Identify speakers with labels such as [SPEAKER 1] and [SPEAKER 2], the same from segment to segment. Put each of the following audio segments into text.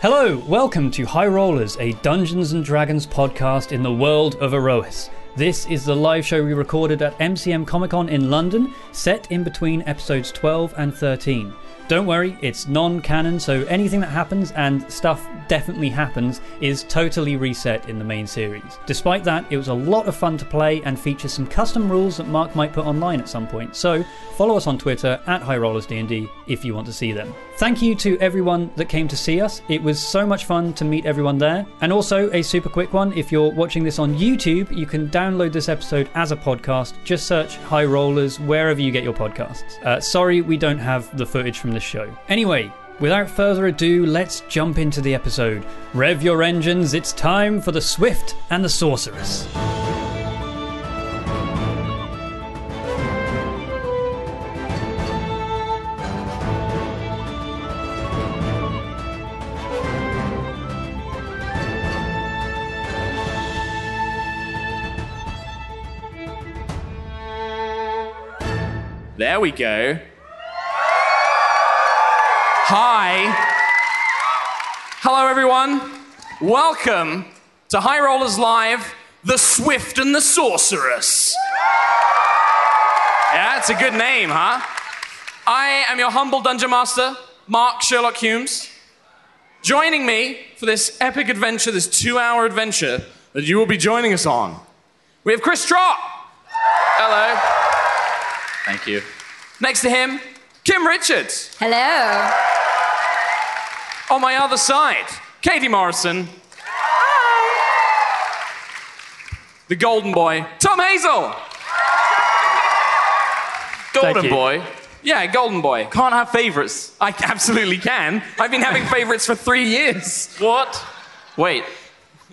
[SPEAKER 1] Hello, welcome to High Rollers, a Dungeons and Dragons podcast in the world of Erois. This is the live show we recorded at MCM Comic Con in London, set in between episodes 12 and 13. Don't worry, it's non canon, so anything that happens, and stuff definitely happens, is totally reset in the main series. Despite that, it was a lot of fun to play and features some custom rules that Mark might put online at some point, so follow us on Twitter at High Rollers D&D if you want to see them. Thank you to everyone that came to see us. It was so much fun to meet everyone there. And also, a super quick one if you're watching this on YouTube, you can download this episode as a podcast. Just search High Rollers wherever you get your podcasts. Uh, sorry, we don't have the footage from this show. Anyway, without further ado, let's jump into the episode. Rev your engines, it's time for the Swift and the Sorceress.
[SPEAKER 2] There we go. Hi. Hello, everyone. Welcome to High Rollers Live, The Swift and the Sorceress. Yeah, it's a good name, huh? I am your humble dungeon master, Mark Sherlock Humes. Joining me for this epic adventure, this two hour adventure that you will be joining us on, we have Chris Trott. Hello.
[SPEAKER 3] Thank you.
[SPEAKER 2] Next to him, Kim Richards.
[SPEAKER 4] Hello.
[SPEAKER 2] On my other side, Katie Morrison. The golden boy, Tom Hazel.
[SPEAKER 1] Thank
[SPEAKER 3] Golden
[SPEAKER 1] you.
[SPEAKER 3] Boy.
[SPEAKER 2] Yeah, golden boy.
[SPEAKER 3] Can't have favorites.
[SPEAKER 2] I absolutely can. I've been having favorites for three years.
[SPEAKER 3] What? Wait,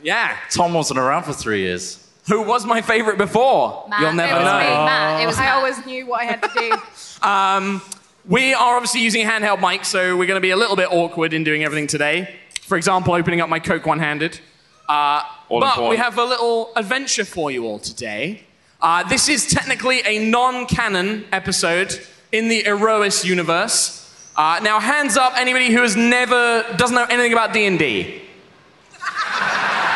[SPEAKER 2] Yeah.
[SPEAKER 3] Tom wasn't around for three years.
[SPEAKER 2] Who was my favorite before?
[SPEAKER 4] Matt.
[SPEAKER 2] You'll never
[SPEAKER 4] it was Me,
[SPEAKER 2] know. Oh.
[SPEAKER 4] Matt. It was
[SPEAKER 5] I
[SPEAKER 4] Matt.
[SPEAKER 5] always knew what I had to do.
[SPEAKER 2] Um, we are obviously using handheld mics, so we're going to be a little bit awkward in doing everything today. For example, opening up my Coke one handed. Uh,
[SPEAKER 3] All
[SPEAKER 2] but
[SPEAKER 3] important.
[SPEAKER 2] we have a little adventure for you all today. Uh, this is technically a non canon episode in the Erois universe. Uh, now, hands up, anybody who has never doesn't know anything about D and D.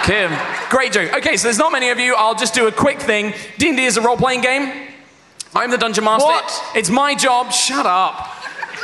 [SPEAKER 3] Kim,
[SPEAKER 2] Great joke. Okay, so there's not many of you. I'll just do a quick thing. D&D is a role-playing game. I'm the dungeon master.
[SPEAKER 3] What?
[SPEAKER 2] It's my job. Shut up.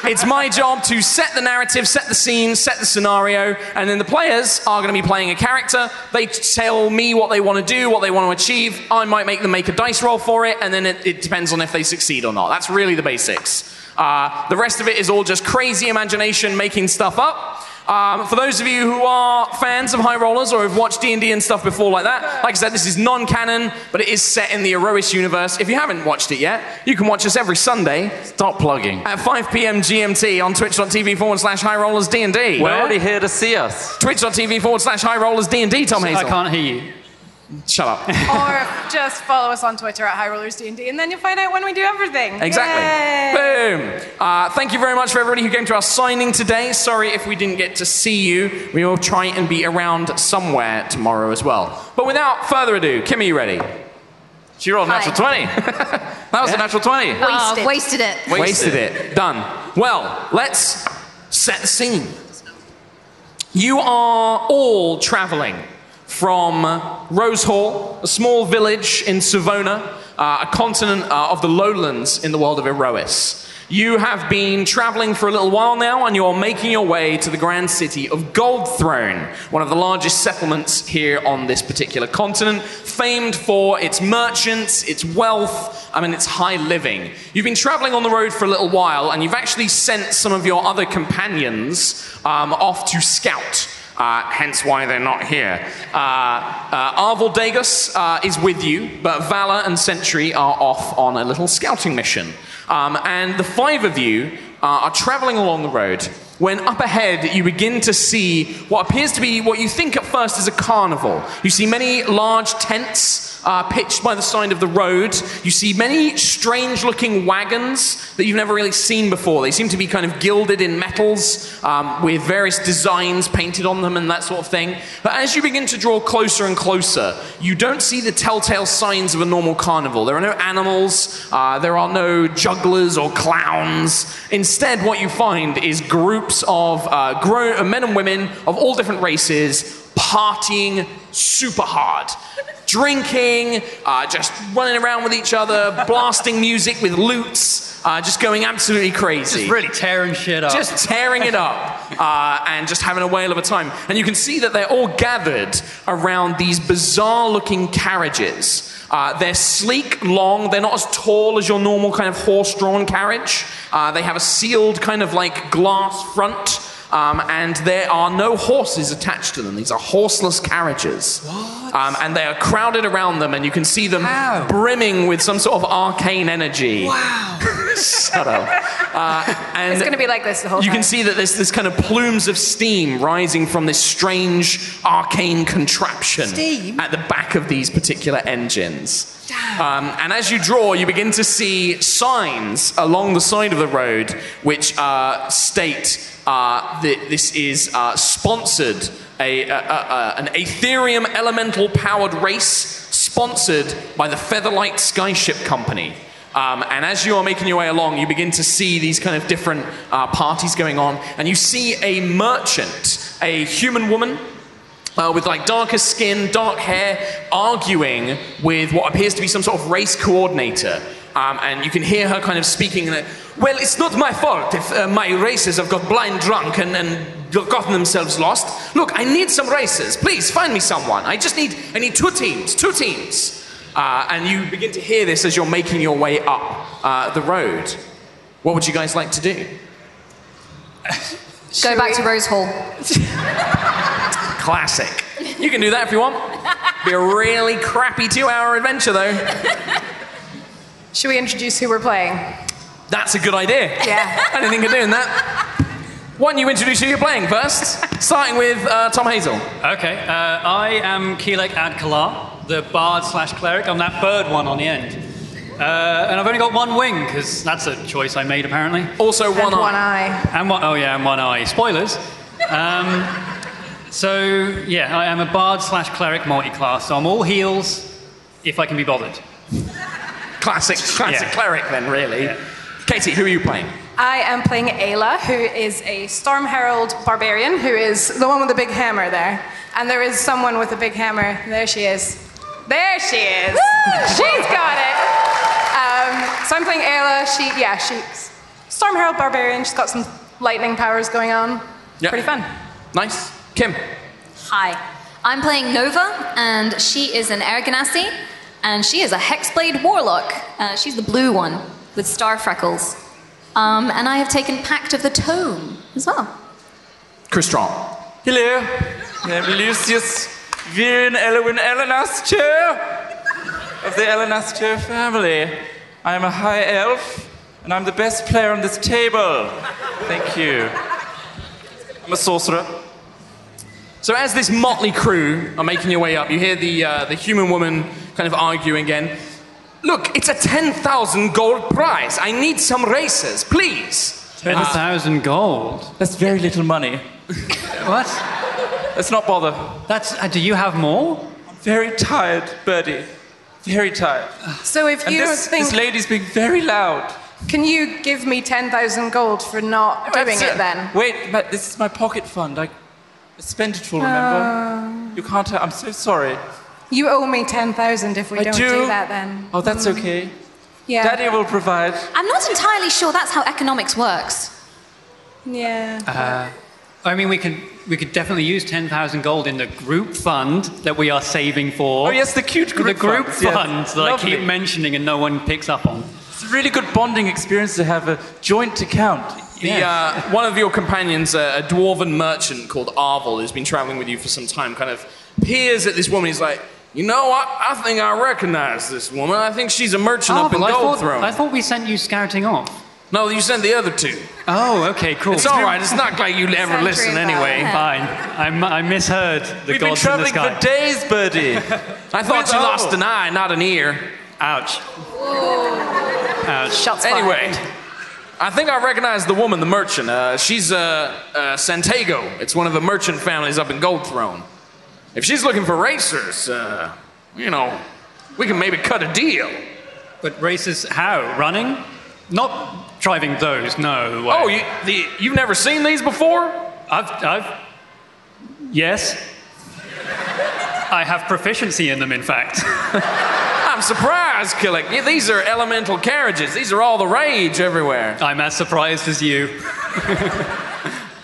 [SPEAKER 2] It's my job to set the narrative, set the scene, set the scenario, and then the players are going to be playing a character. They t- tell me what they want to do, what they want to achieve. I might make them make a dice roll for it, and then it, it depends on if they succeed or not. That's really the basics. Uh, the rest of it is all just crazy imagination, making stuff up. Um, for those of you who are fans of High Rollers or have watched D&D and stuff before like that, like I said, this is non-canon, but it is set in the Erois universe. If you haven't watched it yet, you can watch us every Sunday
[SPEAKER 3] stop plugging.
[SPEAKER 2] at 5 p.m. GMT on twitch.tv forward slash High Rollers D&D.
[SPEAKER 3] We're already here to see us.
[SPEAKER 2] Twitch.tv forward slash High Rollers D&D, Tom Hazel.
[SPEAKER 1] I can't hear you.
[SPEAKER 2] Shut up.
[SPEAKER 5] or just follow us on Twitter at High Rollers D&D, and then you'll find out when we do everything.
[SPEAKER 2] Exactly.
[SPEAKER 5] Yay.
[SPEAKER 2] Boom. Uh, thank you very much for everybody who came to our signing today. Sorry if we didn't get to see you. We will try and be around somewhere tomorrow as well. But without further ado, Kim, are you ready?
[SPEAKER 3] She rolled a
[SPEAKER 4] Hi.
[SPEAKER 3] natural 20. that was a natural 20.
[SPEAKER 4] Oh,
[SPEAKER 5] Wasted.
[SPEAKER 4] wasted it.
[SPEAKER 2] Wasted it. Done. Well, let's set the scene. You are all traveling from Rose Hall, a small village in Savona, uh, a continent uh, of the lowlands in the world of Erois. You have been traveling for a little while now, and you are making your way to the grand city of Goldthrone, one of the largest settlements here on this particular continent, famed for its merchants, its wealth, I mean, its high living. You've been traveling on the road for a little while, and you've actually sent some of your other companions um, off to scout. Uh, hence why they're not here. Uh, uh, Arval Dagus uh, is with you, but Valor and Sentry are off on a little scouting mission. Um, and the five of you uh, are traveling along the road when up ahead you begin to see what appears to be what you think at first is a carnival. You see many large tents uh, pitched by the side of the road. You see many strange looking wagons that you've never really seen before. They seem to be kind of gilded in metals um, with various designs painted on them and that sort of thing. But as you begin to draw closer and closer, you don't see the telltale signs of a normal carnival. There are no animals, uh, there are no jugglers or clowns. Instead, what you find is groups of uh, grown men and women of all different races partying super hard. Drinking, uh, just running around with each other, blasting music with lutes, uh, just going absolutely crazy
[SPEAKER 1] Just really tearing shit up.
[SPEAKER 2] just tearing it up uh, and just having a whale of a time. And you can see that they're all gathered around these bizarre looking carriages. Uh, they're sleek, long, they're not as tall as your normal kind of horse drawn carriage. Uh, they have a sealed kind of like glass front. Um, and there are no horses attached to them. These are horseless carriages. Um, and they are crowded around them, and you can see them
[SPEAKER 1] How?
[SPEAKER 2] brimming with some sort of arcane energy. Wow. Shut up. Uh, and
[SPEAKER 5] It's going to be like this the whole
[SPEAKER 2] you
[SPEAKER 5] time.
[SPEAKER 2] can see that there's this kind of plumes of steam rising from this strange arcane contraption at the back of these particular engines. Um, and as you draw, you begin to see signs along the side of the road which uh, state uh, that this is uh, sponsored, a, a, a, a- an Aetherium elemental powered race sponsored by the Featherlight Skyship Company. Um, and as you are making your way along, you begin to see these kind of different uh, parties going on, and you see a merchant, a human woman. Uh, with like darker skin, dark hair, arguing with what appears to be some sort of race coordinator, um, and you can hear her kind of speaking. In a, well, it's not my fault if uh, my races have got blind drunk and, and gotten themselves lost. Look, I need some races. Please find me someone. I just need I need two teams, two teams. Uh, and you begin to hear this as you're making your way up uh, the road. What would you guys like to do?
[SPEAKER 6] Go back to Rose Hall.
[SPEAKER 2] Classic. You can do that if you want. Be a really crappy two-hour adventure, though.
[SPEAKER 5] Should we introduce who we're playing?
[SPEAKER 2] That's a good idea.
[SPEAKER 5] Yeah.
[SPEAKER 2] I didn't think of doing that. Why don't you introduce who you're playing first? Starting with uh, Tom Hazel.
[SPEAKER 1] Okay, uh, I am Keelek Adkalar, the bard slash cleric. I'm that bird one on the end. Uh, and I've only got one wing, because that's a choice I made apparently.
[SPEAKER 2] Also,
[SPEAKER 5] And
[SPEAKER 2] one
[SPEAKER 5] one uh,
[SPEAKER 2] eye.
[SPEAKER 5] eye.
[SPEAKER 1] And one, oh yeah, and one eye. Spoilers. Um, so yeah, I am a bard slash cleric multi-class, so I'm all heals if I can be bothered.
[SPEAKER 2] Classic, classic
[SPEAKER 1] Yeah.
[SPEAKER 2] cleric, then, really.
[SPEAKER 1] Yeah.
[SPEAKER 2] Katie, who are you playing?
[SPEAKER 5] I am playing Ayla, who is a Storm Herald barbarian, who is the one with the big hammer there. And there is someone with a big hammer. There she is. There she is. She's got it. Um, so I'm playing Ayla. She, yeah, she's Storm Herald barbarian. She's got some lightning powers going on.
[SPEAKER 2] Yeah.
[SPEAKER 5] Pretty fun.
[SPEAKER 2] Nice. Kim.
[SPEAKER 6] Hi. I'm playing Nova, and she is an Erganasi, and she is a Hexblade Warlock. Uh, she's the blue one with star freckles. Um, and I have taken Pact of the Tome as well.
[SPEAKER 2] Chris Strong.
[SPEAKER 3] Hello. I'm Lucius Viren Elwin Elenastre of the Elenastre family. I am a high elf, and I'm the best player on this table. Thank you. I'm a sorcerer.
[SPEAKER 2] So as this motley crew are making your way up, you hear the, uh, the human woman kind of argue again. Look, it's a 10,000 gold prize. I need some races, please.
[SPEAKER 1] Ten thousand gold.
[SPEAKER 3] That's very little money.
[SPEAKER 1] What?
[SPEAKER 3] Let's not bother.
[SPEAKER 1] That's. Uh, do you have more?
[SPEAKER 3] I'm very tired, Birdie. Very tired.
[SPEAKER 5] So if
[SPEAKER 3] And
[SPEAKER 5] you
[SPEAKER 3] this,
[SPEAKER 5] don't think,
[SPEAKER 3] this lady's being very loud.
[SPEAKER 5] can you give me 10,000 gold for not doing
[SPEAKER 3] That's
[SPEAKER 5] it then?
[SPEAKER 3] Wait, but this is my pocket fund. I, I spent it all, remember?
[SPEAKER 5] Oh.
[SPEAKER 3] you can't. I'm so sorry.
[SPEAKER 5] You owe me 10,000 if we
[SPEAKER 3] I
[SPEAKER 5] don't do.
[SPEAKER 3] do.
[SPEAKER 5] that then. Mm.
[SPEAKER 3] Oh, that's okay.
[SPEAKER 5] Yeah.
[SPEAKER 3] Daddy will provide. Oh,
[SPEAKER 6] I'm not entirely sure that's how economics works.
[SPEAKER 5] Yeah.
[SPEAKER 1] I mean, we could we could definitely use ten thousand gold in the group fund that we are saving for.
[SPEAKER 3] Oh, yes, the cute group
[SPEAKER 1] the group
[SPEAKER 3] funds,
[SPEAKER 1] fund
[SPEAKER 3] yes.
[SPEAKER 1] that I
[SPEAKER 3] Lovely.
[SPEAKER 1] keep mentioning and no one picks up on.
[SPEAKER 3] It's a really good bonding experience to have a joint account.
[SPEAKER 2] The, uh, one of your companions, a, a dwarven merchant called Arvel, who's been traveling with you for some time, kind of peers at this woman. He's like, You know, I, I think I recognize this woman. I think she's a merchant up in
[SPEAKER 1] Oh, Ah, I
[SPEAKER 2] Gold
[SPEAKER 1] thought,
[SPEAKER 2] Throne.
[SPEAKER 1] I thought we sent you scouting off.
[SPEAKER 2] No, you said the other two.
[SPEAKER 1] Oh, okay, cool.
[SPEAKER 2] It's all right. It's not like you ever
[SPEAKER 5] Century
[SPEAKER 2] listen
[SPEAKER 5] Bell.
[SPEAKER 2] anyway.
[SPEAKER 1] Fine. I, mi- I misheard the
[SPEAKER 3] We've been
[SPEAKER 1] gods in the
[SPEAKER 3] traveling
[SPEAKER 1] sky.
[SPEAKER 3] for days, Birdie.
[SPEAKER 2] I thought
[SPEAKER 3] With-
[SPEAKER 2] you
[SPEAKER 3] oh.
[SPEAKER 2] lost an eye, not an ear.
[SPEAKER 1] Ouch.
[SPEAKER 5] Shots fired.
[SPEAKER 2] Anyway, I think I recognize the woman, the merchant. Uh, she's uh, uh, Santago. It's one of the merchant families up in Gold Throne. If she's looking for racers, uh, you know, we can maybe cut a deal.
[SPEAKER 1] But races how? Running? Not driving those. No. way.
[SPEAKER 2] Oh, you, the, you've never seen these before?
[SPEAKER 1] I've, I've, yes. I have proficiency in them, in fact.
[SPEAKER 2] I'm surprised, Killick. Yeah, these are elemental carriages. These are all the rage everywhere.
[SPEAKER 1] I'm as surprised as you.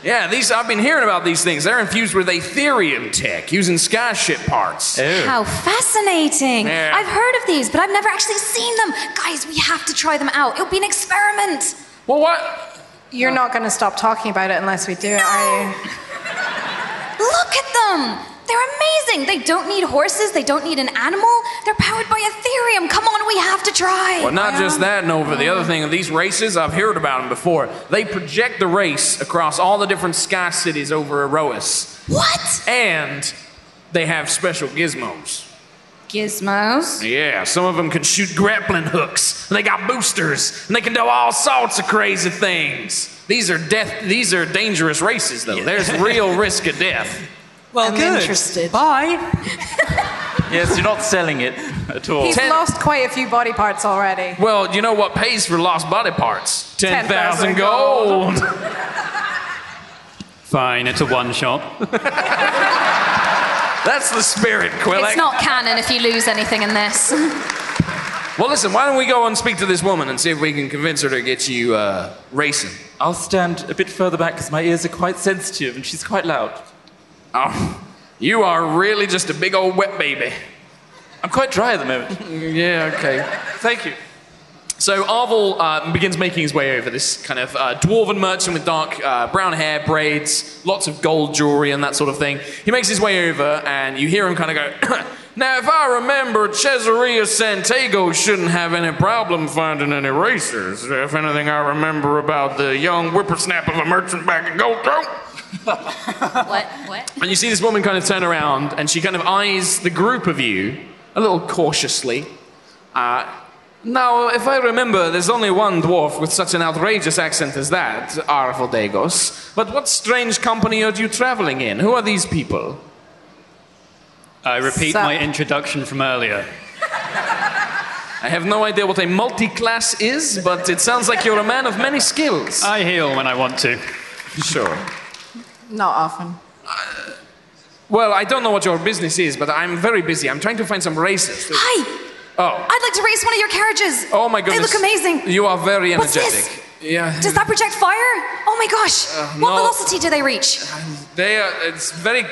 [SPEAKER 2] Yeah, these I've been hearing about these things. They're infused with Aetherium tech using skyship parts.
[SPEAKER 6] How fascinating!
[SPEAKER 2] Yeah.
[SPEAKER 6] I've heard of these, but I've never actually seen them. Guys, we have to try them out. It'll be an experiment.
[SPEAKER 2] Well, what?
[SPEAKER 5] You're not going to stop talking about it unless we do it, are you?
[SPEAKER 6] Look at them! They're amazing! They don't need horses, they don't need an animal. They're powered by Ethereum. Come on, we have to try!
[SPEAKER 2] Well, not just that, Nova. The other thing, these races, I've heard about them before. They project the race across all the different sky cities over Erois.
[SPEAKER 6] What?
[SPEAKER 2] And they have special gizmos.
[SPEAKER 6] Gizmos?
[SPEAKER 2] Yeah, some of them can shoot grappling hooks, and they got boosters, and they can do all sorts of crazy things. These are death. These are dangerous races, though. There's real risk of death.
[SPEAKER 1] Well,
[SPEAKER 5] I'm good. interested.
[SPEAKER 1] Bye.
[SPEAKER 3] yes, you're not selling it at all.
[SPEAKER 5] He's
[SPEAKER 2] Ten-
[SPEAKER 5] lost quite a few body parts already.
[SPEAKER 2] Well, you know what pays for lost body parts?
[SPEAKER 5] 10,000
[SPEAKER 2] gold.
[SPEAKER 1] Fine. It's a one shot.
[SPEAKER 2] That's the spirit, Quillick.
[SPEAKER 6] It's not canon if you lose anything in this.
[SPEAKER 2] well, listen, why don't we go and speak to this woman and see if we can convince her to get you uh, racing?
[SPEAKER 3] I'll stand a bit further back because my ears are quite sensitive and she's quite loud.
[SPEAKER 2] Oh, you are really just a big old wet baby.
[SPEAKER 3] I'm quite dry at the moment.
[SPEAKER 2] Yeah, okay.
[SPEAKER 3] Thank you.
[SPEAKER 2] So Arvel uh, begins making his way over this kind of uh, dwarven merchant with dark uh, brown hair, braids, lots of gold jewelry, and that sort of thing. He makes his way over, and you hear him kind of go, Now, if I remember, Cesarea Santago shouldn't have any problem finding any racers. If anything, I remember about the young whippersnap of a merchant back in Gold Throat.
[SPEAKER 6] what? What?
[SPEAKER 2] And you see this woman kind of turn around and she kind of eyes the group of you a little cautiously. Uh, now, if I remember, there's only one dwarf with such an outrageous accent as that, Arvel Dagos. But what strange company are you traveling in? Who are these people?
[SPEAKER 1] I repeat
[SPEAKER 5] Sup?
[SPEAKER 1] my introduction from earlier.
[SPEAKER 2] I have no idea what a multi class is, but it sounds like you're a man of many skills.
[SPEAKER 1] I heal when I want to.
[SPEAKER 2] sure.
[SPEAKER 5] Not often.
[SPEAKER 2] Well, I don't know what your business is, but I'm very busy. I'm trying to find some races.
[SPEAKER 6] Hi!
[SPEAKER 2] Oh.
[SPEAKER 6] I'd like to race one of your carriages!
[SPEAKER 2] Oh my goodness.
[SPEAKER 6] They look amazing!
[SPEAKER 2] You are very
[SPEAKER 6] What's
[SPEAKER 2] energetic.
[SPEAKER 6] this?
[SPEAKER 2] Yeah.
[SPEAKER 6] Does that project fire? Oh my gosh! what
[SPEAKER 2] Uh, no.
[SPEAKER 6] velocity do they reach?
[SPEAKER 2] They are, it's very,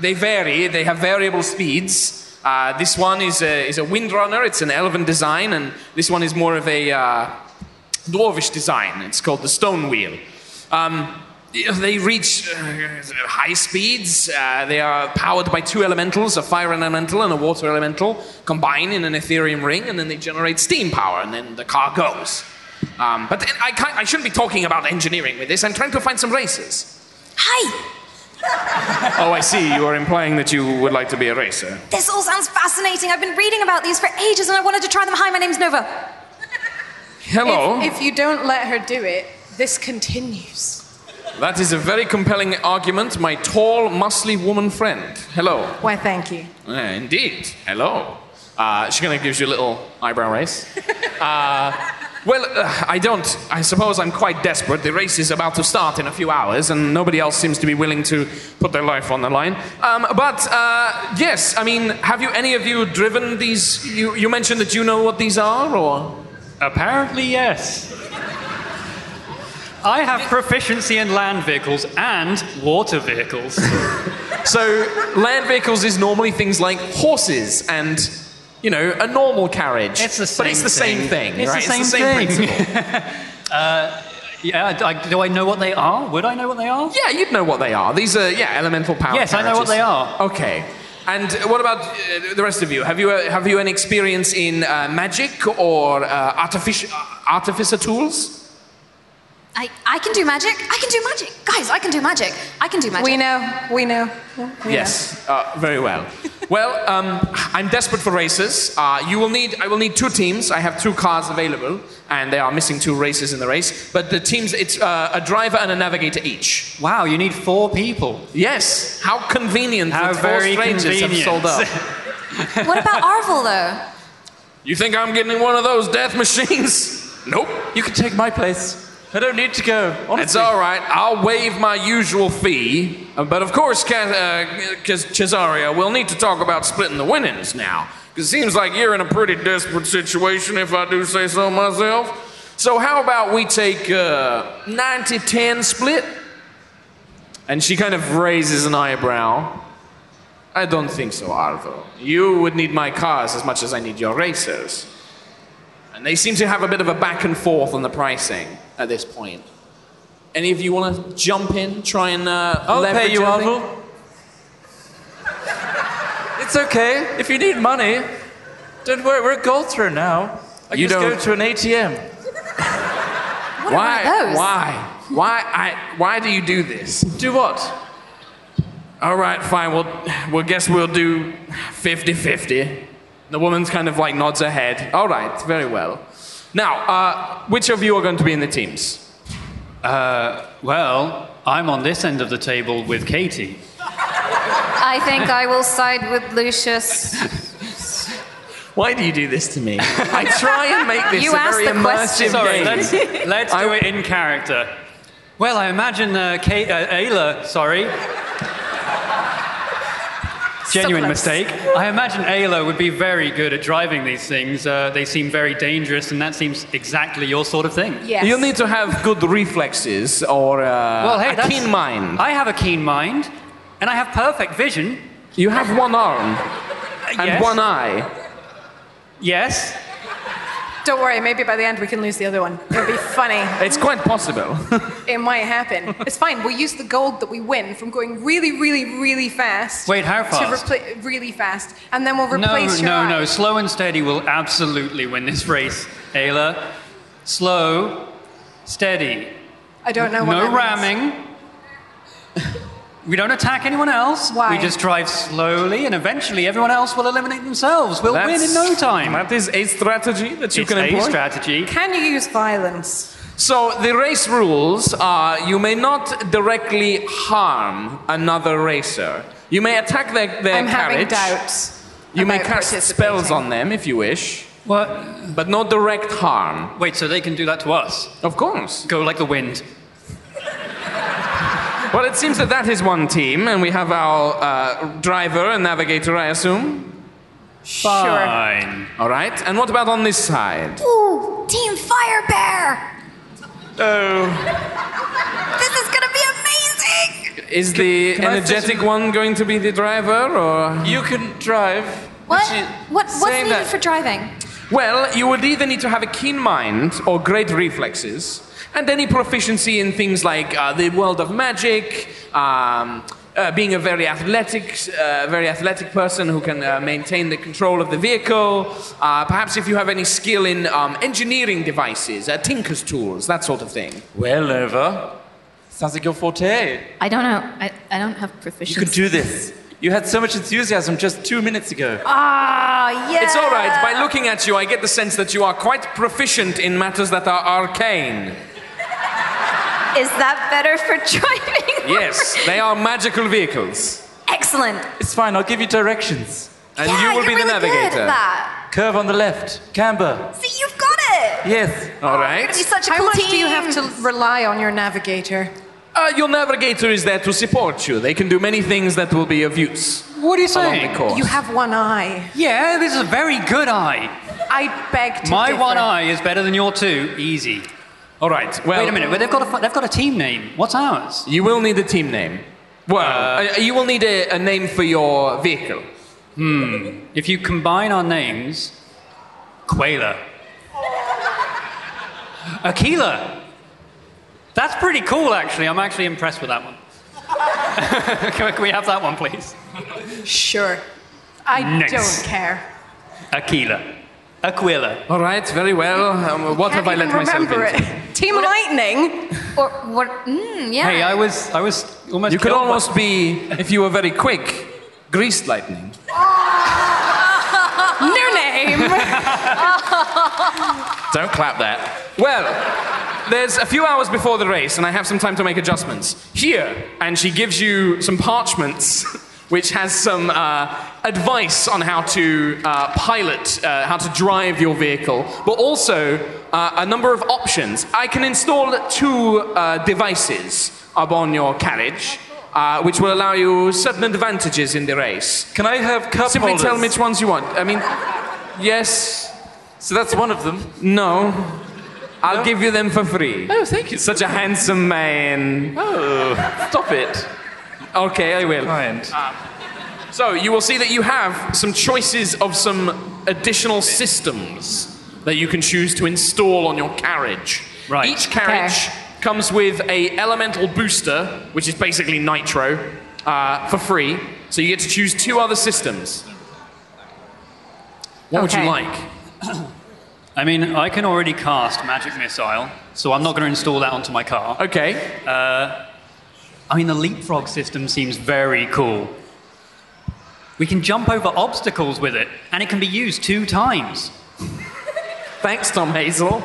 [SPEAKER 2] they vary. They have variable speeds. Uh, this one is a, is a windrunner. It's an elven design, and this one is more of a uh, dwarvish design. It's called the stone wheel. Um, they reach uh, high speeds. Uh, they are powered by two elementals, a fire elemental and a water elemental, combine in an ethereum ring, and then they generate steam power, and then the car goes. Um, but I, can't, I shouldn't be talking about engineering with this. I'm trying to find some races.
[SPEAKER 6] Hi!
[SPEAKER 2] Oh, I see. You are implying that you would like to be a racer.
[SPEAKER 6] This all sounds fascinating. I've been reading about these for ages and I wanted to try them. Hi, my name's Nova.
[SPEAKER 2] Hello.
[SPEAKER 5] If, if you don't let her do it, this continues.
[SPEAKER 2] That is a very compelling argument, my tall, muscly woman friend. Hello.
[SPEAKER 5] Why, thank you.
[SPEAKER 2] Uh, indeed. Hello. Uh, she kind of gives you a little eyebrow raise. Uh, well, uh, I don't. I suppose I'm quite desperate. The race is about to start in a few hours, and nobody else seems to be willing to put their life on the line. Um, but uh, yes, I mean, have you any of you driven these? You, you mentioned that you know what these are, or
[SPEAKER 1] Apparently, yes. I have proficiency in land vehicles and water vehicles.
[SPEAKER 2] So, land vehicles is normally things like horses and, you know, a normal carriage.
[SPEAKER 1] It's the
[SPEAKER 2] But it's
[SPEAKER 1] same
[SPEAKER 2] the same
[SPEAKER 1] thing.
[SPEAKER 2] thing,
[SPEAKER 1] It's the
[SPEAKER 2] right?
[SPEAKER 1] same
[SPEAKER 2] it's the same
[SPEAKER 1] thing.
[SPEAKER 2] principle.
[SPEAKER 1] yeah, I, do I know what they are? Would I know what they are?
[SPEAKER 2] yeah, you'd know what they are. These are, yeah, elemental power.
[SPEAKER 1] Yes, I know what
[SPEAKER 2] carriages.
[SPEAKER 1] they are.
[SPEAKER 2] Okay. And what about uh, the rest of you? Have you uh, have you any experience in uh, magic or uh, artific- artificer tools?
[SPEAKER 6] I, I can do magic. I can do magic. Guys, I can do magic. I can do magic.
[SPEAKER 5] We know. We know. We
[SPEAKER 2] Yes, uh, very well. well, um, I'm desperate for races. Uh, you will need, I will need two teams. I have two cars available, and they are missing two races in the race. But the teams, it's uh, a driver and a navigator each.
[SPEAKER 1] Wow, you need four people.
[SPEAKER 2] Yes, how convenient
[SPEAKER 1] How
[SPEAKER 2] that four
[SPEAKER 1] very
[SPEAKER 2] strangers
[SPEAKER 1] convenient.
[SPEAKER 2] have sold out.
[SPEAKER 6] What about Arvel, though?
[SPEAKER 2] You think I'm getting in one of those death machines? Nope.
[SPEAKER 3] You can take my place. I don't need to go. Honestly.
[SPEAKER 2] It's all right. I'll waive my usual fee. Uh, But of course, Ca- uh, Cas- Cesario, we'll need to talk about splitting the winnings now. Because it seems like you're in a pretty desperate situation, if I do say so myself. So, how about we take a 90 10 split? And she kind of raises an eyebrow. I don't think so, Arvo. You would need my cars as much as I need your racers. And they seem to have a bit of a back and forth on the pricing at this point. Any of you want to jump in, try and uh,
[SPEAKER 3] I'll
[SPEAKER 2] leverage
[SPEAKER 3] pay you,
[SPEAKER 2] anything?
[SPEAKER 3] Arvel. it's okay. If you need money, don't worry. We're a gold through now. I
[SPEAKER 2] You
[SPEAKER 3] just
[SPEAKER 2] don't-
[SPEAKER 3] go to an ATM.
[SPEAKER 6] What
[SPEAKER 2] Why?
[SPEAKER 6] are those?
[SPEAKER 2] Why? Why? I, why do you do this?
[SPEAKER 3] Do what?
[SPEAKER 2] All right, fine. We'll, we'll guess we'll do 50 50. The woman's kind of like nods her head. All right, very well. Now, uh, which of you are going to be in the teams?
[SPEAKER 1] Well, I'm on this end of the table with Katie.
[SPEAKER 6] I think I will side with Lucius.
[SPEAKER 2] Why do you do this to me? I try and make this
[SPEAKER 6] You
[SPEAKER 2] a
[SPEAKER 6] asked
[SPEAKER 2] very
[SPEAKER 6] the question.
[SPEAKER 2] immersive
[SPEAKER 1] Sorry,
[SPEAKER 2] game.
[SPEAKER 1] let's, let's do it in character. Well, I imagine uh, Kate, uh, Ayla, sorry. Genuine
[SPEAKER 6] Sublime.
[SPEAKER 1] mistake. I imagine Ayla would be very good at driving these things. Uh, they seem very dangerous, and that seems exactly your sort of thing.
[SPEAKER 5] know. Yes.
[SPEAKER 2] You'll need to have good reflexes or uh,
[SPEAKER 1] Well, hey,
[SPEAKER 2] a
[SPEAKER 1] that's-
[SPEAKER 2] keen mind.
[SPEAKER 1] I have a keen mind, and I have perfect vision.
[SPEAKER 2] You have one arm and
[SPEAKER 1] yes.
[SPEAKER 2] one eye.
[SPEAKER 1] Yes.
[SPEAKER 5] Don't worry. Maybe by the end we can lose the other one. It'll be funny.
[SPEAKER 2] It's quite possible.
[SPEAKER 5] It might happen. It's fine. We'll use the gold that we win from going really, really, really fast.
[SPEAKER 1] Wait, how
[SPEAKER 5] To
[SPEAKER 1] fast?
[SPEAKER 5] repla- really fast, and then we'll
[SPEAKER 1] No,
[SPEAKER 5] replace your
[SPEAKER 1] no, no.
[SPEAKER 5] eyes.
[SPEAKER 1] Slow and steady will absolutely win this race, Ayla. Slow, steady.
[SPEAKER 5] I don't know what.
[SPEAKER 1] No
[SPEAKER 5] that means.
[SPEAKER 1] ramming. we don't attack anyone else.
[SPEAKER 5] Why?
[SPEAKER 1] We just drive slowly, and eventually everyone else will eliminate themselves. We'll win in no time.
[SPEAKER 2] That is a strategy that you
[SPEAKER 1] it's
[SPEAKER 2] can
[SPEAKER 1] a
[SPEAKER 2] employ.
[SPEAKER 1] strategy.
[SPEAKER 5] Can you use violence?
[SPEAKER 2] so the race rules are: you may not directly harm another racer. You may attack their, their
[SPEAKER 5] I'm having
[SPEAKER 2] carriage.
[SPEAKER 5] doubts.
[SPEAKER 2] You may
[SPEAKER 5] about
[SPEAKER 2] cast spells
[SPEAKER 5] participating.
[SPEAKER 2] on them if you wish,
[SPEAKER 1] What?
[SPEAKER 2] but no direct harm.
[SPEAKER 1] Wait, so they can do that to us?
[SPEAKER 2] Of course.
[SPEAKER 1] Go like the wind.
[SPEAKER 2] Well, it seems that that is one team, and we have our uh, driver and navigator, I assume.
[SPEAKER 5] Sure.
[SPEAKER 1] Fine.
[SPEAKER 2] All right. And what about on this side?
[SPEAKER 6] Ooh, Team Fire Bear!
[SPEAKER 2] Oh.
[SPEAKER 6] This is gonna be amazing!
[SPEAKER 2] Is the
[SPEAKER 3] I
[SPEAKER 2] energetic
[SPEAKER 3] just-
[SPEAKER 2] one going to be the driver, or?
[SPEAKER 3] You can drive.
[SPEAKER 6] What?
[SPEAKER 3] She-
[SPEAKER 6] what what's
[SPEAKER 3] saying
[SPEAKER 6] needed
[SPEAKER 3] that-
[SPEAKER 6] for driving?
[SPEAKER 2] Well, you would either need to have a keen mind or great reflexes, and any proficiency in things like uh, the world of magic, um, uh, being a very athletic, uh, very athletic person who can uh, maintain the control of the vehicle. Uh, perhaps if you have any skill in um, engineering devices, uh, tinker's tools, that sort of thing.
[SPEAKER 3] Well, Nova. Sounds like your forte.
[SPEAKER 6] I don't know. I, I don't have proficiency.
[SPEAKER 3] You could do this. You had so much enthusiasm just two minutes ago.
[SPEAKER 6] Ah, yeah!
[SPEAKER 2] It's all right. By looking at you, I get the sense that you are quite proficient in matters that are arcane.
[SPEAKER 6] Is that better for driving?
[SPEAKER 2] Yes, they are magical vehicles.
[SPEAKER 6] Excellent.
[SPEAKER 3] It's fine. I'll give you directions.
[SPEAKER 2] And
[SPEAKER 6] yeah,
[SPEAKER 2] you will
[SPEAKER 6] you're
[SPEAKER 2] be
[SPEAKER 6] really
[SPEAKER 2] the navigator.
[SPEAKER 6] Good at that.
[SPEAKER 3] Curve on the left. Camber.
[SPEAKER 6] See, you've got it!
[SPEAKER 3] Yes.
[SPEAKER 2] All
[SPEAKER 6] You're
[SPEAKER 2] right.
[SPEAKER 6] gonna be such a
[SPEAKER 5] How
[SPEAKER 6] cool
[SPEAKER 5] much
[SPEAKER 6] team.
[SPEAKER 5] do you have to rely on your navigator?
[SPEAKER 2] Uh, your navigator is there to support you. They can do many things that will be of use
[SPEAKER 1] What are you
[SPEAKER 2] along the
[SPEAKER 1] saying?
[SPEAKER 2] course.
[SPEAKER 5] You have one eye.
[SPEAKER 1] Yeah, this is a very good eye.
[SPEAKER 5] I beg to
[SPEAKER 1] My
[SPEAKER 5] differ.
[SPEAKER 1] one eye is better than your two. Easy.
[SPEAKER 2] All right. Well,
[SPEAKER 1] Wait a minute. But they've got a fu- they've got a team name. What's ours?
[SPEAKER 2] You will need a team name. Well, uh, you will need a, a name for your vehicle.
[SPEAKER 1] If you combine our names, Quayla. Aquila. That's pretty cool, actually. I'm actually impressed with that one. can, we, can we have that one, please?
[SPEAKER 5] Sure. I
[SPEAKER 1] Next.
[SPEAKER 5] don't care.
[SPEAKER 1] Aquila. Aquila.
[SPEAKER 2] All right. Very well. Um, what
[SPEAKER 5] Can't
[SPEAKER 2] have I
[SPEAKER 5] even
[SPEAKER 2] let myself
[SPEAKER 5] remember
[SPEAKER 2] into?
[SPEAKER 5] it. Team Lightning.
[SPEAKER 6] Or what? Mm, yeah.
[SPEAKER 1] Hey, I was, I was almost.
[SPEAKER 2] You could
[SPEAKER 1] killed by-
[SPEAKER 2] almost be, if you were very quick, greased lightning. uh,
[SPEAKER 5] New name.
[SPEAKER 2] Don't clap that. Well, there's a few hours before the race, and I have some time to make adjustments. Here, and she gives you some parchments, which has some uh, advice on how to uh, pilot, uh, how to drive your vehicle, but also uh, a number of options. I can install two uh, devices upon your carriage, uh, which will allow you certain advantages in the race.
[SPEAKER 3] Can I have cup
[SPEAKER 2] Simply
[SPEAKER 3] holders?
[SPEAKER 2] tell me which ones you want. I mean, yes,
[SPEAKER 3] So that's one of them.
[SPEAKER 2] no. I'll give you them for free.
[SPEAKER 3] Oh, thank you.
[SPEAKER 2] Such a handsome man.
[SPEAKER 3] Oh, stop it.
[SPEAKER 2] Okay, I will.
[SPEAKER 3] Mind.
[SPEAKER 2] So, you will see that you have some choices of some additional systems that you can choose to install on your carriage.
[SPEAKER 1] Right.
[SPEAKER 2] Each carriage comes with a elemental booster, which is basically nitro, uh, for free. So you get to choose two other systems. What would
[SPEAKER 5] Okay.
[SPEAKER 2] you like?
[SPEAKER 1] I mean, I can already cast magic missile, so I'm not going to install that onto my car.
[SPEAKER 2] Okay.
[SPEAKER 1] I mean, the leapfrog system seems very cool. We can jump over obstacles with it, and it can be used two times.
[SPEAKER 2] Thanks, Tom Hazel.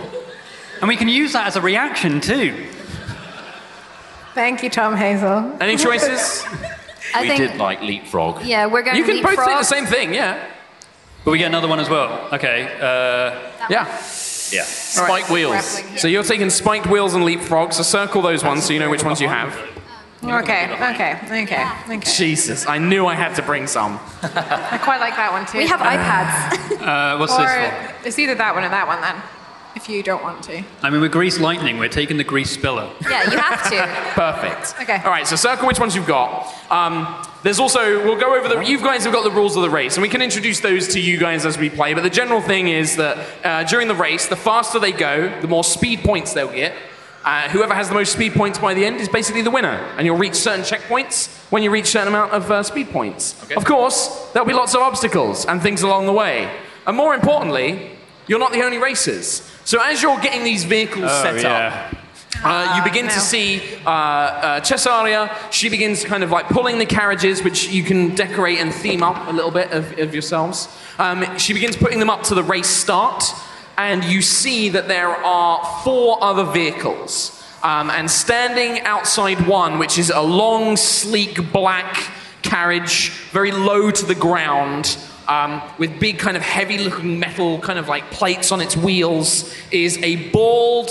[SPEAKER 1] And we can use that as a reaction too.
[SPEAKER 5] Thank you, Tom Hazel.
[SPEAKER 2] Any choices?
[SPEAKER 6] I
[SPEAKER 7] we
[SPEAKER 6] think.
[SPEAKER 7] did like leapfrog.
[SPEAKER 6] Yeah, we're going
[SPEAKER 2] you
[SPEAKER 6] to
[SPEAKER 2] can both
[SPEAKER 6] leapfrog.
[SPEAKER 2] think the same thing, yeah.
[SPEAKER 1] But we get another one as well. Okay. Uh,
[SPEAKER 2] Yeah.
[SPEAKER 7] Yeah.
[SPEAKER 2] Spike wheels.
[SPEAKER 5] grappling hook.
[SPEAKER 2] So you're taking spiked wheels and leapfrogs. So circle those ones so you know which ones you have.
[SPEAKER 5] Okay, okay, okay, okay.
[SPEAKER 2] Jesus, I knew I had to bring some.
[SPEAKER 5] I quite like that one too.
[SPEAKER 6] we have iPads.
[SPEAKER 1] uh, what's this for?
[SPEAKER 5] Or it's either that one or that one then, if you don't want to.
[SPEAKER 1] I mean, we're grease lightning. We're taking the grease spiller.
[SPEAKER 6] yeah, you have to.
[SPEAKER 2] Perfect.
[SPEAKER 5] Okay.
[SPEAKER 2] All right. So circle which ones you've got. Um, there's also we'll go over the you guys have got the rules of the race, and we can introduce those to you guys as we play. But the general thing is that uh, during the race, the faster they go, the more speed points they'll get. Uh, whoever has the most speed points by the end is basically the winner, and you'll reach certain checkpoints when you reach certain amount of uh, speed points. Of course, there'll be lots of obstacles and things along the way, and more importantly, you're not the only racers. So as you're getting these vehicles set up, uh, you begin
[SPEAKER 5] no.
[SPEAKER 2] to see uh, uh, Cesaria. She begins kind of like pulling the carriages, which you can decorate and theme up a little bit of, of yourselves. Um, she begins putting them up to the race start, and you see that there are four other vehicles. Um, and standing outside one, which is a long, sleek, black carriage, very low to the ground, um, with big, kind of heavy looking metal kind of like plates on its wheels, is a bald,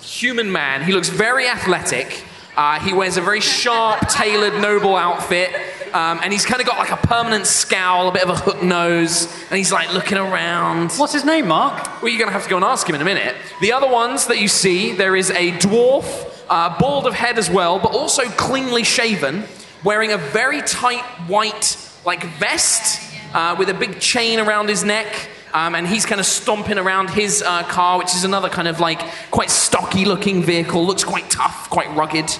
[SPEAKER 2] human man. He looks very athletic. Uh, he wears a very sharp, tailored, noble outfit. Um, and he's kind of got like a permanent scowl, a bit of a hook nose. And he's like looking around.
[SPEAKER 1] What's his name, Mark?
[SPEAKER 2] Well, you're going to have to go and ask him in a minute. The other ones that you see, there is a dwarf, uh, bald of head as well, but also cleanly shaven, wearing a very tight white like vest uh, with a big chain around his neck. Um, and he's kind of stomping around his uh, car, which is another kind of like quite stocky looking vehicle. Looks quite tough, quite rugged.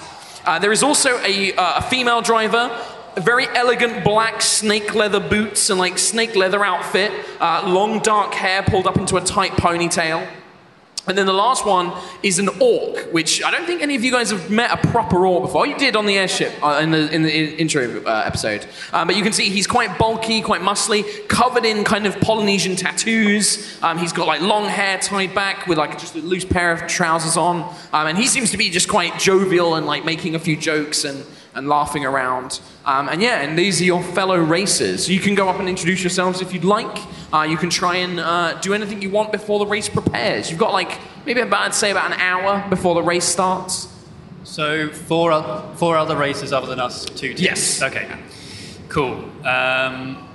[SPEAKER 2] Uh, there is also a, uh, a female driver very elegant black snake leather boots and like snake leather outfit, uh, long dark hair pulled up into a tight ponytail. And then the last one is an orc, which I don't think any of you guys have met a proper orc before. You did on the airship uh, in the, in the in- intro uh, episode. Um, but you can see he's quite bulky, quite muscly, covered in kind of Polynesian tattoos. Um, he's got like long hair tied back with like just a loose pair of trousers on. Um, and he seems to be just quite jovial and like making a few jokes and, and laughing around. Um, and yeah, and these are your fellow racers. You can go up and introduce yourselves if you'd like. Uh, you can try and uh, do anything you want before the race prepares. You've got like maybe about I'd say about an hour before the race starts.
[SPEAKER 1] So four o- four other races other than us two teams.
[SPEAKER 2] Yes.
[SPEAKER 1] Okay. Cool. Um,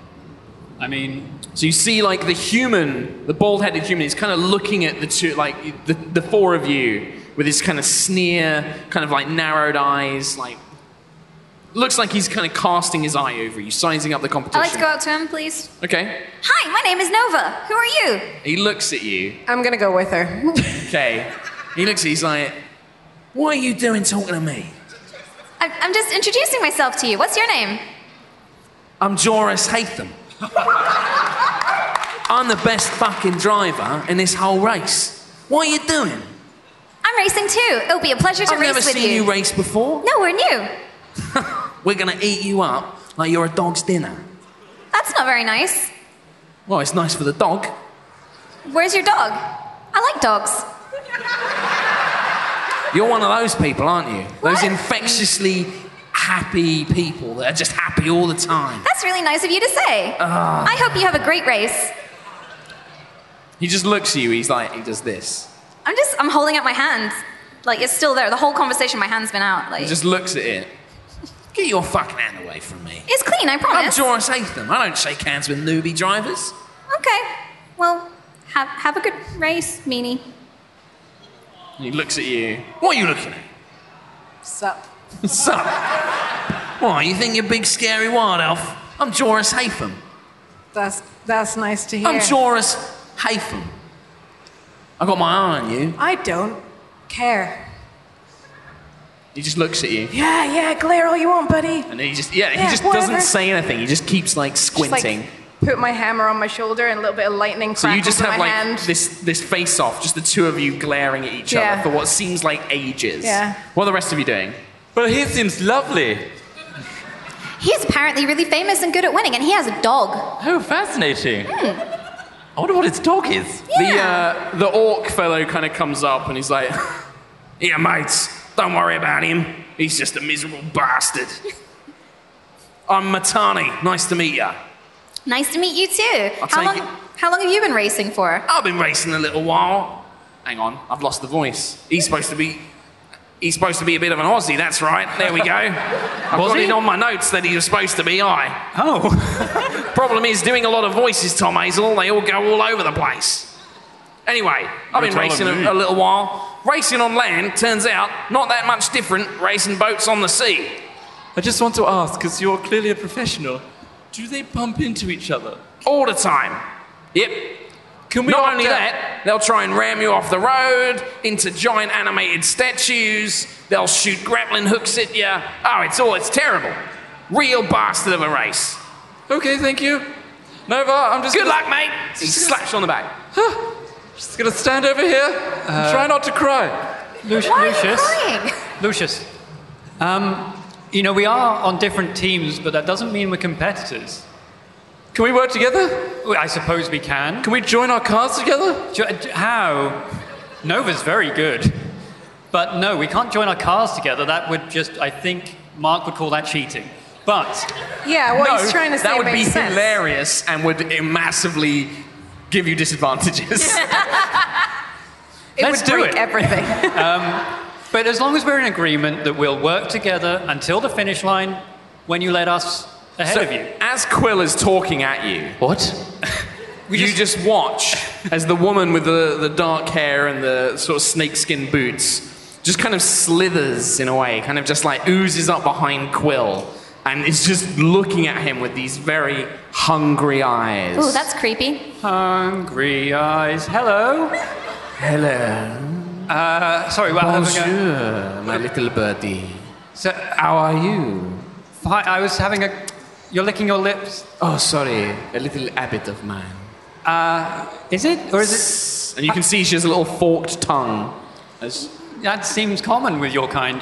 [SPEAKER 1] I mean,
[SPEAKER 2] So you see like the human, the bald-headed human, is kind of looking at the two, like the, the four of you with his kind of sneer, kind of like narrowed eyes, like. Looks like he's kind of casting his eye over you, sizing up the
[SPEAKER 6] I'd
[SPEAKER 2] competition.
[SPEAKER 6] like to go up to him, please.
[SPEAKER 2] Okay.
[SPEAKER 6] Hi, my name is Nova. Who are you?
[SPEAKER 2] He looks at you.
[SPEAKER 5] I'm gonna go with her.
[SPEAKER 2] Okay. He looks at you, he's like, What are you doing talking to me?
[SPEAKER 6] I- I'm just introducing myself to you. What's your name?
[SPEAKER 2] I'm Joris Hatham. I'm the best fucking driver in this whole race. What are you doing?
[SPEAKER 6] I'm racing too. It'll be a pleasure to
[SPEAKER 2] I've
[SPEAKER 6] race
[SPEAKER 2] never
[SPEAKER 6] with
[SPEAKER 2] seen you. race before.
[SPEAKER 6] no, we're new.
[SPEAKER 2] We're gonna eat you up like you're a dog's dinner.
[SPEAKER 6] That's not very nice.
[SPEAKER 2] Well, it's nice for the dog.
[SPEAKER 6] Where's your dog? I like dogs.
[SPEAKER 2] You're one of those people, aren't you? Those
[SPEAKER 6] What?
[SPEAKER 2] infectiously happy people that are just happy all the time.
[SPEAKER 6] That's really nice of you to say.
[SPEAKER 2] Ah.
[SPEAKER 6] I hope you have a great race.
[SPEAKER 2] He just looks at you. He's like, he does this.
[SPEAKER 6] I'm just, I'm holding out my hand. Like, it's still there. The whole conversation, my hand's been out. Like,
[SPEAKER 2] He just looks at it. Get your fucking hand away from me.
[SPEAKER 6] it's clean, I
[SPEAKER 2] I'm
[SPEAKER 6] promise.
[SPEAKER 2] Joris Latham. I don't shake hands with newbie drivers.
[SPEAKER 6] Okay. Well, have, have a good race, Meanie.
[SPEAKER 2] And he looks at you. What are you looking at?
[SPEAKER 5] Sup.
[SPEAKER 2] What's up? What, you think you're big scary wild elf? I'm Joris Haytham.
[SPEAKER 5] That's that's nice to hear.
[SPEAKER 2] I'm Joris Haytham. I got my eye on you.
[SPEAKER 5] I don't care.
[SPEAKER 2] He just looks at you.
[SPEAKER 5] Yeah, yeah, glare all you want, buddy.
[SPEAKER 2] And he just, yeah,
[SPEAKER 5] Yeah,
[SPEAKER 2] he just
[SPEAKER 5] whatever.
[SPEAKER 2] doesn't say anything. He just keeps like
[SPEAKER 5] Just, like,
[SPEAKER 2] squinting.
[SPEAKER 5] put my hammer on my shoulder and a little bit of lightning
[SPEAKER 2] so you
[SPEAKER 5] crackles
[SPEAKER 2] just
[SPEAKER 5] in
[SPEAKER 2] have
[SPEAKER 5] my
[SPEAKER 2] like
[SPEAKER 5] hand.
[SPEAKER 2] this this face off, just the two of you glaring at each
[SPEAKER 5] Yeah.
[SPEAKER 2] other for what seems like ages.
[SPEAKER 5] Yeah.
[SPEAKER 2] What are the rest of you doing?
[SPEAKER 3] But he seems lovely.
[SPEAKER 6] He's apparently really famous and good at winning, and he has a dog.
[SPEAKER 3] Oh, fascinating. I wonder what his dog is.
[SPEAKER 6] Yeah.
[SPEAKER 2] The, uh, the orc fellow kind of comes up and he's like, Yeah, mates, don't worry about him. He's just a miserable bastard. I'm Matani. Nice to meet ya.
[SPEAKER 6] Nice to meet you too.
[SPEAKER 2] I'll
[SPEAKER 6] how
[SPEAKER 2] take
[SPEAKER 6] long?
[SPEAKER 2] it.
[SPEAKER 6] How long have you been racing for?
[SPEAKER 2] I've been racing a little while. Hang on, I've lost the voice. He's supposed to be. He's supposed to be a bit of an Aussie, that's right. There we go. I've
[SPEAKER 1] Was
[SPEAKER 2] got
[SPEAKER 1] he?
[SPEAKER 2] it on my notes that he was supposed to be I.
[SPEAKER 1] Oh.
[SPEAKER 2] Problem is, doing a lot of voices, Tom Hazel, they all go all over the place. Anyway, I've been
[SPEAKER 3] You're
[SPEAKER 2] racing
[SPEAKER 3] telling
[SPEAKER 2] a, a
[SPEAKER 3] me.
[SPEAKER 2] little while. Racing on land, turns out, not that much different racing boats on the sea.
[SPEAKER 3] I just want to ask, because you're clearly a professional, do they bump into each other?
[SPEAKER 2] All the time. Yep.
[SPEAKER 3] Can we
[SPEAKER 2] Not
[SPEAKER 3] opt
[SPEAKER 2] only
[SPEAKER 3] out?
[SPEAKER 2] that, they'll try and ram you off the road into giant animated statues. They'll shoot grappling hooks at you. Oh, it's all, it's terrible. Real bastard of a race.
[SPEAKER 3] Okay, thank you. Nova, I'm just
[SPEAKER 2] Good
[SPEAKER 3] gonna,
[SPEAKER 2] luck, mate. He slaps you on the back.
[SPEAKER 3] just gonna stand over here and try not to cry.
[SPEAKER 1] Lucius.
[SPEAKER 6] Why are you
[SPEAKER 1] Lucius.
[SPEAKER 6] crying?
[SPEAKER 1] Lucius. Um, you know, we are on different teams, but that doesn't mean we're competitors.
[SPEAKER 3] Can we work together?
[SPEAKER 1] Well, I suppose we can.
[SPEAKER 3] Can we join our cars together?
[SPEAKER 1] Jo- j- How? Nova's very good. But no, we can't join our cars together. That would just, I think, Mark would call that cheating. But
[SPEAKER 5] yeah, what he's trying to say
[SPEAKER 2] that would
[SPEAKER 5] makes
[SPEAKER 2] be
[SPEAKER 5] sense.
[SPEAKER 2] hilarious and would massively give you disadvantages.
[SPEAKER 5] It
[SPEAKER 1] Let's
[SPEAKER 5] would
[SPEAKER 1] do
[SPEAKER 5] break
[SPEAKER 1] it.
[SPEAKER 5] everything.
[SPEAKER 1] But as long as we're in agreement that we'll work together until the finish line when you let us ahead
[SPEAKER 2] So,
[SPEAKER 1] of you.
[SPEAKER 2] As Quill is talking at you,
[SPEAKER 1] What?
[SPEAKER 2] you just, watch as the woman with the, the dark hair and the sort of snakeskin boots just kind of slithers in a way, kind of just like oozes up behind Quill and is just looking at him with these very hungry eyes.
[SPEAKER 6] Ooh, that's creepy.
[SPEAKER 1] Hungry eyes. Hello.
[SPEAKER 2] Hello.
[SPEAKER 1] Uh, sorry, well, I was having
[SPEAKER 2] Bonjour, my little birdie.
[SPEAKER 1] a, so,
[SPEAKER 2] How are you?
[SPEAKER 1] hi, I was having a. You're licking your lips.
[SPEAKER 2] Oh, sorry, a little habit of mine.
[SPEAKER 1] Is it? Or is
[SPEAKER 2] And you can see she has a little forked tongue.
[SPEAKER 1] it? That seems common with your kind.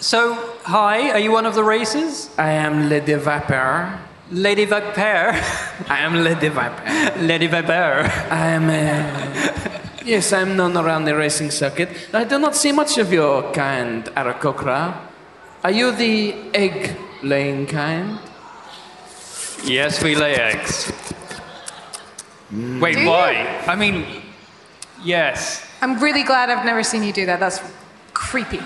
[SPEAKER 1] So, hi, are you one of the racers?
[SPEAKER 2] I am le developer.
[SPEAKER 1] Lady Viper.
[SPEAKER 2] I am le developer.
[SPEAKER 1] Lady Viper.
[SPEAKER 2] I am. Uh, yes, I am known around the racing circuit. I do not see much of your kind, Arakokra. Are you the egg laying kind?
[SPEAKER 1] Yes, we lay eggs. Wait,
[SPEAKER 5] Do you?
[SPEAKER 1] why? I mean, yes.
[SPEAKER 5] I'm really glad I've never seen you do that. That's creepy.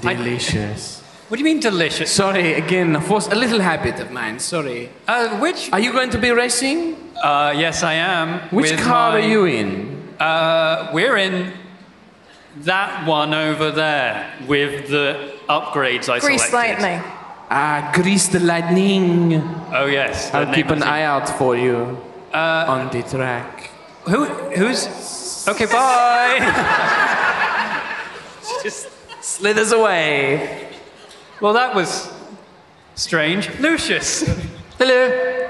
[SPEAKER 2] Delicious.
[SPEAKER 1] What do you mean delicious?
[SPEAKER 2] Sorry, again, force a little habit of mine, sorry.
[SPEAKER 1] Uh, which?
[SPEAKER 2] Are you going to be racing?
[SPEAKER 1] Uh, yes, I am.
[SPEAKER 2] Which
[SPEAKER 1] with
[SPEAKER 2] car
[SPEAKER 1] my-
[SPEAKER 2] are you in?
[SPEAKER 1] Uh, we're in that one over there with the upgrades I
[SPEAKER 5] Grease
[SPEAKER 1] selected.
[SPEAKER 5] lightning.
[SPEAKER 2] Ah, Grease the Lightning.
[SPEAKER 1] Oh yes. the
[SPEAKER 2] I'll
[SPEAKER 1] name Uh,
[SPEAKER 2] keep an
[SPEAKER 1] is-
[SPEAKER 2] eye out for you on the track.
[SPEAKER 1] Who? Who's? Okay, bye. Just
[SPEAKER 2] Slithers away.
[SPEAKER 1] well, that was strange. Lucius,
[SPEAKER 2] Hello.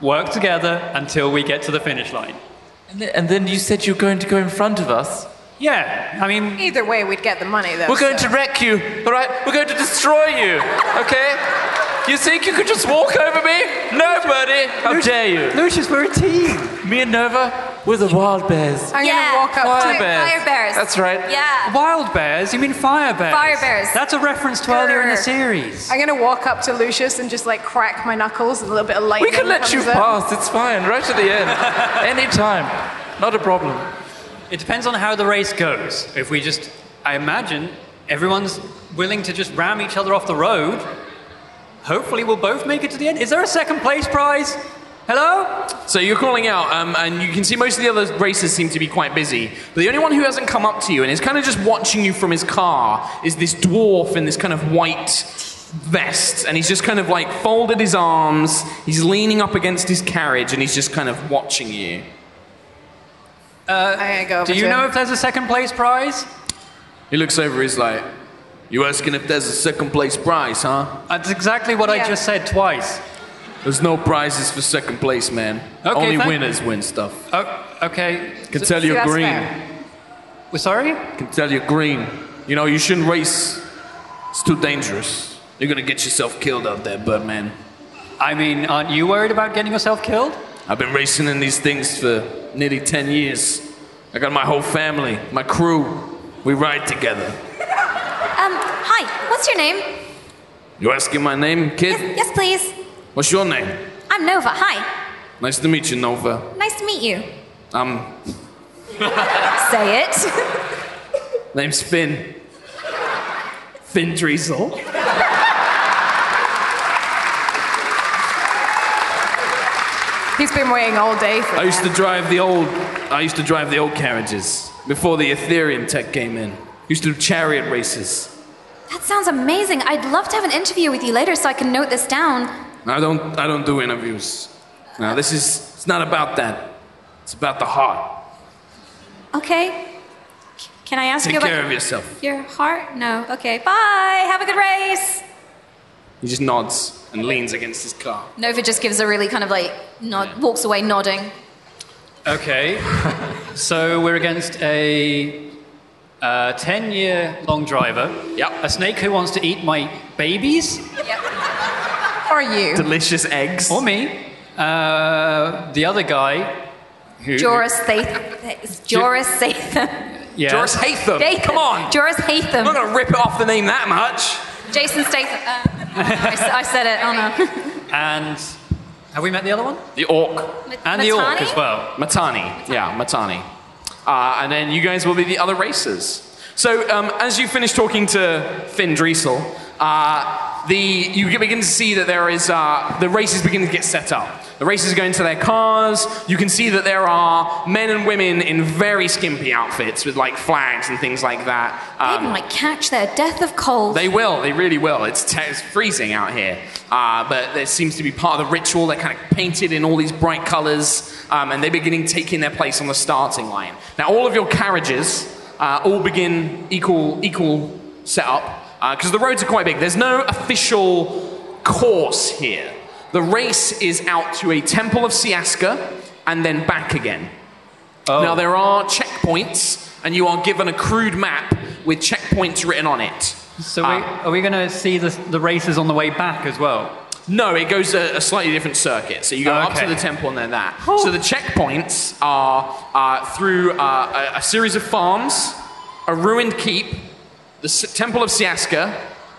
[SPEAKER 1] work together until we get to the finish line.
[SPEAKER 3] And then, and then you said you were going to go in front of us.
[SPEAKER 1] Yeah, I mean,
[SPEAKER 5] Either way, we'd get the money though.
[SPEAKER 3] We're going
[SPEAKER 5] so-
[SPEAKER 3] to wreck you, all right? We're going to destroy you, okay? You think you could just walk over me? No, buddy. How dare you?
[SPEAKER 8] Lucius, we're a team.
[SPEAKER 3] Me and Nova, we're the wild bears.
[SPEAKER 5] I'm
[SPEAKER 6] yeah.
[SPEAKER 5] gonna walk up
[SPEAKER 3] Fire
[SPEAKER 5] to
[SPEAKER 3] bears.
[SPEAKER 6] Fire bears.
[SPEAKER 3] That's right.
[SPEAKER 6] Yeah.
[SPEAKER 1] wild bears? You mean fire bears?
[SPEAKER 6] Fire bears.
[SPEAKER 1] That's a reference to earlier in the
[SPEAKER 6] Grr.
[SPEAKER 1] series.
[SPEAKER 5] I'm gonna walk up to Lucius and just like crack my knuckles and a little bit of
[SPEAKER 3] We
[SPEAKER 5] lightning.
[SPEAKER 3] can let you
[SPEAKER 5] comes in.
[SPEAKER 3] pass. It's fine. Right to the end. Anytime. Not a problem.
[SPEAKER 1] It depends on how the race goes. If we just, I imagine, everyone's willing to just ram each other off the road. Hopefully, we'll both make it to the end. Is there a second place prize? Hello?
[SPEAKER 9] So you're calling out, um, and you can see most of the other races seem to be quite busy. But the only one who hasn't come up to you and is kind of just watching you from his car is this dwarf in this kind of white vest, and he's just kind of like folded his arms. He's leaning up against his carriage, and he's just kind of watching you.
[SPEAKER 5] I'm gonna go over
[SPEAKER 1] Do you
[SPEAKER 5] to
[SPEAKER 1] know
[SPEAKER 5] him.
[SPEAKER 1] if there's a second place prize?
[SPEAKER 9] He looks over. He's like, "You asking if there's a second place prize, huh?
[SPEAKER 1] That's exactly what I
[SPEAKER 5] Yeah.
[SPEAKER 1] just said twice.
[SPEAKER 9] There's no prizes for second place, man.
[SPEAKER 1] Okay,
[SPEAKER 9] Only
[SPEAKER 1] thank-
[SPEAKER 9] winners win stuff.
[SPEAKER 1] Oh, okay.
[SPEAKER 9] Can tell you're
[SPEAKER 5] That's
[SPEAKER 9] green.
[SPEAKER 5] fair.
[SPEAKER 1] We're sorry?
[SPEAKER 9] can tell you're green. You know, you shouldn't race. It's too dangerous. You're gonna get yourself killed out there, bud, man.
[SPEAKER 1] I mean, aren't you worried about getting yourself killed?
[SPEAKER 9] I've been racing in these things for nearly 10 years. I got my whole family, my crew. We ride together.
[SPEAKER 6] Um, hi, what's your name?
[SPEAKER 9] You asking my name, kid?
[SPEAKER 6] Yes, yes, please.
[SPEAKER 9] What's your name?
[SPEAKER 6] I'm Nova. Hi.
[SPEAKER 9] Nice to meet you, Nova.
[SPEAKER 6] Nice to meet you.
[SPEAKER 9] Um,
[SPEAKER 6] Say it.
[SPEAKER 9] name's Finn. Finn Driesel.
[SPEAKER 5] He's been waiting all day for
[SPEAKER 9] I used to
[SPEAKER 5] that.
[SPEAKER 9] drive the old. I used to drive the old carriages before the Ethereum tech came in. Used to do chariot races.
[SPEAKER 6] That sounds amazing. I'd love to have an interview with you later so I can note this down.
[SPEAKER 9] I don't I don't do interviews. No, this is it's not about that. It's about the heart.
[SPEAKER 6] Okay. C- Can I ask
[SPEAKER 9] Take
[SPEAKER 6] you about
[SPEAKER 9] care of yourself.
[SPEAKER 6] your heart? No. Okay. Bye. Have a good race.
[SPEAKER 9] He just nods and leans against his car.
[SPEAKER 6] Nova just gives a really kind of like nod, walks away nodding.
[SPEAKER 1] Okay. so we're against a uh, 10 year long driver.
[SPEAKER 9] Yep.
[SPEAKER 1] A snake who wants to eat my babies
[SPEAKER 5] Or you.
[SPEAKER 9] Delicious eggs.
[SPEAKER 1] or me. Uh, the other guy. Who,
[SPEAKER 6] Joris Satham. Joris Satham.
[SPEAKER 1] Yeah.
[SPEAKER 9] Joris
[SPEAKER 3] Oh,
[SPEAKER 9] Hatham.
[SPEAKER 6] Statham.
[SPEAKER 9] Come on.
[SPEAKER 6] Joris
[SPEAKER 9] I'm not
[SPEAKER 6] Hatham.
[SPEAKER 9] gonna rip it off the name that much.
[SPEAKER 6] Jason Statham. Uh, I, s- I said it. Oh no.
[SPEAKER 1] And have we met the other one?
[SPEAKER 9] The orc.
[SPEAKER 1] And the orc as well.
[SPEAKER 9] Matani. Yeah, Matani. Uh, and then you guys will be the other racers. So um, as you finish talking to Finn Driesel, uh, the, you begin to see that there is uh, the races begin to get set up. The races go into their cars. You can see that there are men and women in very skimpy outfits with like flags and things like that.
[SPEAKER 6] They
[SPEAKER 9] Um,
[SPEAKER 6] might catch their death of cold.
[SPEAKER 9] they will. They really will. It's, te- it's freezing out here, uh, but there seems to be part of the ritual. They're kind of painted in all these bright colours, um, and they're beginning taking their place on the starting line. Now, all of your carriages uh, all begin equal equal setup because the roads are quite big. There's no official course here. The race is out to a temple of Siaska and then back again. Now, there are checkpoints, and you are given a crude map with checkpoints written on it.
[SPEAKER 1] So
[SPEAKER 9] Uh,
[SPEAKER 1] we, are we going to see the, the races on the way back as well?
[SPEAKER 9] No, it goes a, a slightly different circuit. So you go up
[SPEAKER 1] Okay.
[SPEAKER 9] to the temple and then that. So the checkpoints are uh, through uh, a, a series of farms, a ruined keep, the S- temple of Siaska,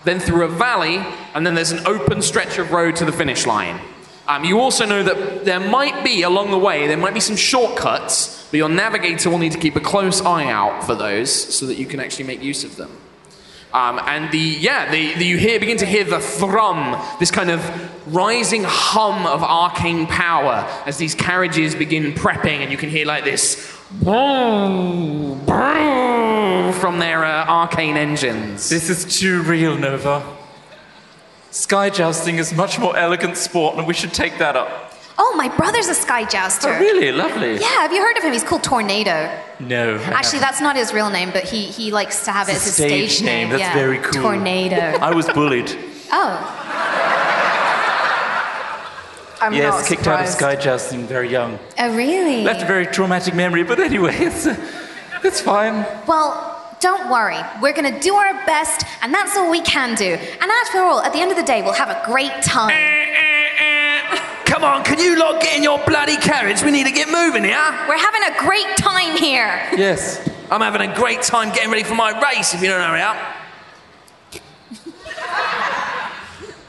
[SPEAKER 9] then through a valley, and then there's an open stretch of road to the finish line. Um, you also know that there might be along the way there might be some shortcuts, but your navigator will need to keep a close eye out for those so that you can actually make use of them. Um, and the yeah, the, the, you hear begin to hear the thrum, this kind of rising hum of arcane power as these carriages begin prepping, and you can hear like this "Brrr, brrr," from their uh, arcane engines.
[SPEAKER 3] This is too real, Nova. Sky jousting is much more elegant sport, and we should take that up.
[SPEAKER 6] Oh, my brother's a sky jouster.
[SPEAKER 3] Oh, really? Lovely.
[SPEAKER 6] Yeah, have you heard of him? He's called Tornado.
[SPEAKER 3] No.
[SPEAKER 6] Actually, that's not his real name, but he, he likes to have it
[SPEAKER 3] It's a
[SPEAKER 6] as his
[SPEAKER 3] stage
[SPEAKER 6] stage,
[SPEAKER 3] name. That's
[SPEAKER 6] yeah.
[SPEAKER 3] very cool.
[SPEAKER 6] Tornado.
[SPEAKER 3] I was bullied.
[SPEAKER 6] oh,
[SPEAKER 5] I'm not
[SPEAKER 3] yes, kicked out of
[SPEAKER 5] surprised.
[SPEAKER 3] sky jousting very young.
[SPEAKER 6] oh, really?
[SPEAKER 3] Left a very traumatic memory, but anyway, it's, uh, It's fine.
[SPEAKER 6] Well, don't worry. We're going to do our best, and that's all we can do. And after all, at the end of the day, we'll have a great time.
[SPEAKER 9] Come on, can you lot get in your bloody carriage? We need to get moving here.
[SPEAKER 6] We're having a great time here.
[SPEAKER 3] Yes.
[SPEAKER 9] I'm having a great time getting ready for my race if you don't hurry up.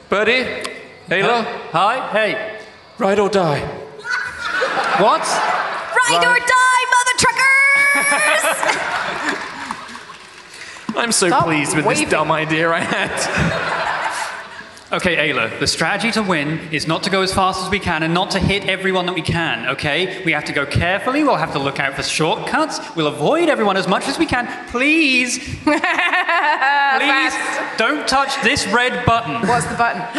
[SPEAKER 3] Buddy,
[SPEAKER 9] Oh.
[SPEAKER 3] Ayla,
[SPEAKER 1] Hi. Hey.
[SPEAKER 3] ride or die.
[SPEAKER 1] What?
[SPEAKER 6] Ride or die, mother truckers!
[SPEAKER 9] I'm so
[SPEAKER 5] Stop
[SPEAKER 9] pleased with
[SPEAKER 5] waving.
[SPEAKER 9] this dumb idea I had.
[SPEAKER 1] Okay, Ayla, the strategy to win is not to go as fast as we can and not to hit everyone that we can, okay? We have to go carefully, we'll have to look out for shortcuts, we'll avoid everyone as much as we can. Please, please, don't touch this red button.
[SPEAKER 5] What's the button?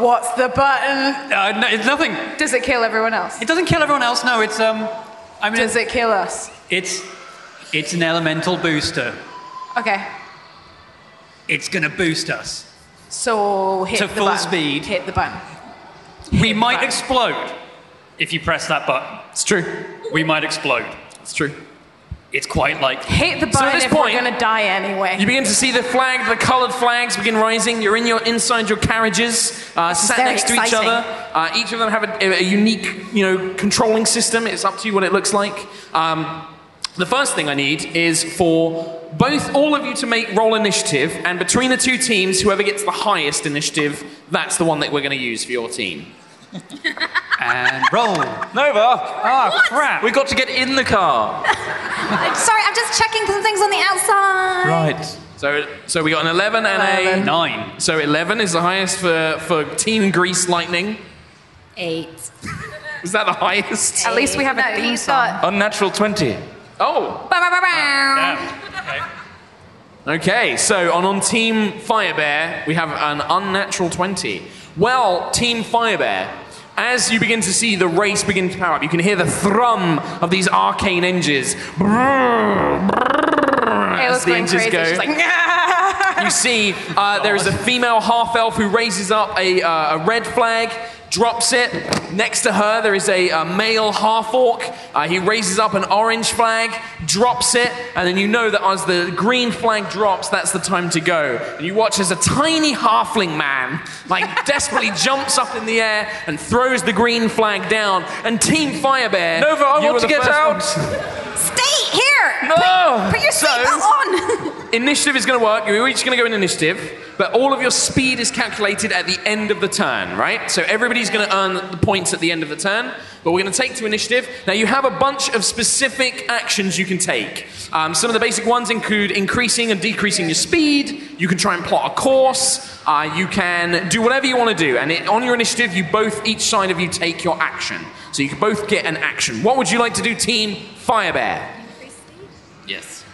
[SPEAKER 5] What's the button?
[SPEAKER 1] Uh, no, it's nothing.
[SPEAKER 5] Does it kill everyone else?
[SPEAKER 1] It doesn't kill everyone else, no, it's, um, I mean,
[SPEAKER 5] Does
[SPEAKER 1] it's,
[SPEAKER 5] it kill us?
[SPEAKER 1] it's, it's an elemental booster.
[SPEAKER 5] Okay.
[SPEAKER 1] It's gonna boost us.
[SPEAKER 5] So hit
[SPEAKER 1] To
[SPEAKER 5] the
[SPEAKER 1] full
[SPEAKER 5] button.
[SPEAKER 1] speed.
[SPEAKER 5] Hit the button.
[SPEAKER 1] We might
[SPEAKER 5] button.
[SPEAKER 1] explode if you press that button.
[SPEAKER 9] It's true.
[SPEAKER 1] We might explode.
[SPEAKER 9] It's true.
[SPEAKER 1] It's quite like
[SPEAKER 5] Hit the
[SPEAKER 9] So at
[SPEAKER 5] button
[SPEAKER 9] this
[SPEAKER 5] if
[SPEAKER 9] point-
[SPEAKER 5] we're gonna die anyway.
[SPEAKER 9] You begin to see the flag, the coloured flags begin rising. You're in your inside your carriages, uh, sat
[SPEAKER 5] very
[SPEAKER 9] next to each
[SPEAKER 5] exciting.
[SPEAKER 9] other. Uh, each of them have a, a unique, you know, controlling system. It's up to you what it looks like. Um, the first thing I need is for both all of you to make roll initiative, and between the two teams, whoever gets the highest initiative, that's the one that we're going to use for your team.
[SPEAKER 1] and roll.
[SPEAKER 3] Nova,
[SPEAKER 1] Ah, crap.
[SPEAKER 3] we got to get in the car.
[SPEAKER 6] I'm sorry, I'm just checking some things on the outside.
[SPEAKER 3] Right.
[SPEAKER 9] So, so we got an 11 and a
[SPEAKER 1] Nine.
[SPEAKER 9] So 11 is the highest for, for Team Grease Lightning.
[SPEAKER 6] Eight.
[SPEAKER 9] Is that the highest?
[SPEAKER 5] At least we have a
[SPEAKER 6] no,
[SPEAKER 5] theme
[SPEAKER 6] he's
[SPEAKER 5] song.
[SPEAKER 3] Unnatural 20.
[SPEAKER 6] Bow,
[SPEAKER 9] Oh,
[SPEAKER 6] bow, bow, bow.
[SPEAKER 9] okay. So on, on Team Firebear, we have an unnatural 20. Well, Team Firebear, as you begin to see the race begin to power up, you can hear the thrum of these arcane engines.
[SPEAKER 5] Ayla's
[SPEAKER 9] As the
[SPEAKER 5] going
[SPEAKER 9] engines
[SPEAKER 5] crazy.
[SPEAKER 9] go.
[SPEAKER 5] She's like, "Nyah!"
[SPEAKER 9] you see uh, there is a female half elf who raises up a, uh, a red flag, drops it. Next to her, there is a, uh male half orc. Uh, he raises up an orange flag, drops it, and then you know that as the green flag drops, that's the time to go. And you watch as a tiny halfling man, like desperately jumps up in the air and throws the green flag down. And Team Firebear,
[SPEAKER 3] Nova, I
[SPEAKER 9] you
[SPEAKER 3] want to
[SPEAKER 9] are the
[SPEAKER 3] get
[SPEAKER 9] first
[SPEAKER 3] out.
[SPEAKER 9] ones-
[SPEAKER 6] Stay here!
[SPEAKER 9] No!
[SPEAKER 6] Put, put your
[SPEAKER 9] So-
[SPEAKER 6] seatbelt on!
[SPEAKER 9] Initiative is going to work. You're each going to go in initiative, but all of your speed is calculated at the end of the turn, right? So everybody's going to earn the points at the end of the turn, but we're going to take to initiative. Now, you have a bunch of specific actions you can take. Um, some of the basic ones include increasing and decreasing your speed. You can try and plot a course. Uh, you can do whatever you want to do. And it, on your initiative, you both, each side of you, take your action. So you can both get an action. What would you like to do, Team Firebear? Yes.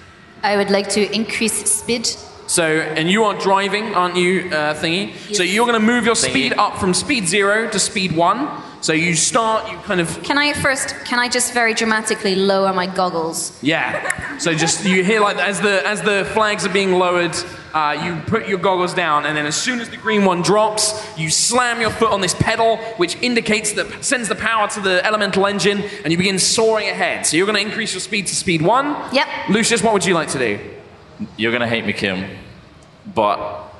[SPEAKER 6] I would like to increase speed.
[SPEAKER 9] So, and you are driving, aren't you, uh, Thingy? So you're going to move your speed up from speed zero to speed one. So you start, you kind of,
[SPEAKER 6] Can I first, can I just very dramatically lower my goggles?
[SPEAKER 9] yeah. So just you hear like as the as the flags are being lowered, uh, you put your goggles down, and then as soon as the green one drops, you slam your foot on this pedal, which indicates that sends the power to the elemental engine, and you begin soaring ahead. So you're going to increase your speed to speed one.
[SPEAKER 6] Yep.
[SPEAKER 9] Lucius, what would you like to do?
[SPEAKER 3] You're gonna hate me, Kim. But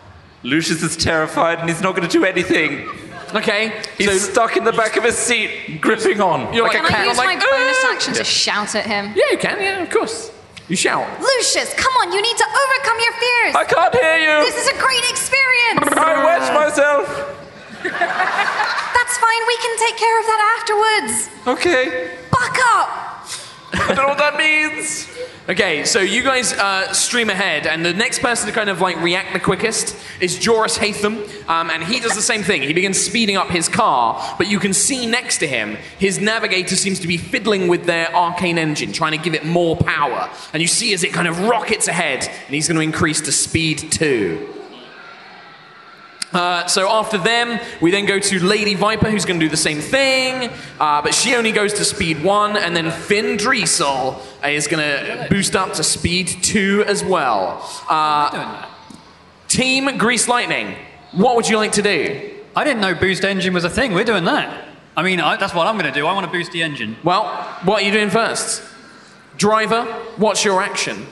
[SPEAKER 3] Lucius is terrified and he's not gonna do anything.
[SPEAKER 9] Okay.
[SPEAKER 3] He's
[SPEAKER 9] so,
[SPEAKER 3] stuck in the back of his seat, gripping on.
[SPEAKER 9] You're like
[SPEAKER 6] Can
[SPEAKER 9] a cat.
[SPEAKER 6] I use
[SPEAKER 9] like,
[SPEAKER 6] my bonus
[SPEAKER 9] "Ah!"
[SPEAKER 6] action to shout at him?
[SPEAKER 9] Yeah, you can. Yeah, of course. You shout.
[SPEAKER 6] Lucius, come on, you need to overcome your fears!
[SPEAKER 3] I can't hear you!
[SPEAKER 6] This is a great experience!
[SPEAKER 3] I wedged myself!
[SPEAKER 6] That's fine, we can take care of that afterwards!
[SPEAKER 3] Okay.
[SPEAKER 6] Buck up!
[SPEAKER 3] I don't know what that means.
[SPEAKER 9] Okay, so you guys uh, stream ahead, and the next person to kind of like react the quickest is Joris Hatham, um, and he does the same thing. He begins speeding up his car, but you can see next to him his navigator seems to be fiddling with their arcane engine, trying to give it more power. And you see as it kind of rockets ahead, and he's going to increase to speed two. Uh, so after them, we then go to Lady Viper, who's going to do the same thing, uh, but she only goes to speed one, and then Finn Dreesel is going to boost up to speed two as well. Uh, team Grease Lightning, what would you like to do?
[SPEAKER 1] I didn't know boost engine was a thing. We're doing that. I mean, I, that's what I'm going to do. I want to boost the engine.
[SPEAKER 9] Well, what are you doing first? Driver, what's your action?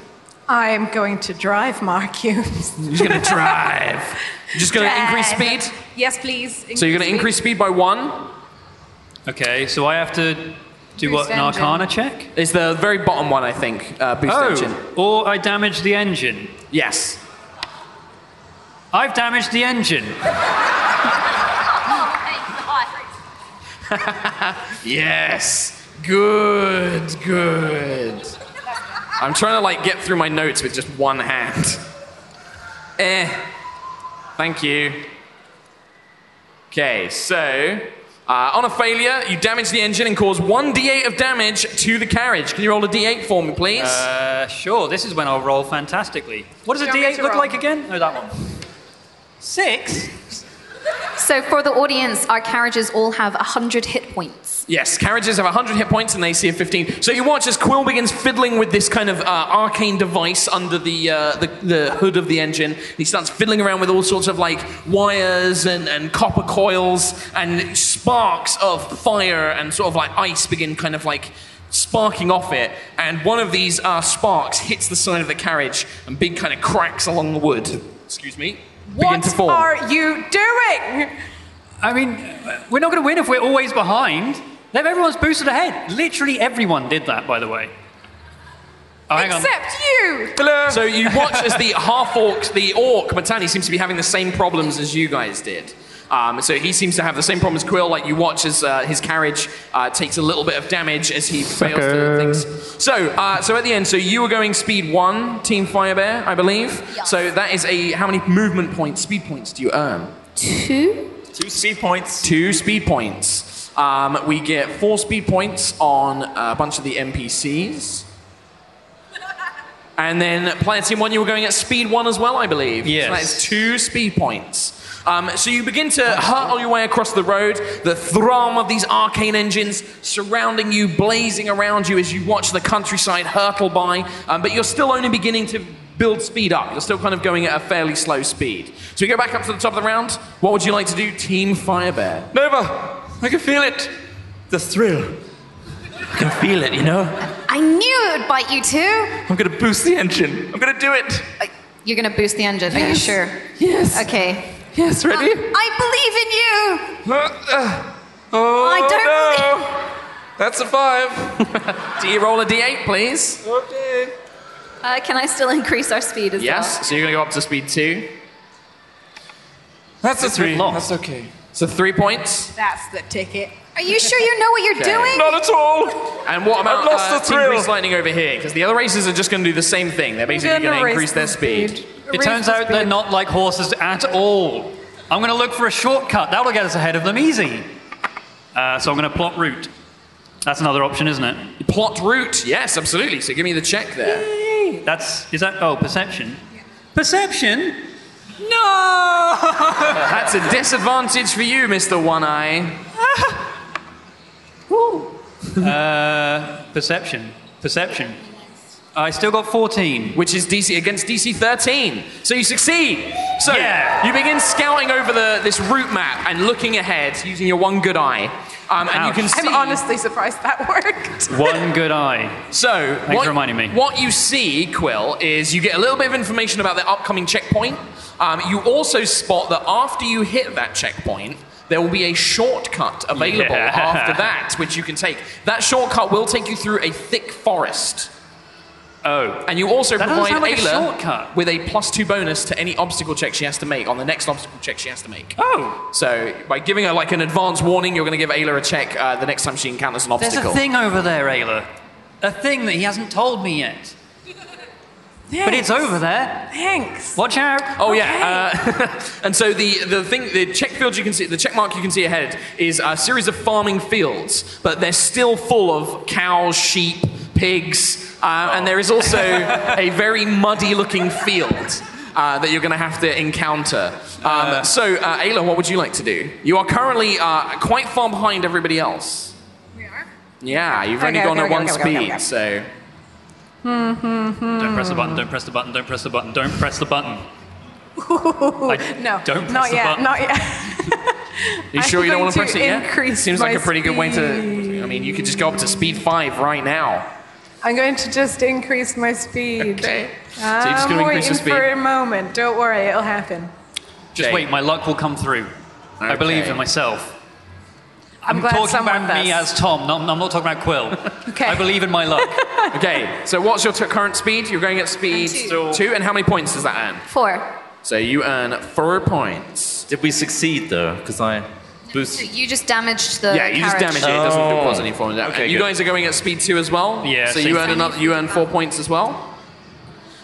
[SPEAKER 5] I'm going to drive, Mark. You.
[SPEAKER 9] You're just gonna drive. You're just gonna increase
[SPEAKER 5] Drive.
[SPEAKER 9] speed.
[SPEAKER 5] Yes, please.
[SPEAKER 9] So you're gonna increase speed by one.
[SPEAKER 1] Okay, so I have to do what?
[SPEAKER 5] Boost
[SPEAKER 1] An
[SPEAKER 5] engine.
[SPEAKER 1] arcana check?
[SPEAKER 9] It's the very bottom one, I think. Uh, boost engine.
[SPEAKER 1] Oh, or I damage the engine.
[SPEAKER 9] Yes.
[SPEAKER 1] I've damaged the engine.
[SPEAKER 9] Yes. Good. Good. I'm trying to like get through my notes with just one hand. Eh. Thank you. Okay, so uh, on a failure, you damage the engine and cause one d8 of damage to the carriage. Can you roll a d8 for me, please?
[SPEAKER 1] Uh, sure, this is when I'll roll fantastically. What does a
[SPEAKER 5] Do you want
[SPEAKER 1] D8
[SPEAKER 5] me to
[SPEAKER 1] look
[SPEAKER 5] roll?
[SPEAKER 1] like again? No, that one. Six?
[SPEAKER 6] So for the audience, our carriages all have 100 hit points.
[SPEAKER 9] Yes, carriages have 100 hit points and they see a 15. So you watch as Quill begins fiddling with this kind of uh, arcane device under the, uh, the the hood of the engine. He starts fiddling around with all sorts of like wires and, and copper coils, and sparks of fire and sort of like ice begin kind of like sparking off it. And one of these uh, sparks hits the side of the carriage and big kind of cracks along the wood. Excuse me. begin to
[SPEAKER 5] What
[SPEAKER 9] form.
[SPEAKER 5] are you doing?
[SPEAKER 1] I mean, we're not going to win if we're always behind. Then everyone's boosted ahead. Literally everyone did that, by the way. Oh, hang on.
[SPEAKER 5] Except you.
[SPEAKER 9] So you watch as the half orc, the orc Matani seems to be having the same problems as you guys did. Um, so he seems to have the same problem as Quill. Like you watch as uh, his carriage uh, takes a little bit of damage as he fails to things. So, uh, so at the end, so you were going speed one, Team Firebear, I believe. So that is a how many movement points, speed points do you earn?
[SPEAKER 6] Two?
[SPEAKER 3] Two speed points.
[SPEAKER 9] Two speed points. Um, we get four speed points on a bunch of the NPCs. And then player team one, you were going at speed one as well, I believe.
[SPEAKER 1] Yes.
[SPEAKER 9] So that is two speed points. Um, so you begin to hurtle your way across the road, the thrum of these arcane engines surrounding you, blazing around you as you watch the countryside hurtle by. Um, but you're still only beginning to build speed up. You're still kind of going at a fairly slow speed. So we go back up to the top of the round. What would you like to do, Team Firebear?
[SPEAKER 3] Nova, I can feel it. The thrill. I can feel it, you know?
[SPEAKER 6] I knew it would bite you two.
[SPEAKER 3] I'm gonna boost the engine. I'm gonna do it.
[SPEAKER 6] Uh, You're going to boost the engine, are you sure?
[SPEAKER 3] Yes.
[SPEAKER 6] Okay.
[SPEAKER 3] Yes, ready?
[SPEAKER 6] I believe in you!
[SPEAKER 3] Uh, uh, oh,
[SPEAKER 6] I don't
[SPEAKER 3] no. That's a five.
[SPEAKER 9] Do you roll a d8, please?
[SPEAKER 3] Okay.
[SPEAKER 6] Uh, can I still increase our speed as well?
[SPEAKER 9] Yes. So you're going to go up to speed two.
[SPEAKER 3] That's a three.
[SPEAKER 1] long.
[SPEAKER 3] That's okay.
[SPEAKER 9] So three points.
[SPEAKER 5] That's the ticket.
[SPEAKER 6] Are you sure you know what you're
[SPEAKER 9] Okay.
[SPEAKER 6] doing?
[SPEAKER 3] Not at all.
[SPEAKER 9] And what about
[SPEAKER 3] I've lost
[SPEAKER 9] uh,
[SPEAKER 3] the
[SPEAKER 9] Team
[SPEAKER 3] thrill.
[SPEAKER 9] Grease Lightning over here? Because the other races are just going to do the same thing. They're basically going to increase their speed.
[SPEAKER 1] It turns out they're not like horses at all. I'm going to look for a shortcut. That'll get us ahead of them easy. Uh, so I'm going to plot route. That's another option, isn't it?
[SPEAKER 9] Plot route. Yes, absolutely. So give me the check there.
[SPEAKER 1] That's is that? Oh, perception. Perception.
[SPEAKER 9] That's a disadvantage for you, Mr. One Eye.
[SPEAKER 1] Perception. Perception. I still got 14.
[SPEAKER 9] which is DC against DC 13. So you succeed. So
[SPEAKER 1] Yeah.
[SPEAKER 9] you begin scouting over the, this route map and looking ahead using your one good eye. Um, and you
[SPEAKER 1] Ouch.
[SPEAKER 9] can see.
[SPEAKER 5] I'm honestly surprised that worked.
[SPEAKER 1] One good eye.
[SPEAKER 9] so
[SPEAKER 1] for reminding me.
[SPEAKER 9] What you see, Quill, is you get a little bit of information about the upcoming checkpoint. Um, you also spot that after you hit that checkpoint. There will be a shortcut available
[SPEAKER 1] Yeah.
[SPEAKER 9] after that, which you can take. That shortcut will take you through a thick forest.
[SPEAKER 1] Oh.
[SPEAKER 9] And you also
[SPEAKER 1] That doesn't sound like
[SPEAKER 9] provide
[SPEAKER 1] a
[SPEAKER 9] Ayla
[SPEAKER 1] shortcut.
[SPEAKER 9] with a plus two bonus to any obstacle check she has to make on the next obstacle check she has to make.
[SPEAKER 1] Oh.
[SPEAKER 9] So by giving her like an advance warning, you're going to give Ayla a check uh, the next time she encounters an
[SPEAKER 1] There's
[SPEAKER 9] obstacle.
[SPEAKER 1] a thing over there, Ayla. A thing that he hasn't told me yet. But it's over there.
[SPEAKER 5] Thanks.
[SPEAKER 1] Watch out.
[SPEAKER 9] Oh yeah, uh, and so the, the thing the check field you can see the check mark you can see ahead is a series of farming fields, but they're still full of cows, sheep, pigs, uh, and there is also a very muddy looking field. Uh, that you're going to have to encounter. Um, so, uh, Ayla, what would you like to do? You are currently uh, quite far behind everybody else.
[SPEAKER 5] We are.
[SPEAKER 9] Yeah, you've only
[SPEAKER 5] Okay,
[SPEAKER 9] gone
[SPEAKER 5] okay,
[SPEAKER 9] at
[SPEAKER 5] okay,
[SPEAKER 9] one
[SPEAKER 5] okay,
[SPEAKER 9] speed,
[SPEAKER 5] okay, okay.
[SPEAKER 9] so. Hmm.
[SPEAKER 1] Don't press the button. Don't press the button. Don't press the button. Don't press the button. I-
[SPEAKER 5] No,
[SPEAKER 1] Don't press
[SPEAKER 5] not
[SPEAKER 1] the
[SPEAKER 5] yet.
[SPEAKER 1] button.
[SPEAKER 5] Not yet.
[SPEAKER 9] Are you sure you don't
[SPEAKER 5] going
[SPEAKER 9] want to press
[SPEAKER 5] to
[SPEAKER 9] it yet?
[SPEAKER 5] increase
[SPEAKER 9] Seems
[SPEAKER 5] my
[SPEAKER 9] like a pretty good way
[SPEAKER 5] speed.
[SPEAKER 9] to. I mean, you could just go up to speed five right now.
[SPEAKER 5] I'm going to just increase my speed.
[SPEAKER 9] Okay. So you're
[SPEAKER 5] I'm
[SPEAKER 9] just going to increase
[SPEAKER 5] waiting
[SPEAKER 9] your speed.
[SPEAKER 5] for a moment. Don't worry, it'll happen.
[SPEAKER 1] Just
[SPEAKER 9] Okay.
[SPEAKER 1] wait, my luck will come through. I believe
[SPEAKER 9] Okay.
[SPEAKER 1] in myself.
[SPEAKER 5] I'm, glad
[SPEAKER 1] talking
[SPEAKER 5] someone
[SPEAKER 1] about me
[SPEAKER 5] does.
[SPEAKER 1] as Tom. No, I'm not talking about Quill.
[SPEAKER 5] Okay.
[SPEAKER 1] I believe in my luck.
[SPEAKER 9] Okay, so what's your t- current speed? You're going at speed
[SPEAKER 6] Two.
[SPEAKER 9] and how many points does that earn?
[SPEAKER 6] Four.
[SPEAKER 9] So you earn four points.
[SPEAKER 8] Did we succeed though? Because I
[SPEAKER 6] So
[SPEAKER 8] boosted.
[SPEAKER 6] you just damaged the.
[SPEAKER 9] yeah, you just
[SPEAKER 6] carriage.
[SPEAKER 9] damage it. It doesn't
[SPEAKER 8] Oh.
[SPEAKER 9] cause any form of damage.
[SPEAKER 8] Okay,
[SPEAKER 9] you
[SPEAKER 8] good.
[SPEAKER 9] guys are going at speed two as well.
[SPEAKER 1] Yeah,
[SPEAKER 9] So
[SPEAKER 1] same
[SPEAKER 9] you earn
[SPEAKER 1] thing.
[SPEAKER 9] another. You earn four points as well.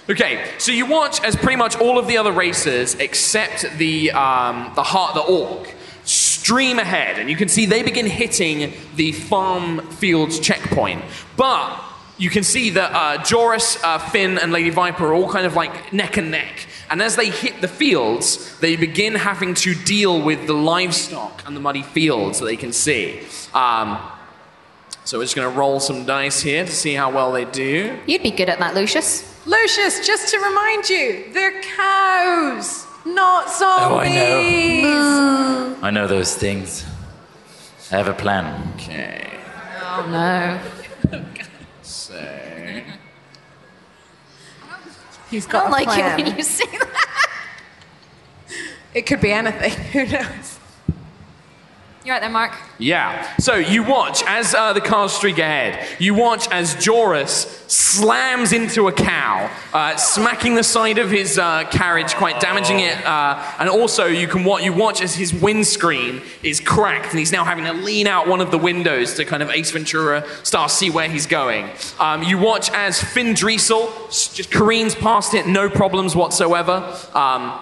[SPEAKER 9] Okay, so you watch as pretty much all of the other racers, except the um, the heart, the orc, stream ahead, and you can see they begin hitting the farm fields checkpoint. But you can see that uh, Joris, uh, Finn, and Lady Viper are all kind of like neck and neck. And as they hit the fields, they begin having to deal with the livestock and the muddy fields that they can see. Um, so we're just going to roll some dice here to see how well they do.
[SPEAKER 6] You'd be good at that, Lucius.
[SPEAKER 5] Lucius, just to remind you, they're cows, not
[SPEAKER 8] I
[SPEAKER 5] zombies.
[SPEAKER 8] know. I know those things. I have a plan.
[SPEAKER 9] Okay.
[SPEAKER 6] Oh no.
[SPEAKER 9] So
[SPEAKER 5] He's
[SPEAKER 6] I
[SPEAKER 5] got
[SPEAKER 6] don't
[SPEAKER 5] a
[SPEAKER 6] like
[SPEAKER 5] plan.
[SPEAKER 6] it when you say that.
[SPEAKER 5] It could be anything. Who knows?
[SPEAKER 6] You're right there, Mark.
[SPEAKER 9] yeah. So you watch as uh, the cars streak ahead. You watch as Joris slams into a cow, uh, smacking the side of his uh, carriage, quite damaging it. Uh, and also, you can what you watch as his windscreen is cracked, and he's now having to lean out one of the windows to kind of Ace Ventura style see where he's going. Um, you watch as Finn Driesel s- just careens past it, no problems whatsoever. Um,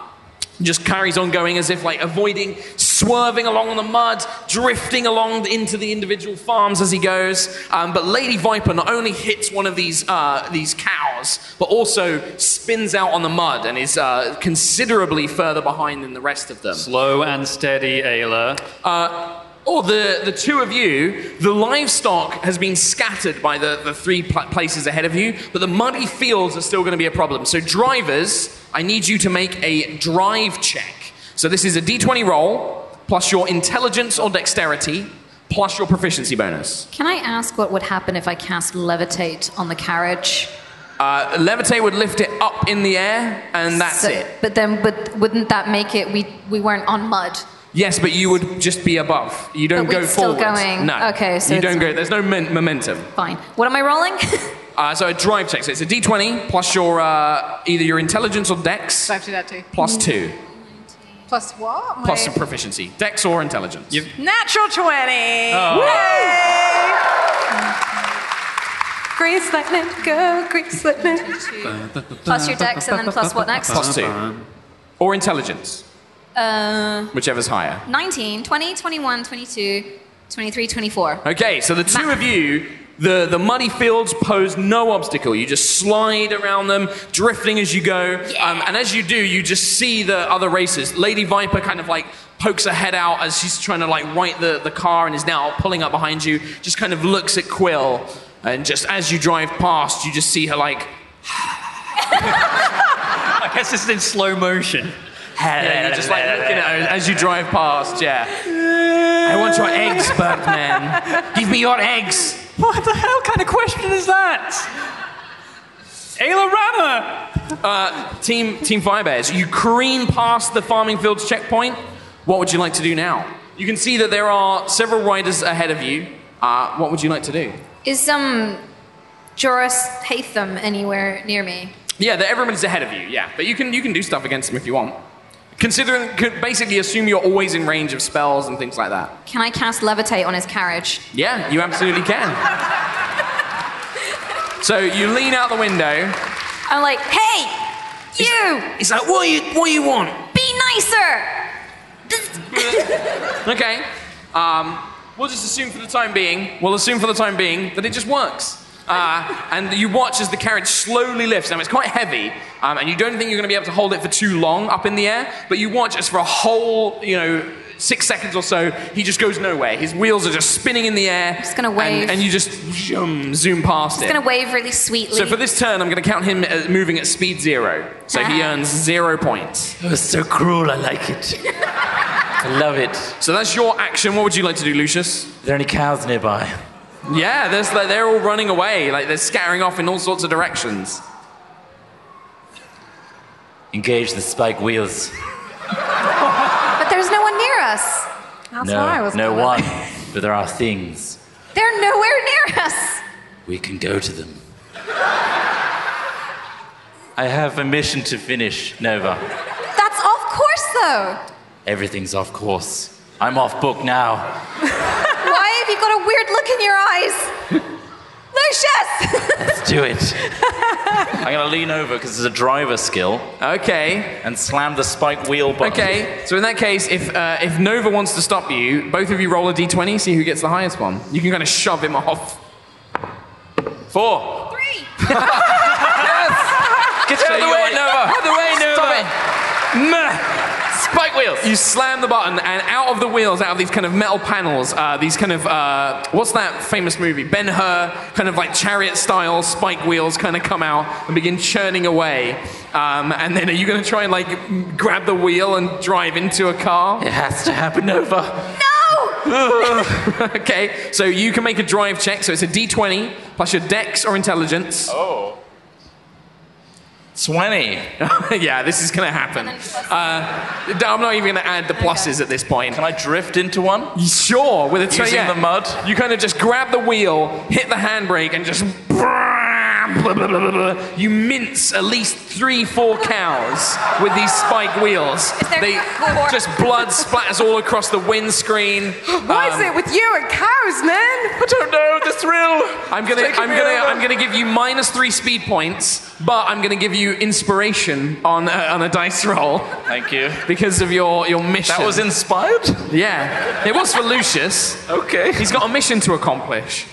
[SPEAKER 9] just carries on going as if like avoiding swerving along the mud drifting along into the individual farms as he goes um, but lady viper not only hits one of these uh, these cows but also spins out on the mud and is uh, considerably further behind than the rest of them
[SPEAKER 1] Slow and steady, Ayla.
[SPEAKER 9] uh, or the, the two of you, the livestock has been scattered by the, the three pl- places ahead of you, but the muddy fields are still going to be a problem. So, drivers, I need you to make a drive check. So, this is a d20 roll plus your intelligence or dexterity plus your proficiency bonus.
[SPEAKER 6] Can I ask what would happen if I cast levitate on the carriage?
[SPEAKER 9] Uh, levitate would lift it up in the air, and that's
[SPEAKER 6] So-
[SPEAKER 9] it.
[SPEAKER 6] But then, but wouldn't that make it we we weren't on mud?
[SPEAKER 9] Yes, but you would just be above. You don't
[SPEAKER 6] But we're
[SPEAKER 9] go
[SPEAKER 6] still
[SPEAKER 9] forward.
[SPEAKER 6] going.
[SPEAKER 9] No.
[SPEAKER 6] Okay, so
[SPEAKER 9] you
[SPEAKER 6] it's-
[SPEAKER 9] don't go. There's no men- momentum.
[SPEAKER 6] Fine. What am I rolling?
[SPEAKER 9] Uh, so a drive check. So it's a D20 plus your uh, either your intelligence or dex
[SPEAKER 5] So I have to do that too.
[SPEAKER 9] plus two
[SPEAKER 5] Plus what? My
[SPEAKER 9] plus some proficiency. Dex or intelligence.
[SPEAKER 1] You've-
[SPEAKER 5] Natural 20. Yay! Grease lightning, go, grease lightning.
[SPEAKER 6] plus your dex, and then plus what next?
[SPEAKER 9] Plus two or intelligence,
[SPEAKER 6] Uh,
[SPEAKER 9] whichever's higher.
[SPEAKER 6] 19, 20, 21, 22, 23, 24.
[SPEAKER 9] Okay, so the two of you, the, the muddy fields pose no obstacle. You just slide around them, drifting as you go. Um, and as you do, you just see the other racers. Lady Viper kind of like pokes her head out as she's trying to like right the, the car and is now pulling up behind you. Just kind of looks at Quill. And just as you drive past, you just see her like,
[SPEAKER 1] I guess this is in slow motion.
[SPEAKER 9] yeah, you're just like looking at her as you drive past, yeah. I want your eggs, Birdman. Give me your eggs.
[SPEAKER 1] What the hell kind of question is that? Ayla Rama!
[SPEAKER 9] Uh, team Team Firebears, you careen past the farming fields checkpoint. What would you like to do now? You can see that there are several riders ahead of you. Uh, what would you like to do?
[SPEAKER 6] Is um Joris Hatham anywhere near me?
[SPEAKER 9] Yeah, that everybody's ahead of you. Yeah, but you can you can do stuff against them if you want. Considering, could basically assume you're always in range of spells and things like that.
[SPEAKER 6] Can I cast levitate on his carriage?
[SPEAKER 9] Yeah, you absolutely can. so you lean out the window.
[SPEAKER 6] I'm like, hey, you,
[SPEAKER 9] It's like, what you what you want?
[SPEAKER 6] be nicer. This-
[SPEAKER 9] Okay. Um, we'll just assume for the time being, we'll assume for the time being that it just works. Uh, and you watch as the carriage slowly lifts. Now, it's quite heavy, um, and you don't think you're going to be able to hold it for too long up in the air, but you watch as for a whole, you know, six seconds or so, he just goes nowhere. His wheels are just spinning in the air.
[SPEAKER 6] just gonna
[SPEAKER 9] and-
[SPEAKER 6] wave.
[SPEAKER 9] And, you just zoom, zoom past
[SPEAKER 6] I'm
[SPEAKER 9] it.
[SPEAKER 6] gonna wave really sweetly.
[SPEAKER 9] So for this turn, I'm going to count him as moving at speed zero. So he
[SPEAKER 6] Ah.
[SPEAKER 9] earns zero points.
[SPEAKER 8] It was so cruel. I like it. I love it.
[SPEAKER 9] So that's your action. What would you like to do, Lucius?
[SPEAKER 8] Are there any cows nearby?
[SPEAKER 9] Yeah, there's, like, they're all running away. Like, they're scattering off in all sorts of directions.
[SPEAKER 8] Engage the spike wheels.
[SPEAKER 6] But there's no one near us.
[SPEAKER 5] That's
[SPEAKER 8] no,
[SPEAKER 5] why I was
[SPEAKER 8] no
[SPEAKER 5] coming.
[SPEAKER 8] one. But there are things
[SPEAKER 6] They're nowhere near us.
[SPEAKER 8] we can go to them. I have a mission to finish, Nova.
[SPEAKER 6] That's off course, though.
[SPEAKER 8] Everything's off course. I'm off book now.
[SPEAKER 6] Why have you got a weird look in your eyes? Lucius!
[SPEAKER 8] Let's do it. I'm gonna lean over because there's a driver skill
[SPEAKER 9] Okay.
[SPEAKER 8] and slam the spike wheel button.
[SPEAKER 9] Okay. So in that case, if uh, if Nova wants to stop you, both of you roll a d20, see who gets the highest one. You can kind of shove him off. Four.
[SPEAKER 6] Three!
[SPEAKER 9] Get out of the
[SPEAKER 3] you
[SPEAKER 9] way,
[SPEAKER 3] went-
[SPEAKER 9] Nova. Out of the way, Nova. Stop it. Meh.
[SPEAKER 3] Spike wheels.
[SPEAKER 9] You slam the button, and out of the wheels, out of these kind of metal panels, uh, these kind of uh, what's that famous movie? Ben Hur, kind of like chariot style spike wheels, kind of come out and begin churning away. Um, and then are you going to try and like m- grab the wheel and drive into a car?
[SPEAKER 8] It has to happen, Nova.
[SPEAKER 6] No!
[SPEAKER 9] okay, so you can make a drive check. So it's a d20 plus your dex or intelligence.
[SPEAKER 3] Oh.
[SPEAKER 8] 20.
[SPEAKER 9] yeah, this is going to happen. Uh, d- I'm not even going to add the pluses at this point.
[SPEAKER 3] Can I drift into one?
[SPEAKER 9] Sure, with a so,
[SPEAKER 3] Using
[SPEAKER 9] yeah.
[SPEAKER 3] the mud?
[SPEAKER 9] You kind of just grab the wheel, hit the handbrake, and just. You mince at least three, four cows with these spike wheels.
[SPEAKER 6] Is there
[SPEAKER 9] They
[SPEAKER 6] four?
[SPEAKER 9] just blood splatters all across the windscreen. Um,
[SPEAKER 5] Why is it with you and cows, man?
[SPEAKER 9] I don't know the thrill. I'm gonna,
[SPEAKER 5] taking
[SPEAKER 9] I'm
[SPEAKER 5] me
[SPEAKER 9] gonna,
[SPEAKER 5] over.
[SPEAKER 9] I'm gonna give you minus three speed points, but I'm gonna give you inspiration on a, on a dice roll
[SPEAKER 3] Thank you.
[SPEAKER 9] because of your your mission.
[SPEAKER 3] That was inspired?
[SPEAKER 9] yeah. It was for Lucius.
[SPEAKER 3] Okay.
[SPEAKER 9] He's got a mission to accomplish.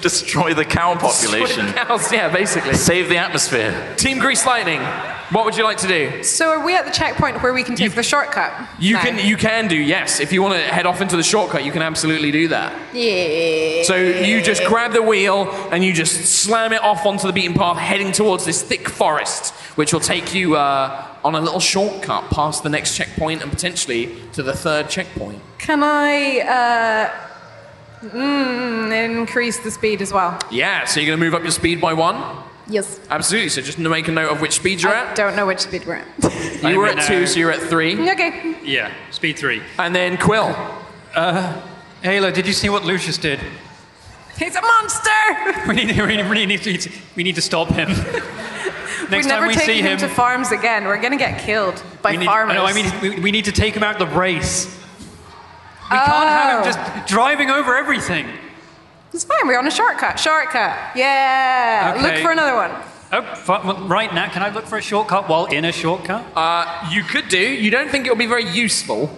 [SPEAKER 3] Destroy the cow population.
[SPEAKER 9] Else, yeah, basically.
[SPEAKER 8] Save the atmosphere.
[SPEAKER 9] Team Grease Lightning. What would you like to do?
[SPEAKER 5] So are we at the checkpoint where we can take the shortcut?
[SPEAKER 9] You
[SPEAKER 5] No.
[SPEAKER 9] can you can do yes. If you want to head off into the shortcut, you can absolutely do that.
[SPEAKER 6] Yeah.
[SPEAKER 9] So you just grab the wheel and you just slam it off onto the beaten path, heading towards this thick forest, which will take you uh, on a little shortcut past the next checkpoint and potentially to the third checkpoint.
[SPEAKER 5] Can I uh, mm, increase the speed as well?
[SPEAKER 9] Yeah. So you're gonna move up your speed by one.
[SPEAKER 6] Yes.
[SPEAKER 9] Absolutely. So just make a note of which speed you're
[SPEAKER 5] I
[SPEAKER 9] at.
[SPEAKER 5] don't know which speed we're at.
[SPEAKER 9] You were at
[SPEAKER 1] Right
[SPEAKER 9] two,
[SPEAKER 1] now.
[SPEAKER 9] so you're at three,
[SPEAKER 5] okay.
[SPEAKER 1] Yeah, speed three.
[SPEAKER 9] and then Quill.
[SPEAKER 1] Ayla, did you see what Lucius did?
[SPEAKER 5] He's a monster.
[SPEAKER 1] We need, we really need to, we need to stop him. Next
[SPEAKER 5] We're
[SPEAKER 1] time
[SPEAKER 5] never
[SPEAKER 1] we see
[SPEAKER 5] taking him
[SPEAKER 1] him,
[SPEAKER 5] to farms again. We're gonna get killed by
[SPEAKER 1] we need,
[SPEAKER 5] farmers.
[SPEAKER 1] No, I mean, we, we need to take him out the race. We can't have him
[SPEAKER 5] Oh.
[SPEAKER 1] just driving over everything.
[SPEAKER 5] it's fine. We're on a shortcut. Shortcut. Yeah. Look
[SPEAKER 1] Okay.
[SPEAKER 5] for another one.
[SPEAKER 1] Oh, fu- well, right now, can I look for a shortcut while in a shortcut?
[SPEAKER 9] Uh, you could do. You don't think it'll be very useful.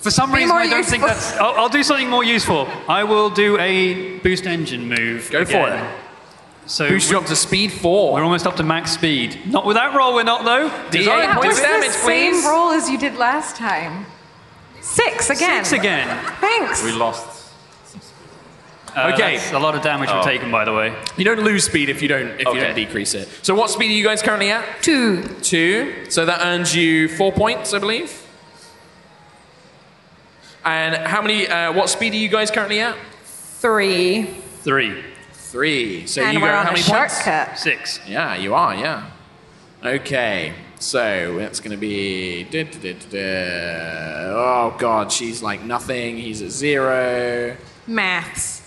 [SPEAKER 1] For some
[SPEAKER 5] Be
[SPEAKER 1] reason,
[SPEAKER 5] more
[SPEAKER 1] I don't think
[SPEAKER 5] useful.
[SPEAKER 1] that's. I'll, I'll do something more useful. I will do a boost engine move.
[SPEAKER 9] Go for
[SPEAKER 1] again. So
[SPEAKER 9] Boost
[SPEAKER 1] we-
[SPEAKER 9] you up to speed four.
[SPEAKER 1] we're almost up to max speed. Not with that roll, we're not though.
[SPEAKER 9] Yeah,
[SPEAKER 5] That
[SPEAKER 9] points
[SPEAKER 5] was
[SPEAKER 9] of damage,
[SPEAKER 5] the same
[SPEAKER 9] please.
[SPEAKER 5] roll as you did last time. Six again.
[SPEAKER 1] Six again.
[SPEAKER 5] Thanks.
[SPEAKER 8] We lost.
[SPEAKER 1] Uh,
[SPEAKER 9] Okay. Oh.
[SPEAKER 1] that's A lot of damage we've taken, by the way.
[SPEAKER 9] You don't lose speed if you don't if you
[SPEAKER 8] Okay.
[SPEAKER 9] don't decrease it. So what speed are you guys currently at?
[SPEAKER 6] Two.
[SPEAKER 9] Two. So that earns you four points, I believe. And how many? Uh, what speed are you guys currently at?
[SPEAKER 5] Three.
[SPEAKER 1] Three.
[SPEAKER 9] Three. So
[SPEAKER 5] and
[SPEAKER 9] you
[SPEAKER 5] we're
[SPEAKER 9] go
[SPEAKER 5] on
[SPEAKER 9] how
[SPEAKER 5] a
[SPEAKER 9] many points?
[SPEAKER 5] shortcut.
[SPEAKER 1] Six.
[SPEAKER 9] Yeah, you are. Yeah. Okay. So that's going to be. duh, duh, duh, duh, duh. Oh God, she's like nothing. He's at zero.
[SPEAKER 5] Maths.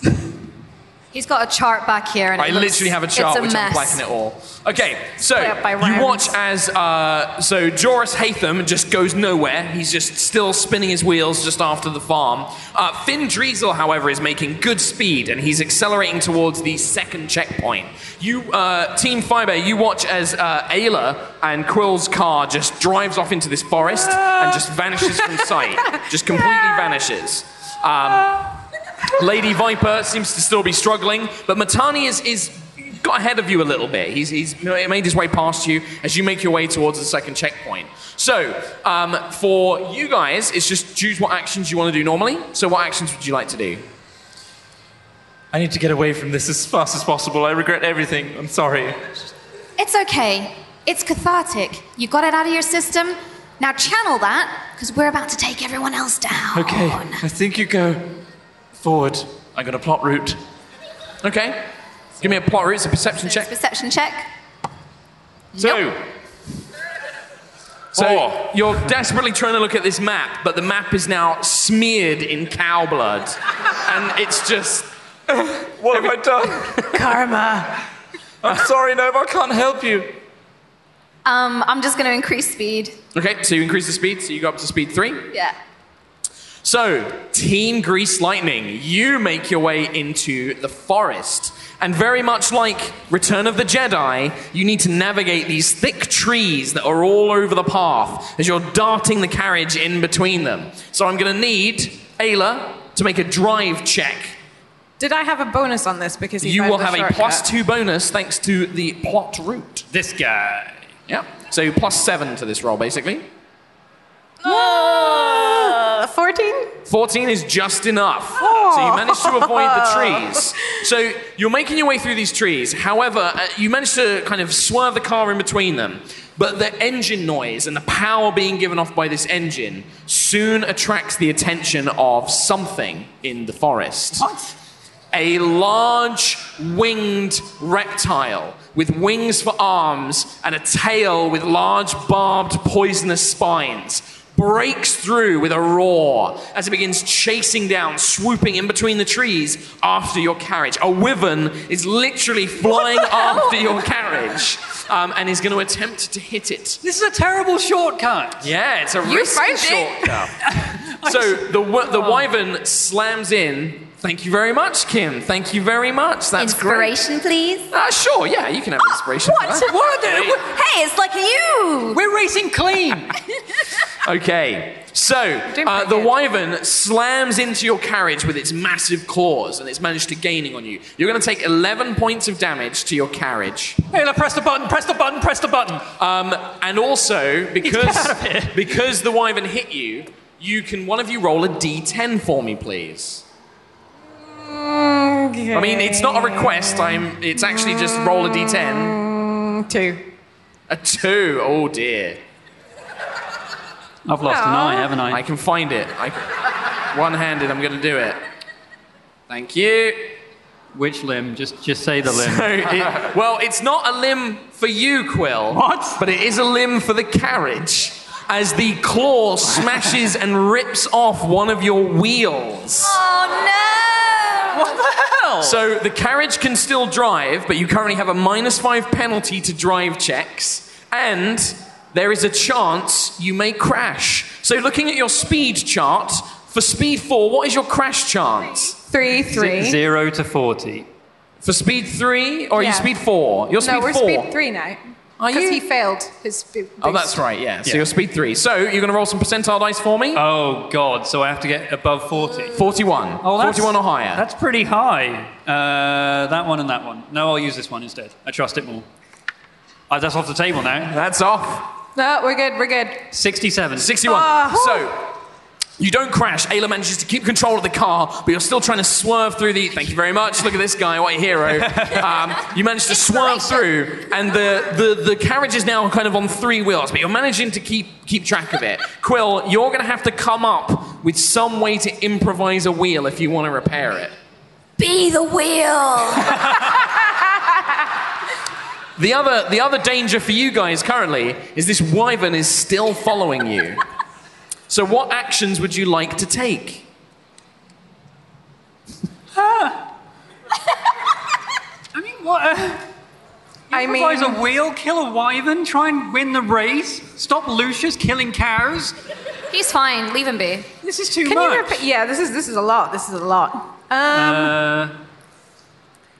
[SPEAKER 6] He's got a chart back here. And
[SPEAKER 9] I
[SPEAKER 6] it looks-
[SPEAKER 9] literally have a chart
[SPEAKER 6] it's
[SPEAKER 9] which
[SPEAKER 6] mess.
[SPEAKER 9] I'm blacking it all. Okay, so
[SPEAKER 5] Play it by
[SPEAKER 9] you
[SPEAKER 5] rounds.
[SPEAKER 9] watch as uh, so Joris Haytham just goes nowhere. He's just still spinning his wheels just after the farm. Uh, Finn Driesel, however, is making good speed and he's accelerating towards the second checkpoint. You, uh, Team Fiber, you watch as uh, Ayla and Quill's car just drives off into this forest and just vanishes from sight. Just completely vanishes. Um, Lady Viper seems to still be struggling, but Matani is, is got ahead of you a little bit. He's, he's made his way past you as you make your way towards the second checkpoint. So, um, for you guys, it's just choose what actions you want to do normally. So, what actions would you like to do?
[SPEAKER 3] I need to get away from this as fast as possible. I regret everything. I'm sorry.
[SPEAKER 6] It's okay. It's cathartic. You got it out of your system. Now channel that, because we're about to take everyone else down.
[SPEAKER 3] Okay, I think you go forward. I'm gonna plot route.
[SPEAKER 9] Okay. Give me a plot root, it's a perception
[SPEAKER 6] It's a
[SPEAKER 9] check.
[SPEAKER 6] Perception check.
[SPEAKER 9] Two. So
[SPEAKER 3] Four.
[SPEAKER 9] you're desperately trying to look at this map, but the map is now smeared in cow blood. and it's just
[SPEAKER 3] What have I done?
[SPEAKER 5] Karma.
[SPEAKER 3] I'm sorry, Nova, I can't help you.
[SPEAKER 6] Um, I'm just going to increase speed.
[SPEAKER 9] Okay, so you increase the speed, so you go up to speed three.
[SPEAKER 6] Yeah.
[SPEAKER 9] So, Team Grease Lightning, you make your way into the forest. And very much like Return of the Jedi, you need to navigate these thick trees that are all over the path as you're darting the carriage in between them. So, I'm going to need Ayla to make a drive check.
[SPEAKER 5] Did I have a bonus on this because he
[SPEAKER 9] You
[SPEAKER 5] found
[SPEAKER 9] will
[SPEAKER 5] the
[SPEAKER 9] have a
[SPEAKER 5] shortcut?
[SPEAKER 9] plus two bonus thanks to the plot route.
[SPEAKER 1] This guy.
[SPEAKER 9] Yeah. So, plus seven to this roll, basically.
[SPEAKER 5] Uh, 14?
[SPEAKER 9] 14 is just enough. So you manage to avoid the trees. So you're making your way through these trees. However, uh, you manage to kind of swerve the car in between them. But the engine noise and the power being given off by this engine soon attracts the attention of something in the forest a large winged reptile with wings for arms and a tail with large barbed poisonous spines breaks through with a roar as it begins chasing down swooping in between the trees after your carriage a wyvern is literally flying after your carriage um, and is going to attempt to hit it
[SPEAKER 1] This is a terrible shortcut.
[SPEAKER 9] yeah, it's a
[SPEAKER 5] You
[SPEAKER 9] risky
[SPEAKER 5] found it.
[SPEAKER 9] shortcut. so the wi- the wyvern slams in. Thank you very much, Kim. Thank you very much. That's great.
[SPEAKER 6] Inspiration, please.
[SPEAKER 9] Uh, sure, yeah, you can have inspiration. for that.
[SPEAKER 6] Hey, it's like you.
[SPEAKER 1] We're racing clean.
[SPEAKER 9] Okay. So, uh,
[SPEAKER 5] pretty
[SPEAKER 9] the
[SPEAKER 5] good.
[SPEAKER 9] wyvern slams into your carriage with its massive claws and it's managed to gaining on you. You're going to take 11 points of damage to your carriage.
[SPEAKER 1] Ayla, press the button, press the button, press the button.
[SPEAKER 9] Um, and also,
[SPEAKER 1] out
[SPEAKER 9] because,
[SPEAKER 1] of here.
[SPEAKER 9] because the wyvern hit you, you can one of you roll a d10 for me, please. I mean, it's not a request. I'm. It's actually just roll a d10.
[SPEAKER 5] Two.
[SPEAKER 9] A two. Oh dear.
[SPEAKER 1] I've lost an eye, haven't
[SPEAKER 9] I can find it. I one-handed. I'm gonna do it. Thank you.
[SPEAKER 1] Which limb? Just, just say the
[SPEAKER 9] So
[SPEAKER 1] limb.
[SPEAKER 9] it- well, it's not a limb for you, Quill.
[SPEAKER 1] What?
[SPEAKER 9] But it is a limb for the carriage. As the claw smashes and rips off one of your wheels.
[SPEAKER 6] Oh no!
[SPEAKER 9] So the carriage can still drive, but you currently have a minus five penalty to drive checks, and there is a chance you may crash. So looking at your speed chart, for speed four, what is your crash chance?
[SPEAKER 5] Three, three.
[SPEAKER 1] Zero to forty.
[SPEAKER 9] For speed three, or are you
[SPEAKER 5] Yeah.
[SPEAKER 9] speed four? You're speed
[SPEAKER 5] no, we're
[SPEAKER 9] four.
[SPEAKER 5] speed three now.
[SPEAKER 9] Are you?
[SPEAKER 5] Because he failed his speed.
[SPEAKER 9] Oh, that's right, yeah. So
[SPEAKER 1] Yeah.
[SPEAKER 9] you're speed three. So you're going to roll some percentile dice for me?
[SPEAKER 1] Oh God! So I have to get above forty.
[SPEAKER 9] 41.
[SPEAKER 1] Oh, that's-
[SPEAKER 9] 41 or higher.
[SPEAKER 1] That's pretty high. Uh, that one and that one. No, I'll use this one instead. I trust it more. Uh, that's off the table now.
[SPEAKER 9] That's off.
[SPEAKER 5] No, we're good, we're good.
[SPEAKER 1] 67.
[SPEAKER 9] 61.
[SPEAKER 5] Ah,
[SPEAKER 9] so, you don't crash. Ayla manages to keep control of the car, but you're still trying to swerve through the. Thank you very much. Look at this guy, what a hero. Um, you manage to swerve through, and the, the, the carriage is now kind of on three wheels, but you're managing to keep, keep track of it. Quill, you're going to have to come up with some way to improvise a wheel if you want to repair it.
[SPEAKER 6] Be the wheel.
[SPEAKER 9] The other, the other danger for you guys currently is this wyvern is still following you. So, what actions would you like to take?
[SPEAKER 1] I mean, what? Uh,
[SPEAKER 5] I mean,
[SPEAKER 1] improvise a wheel, kill a wyvern, try and win the race, stop Lucius killing cows.
[SPEAKER 6] He's fine. Leave him be.
[SPEAKER 1] This is too
[SPEAKER 5] can
[SPEAKER 1] much.
[SPEAKER 5] you repeat? Yeah, this is this is a lot. This is a lot. Um,
[SPEAKER 1] uh,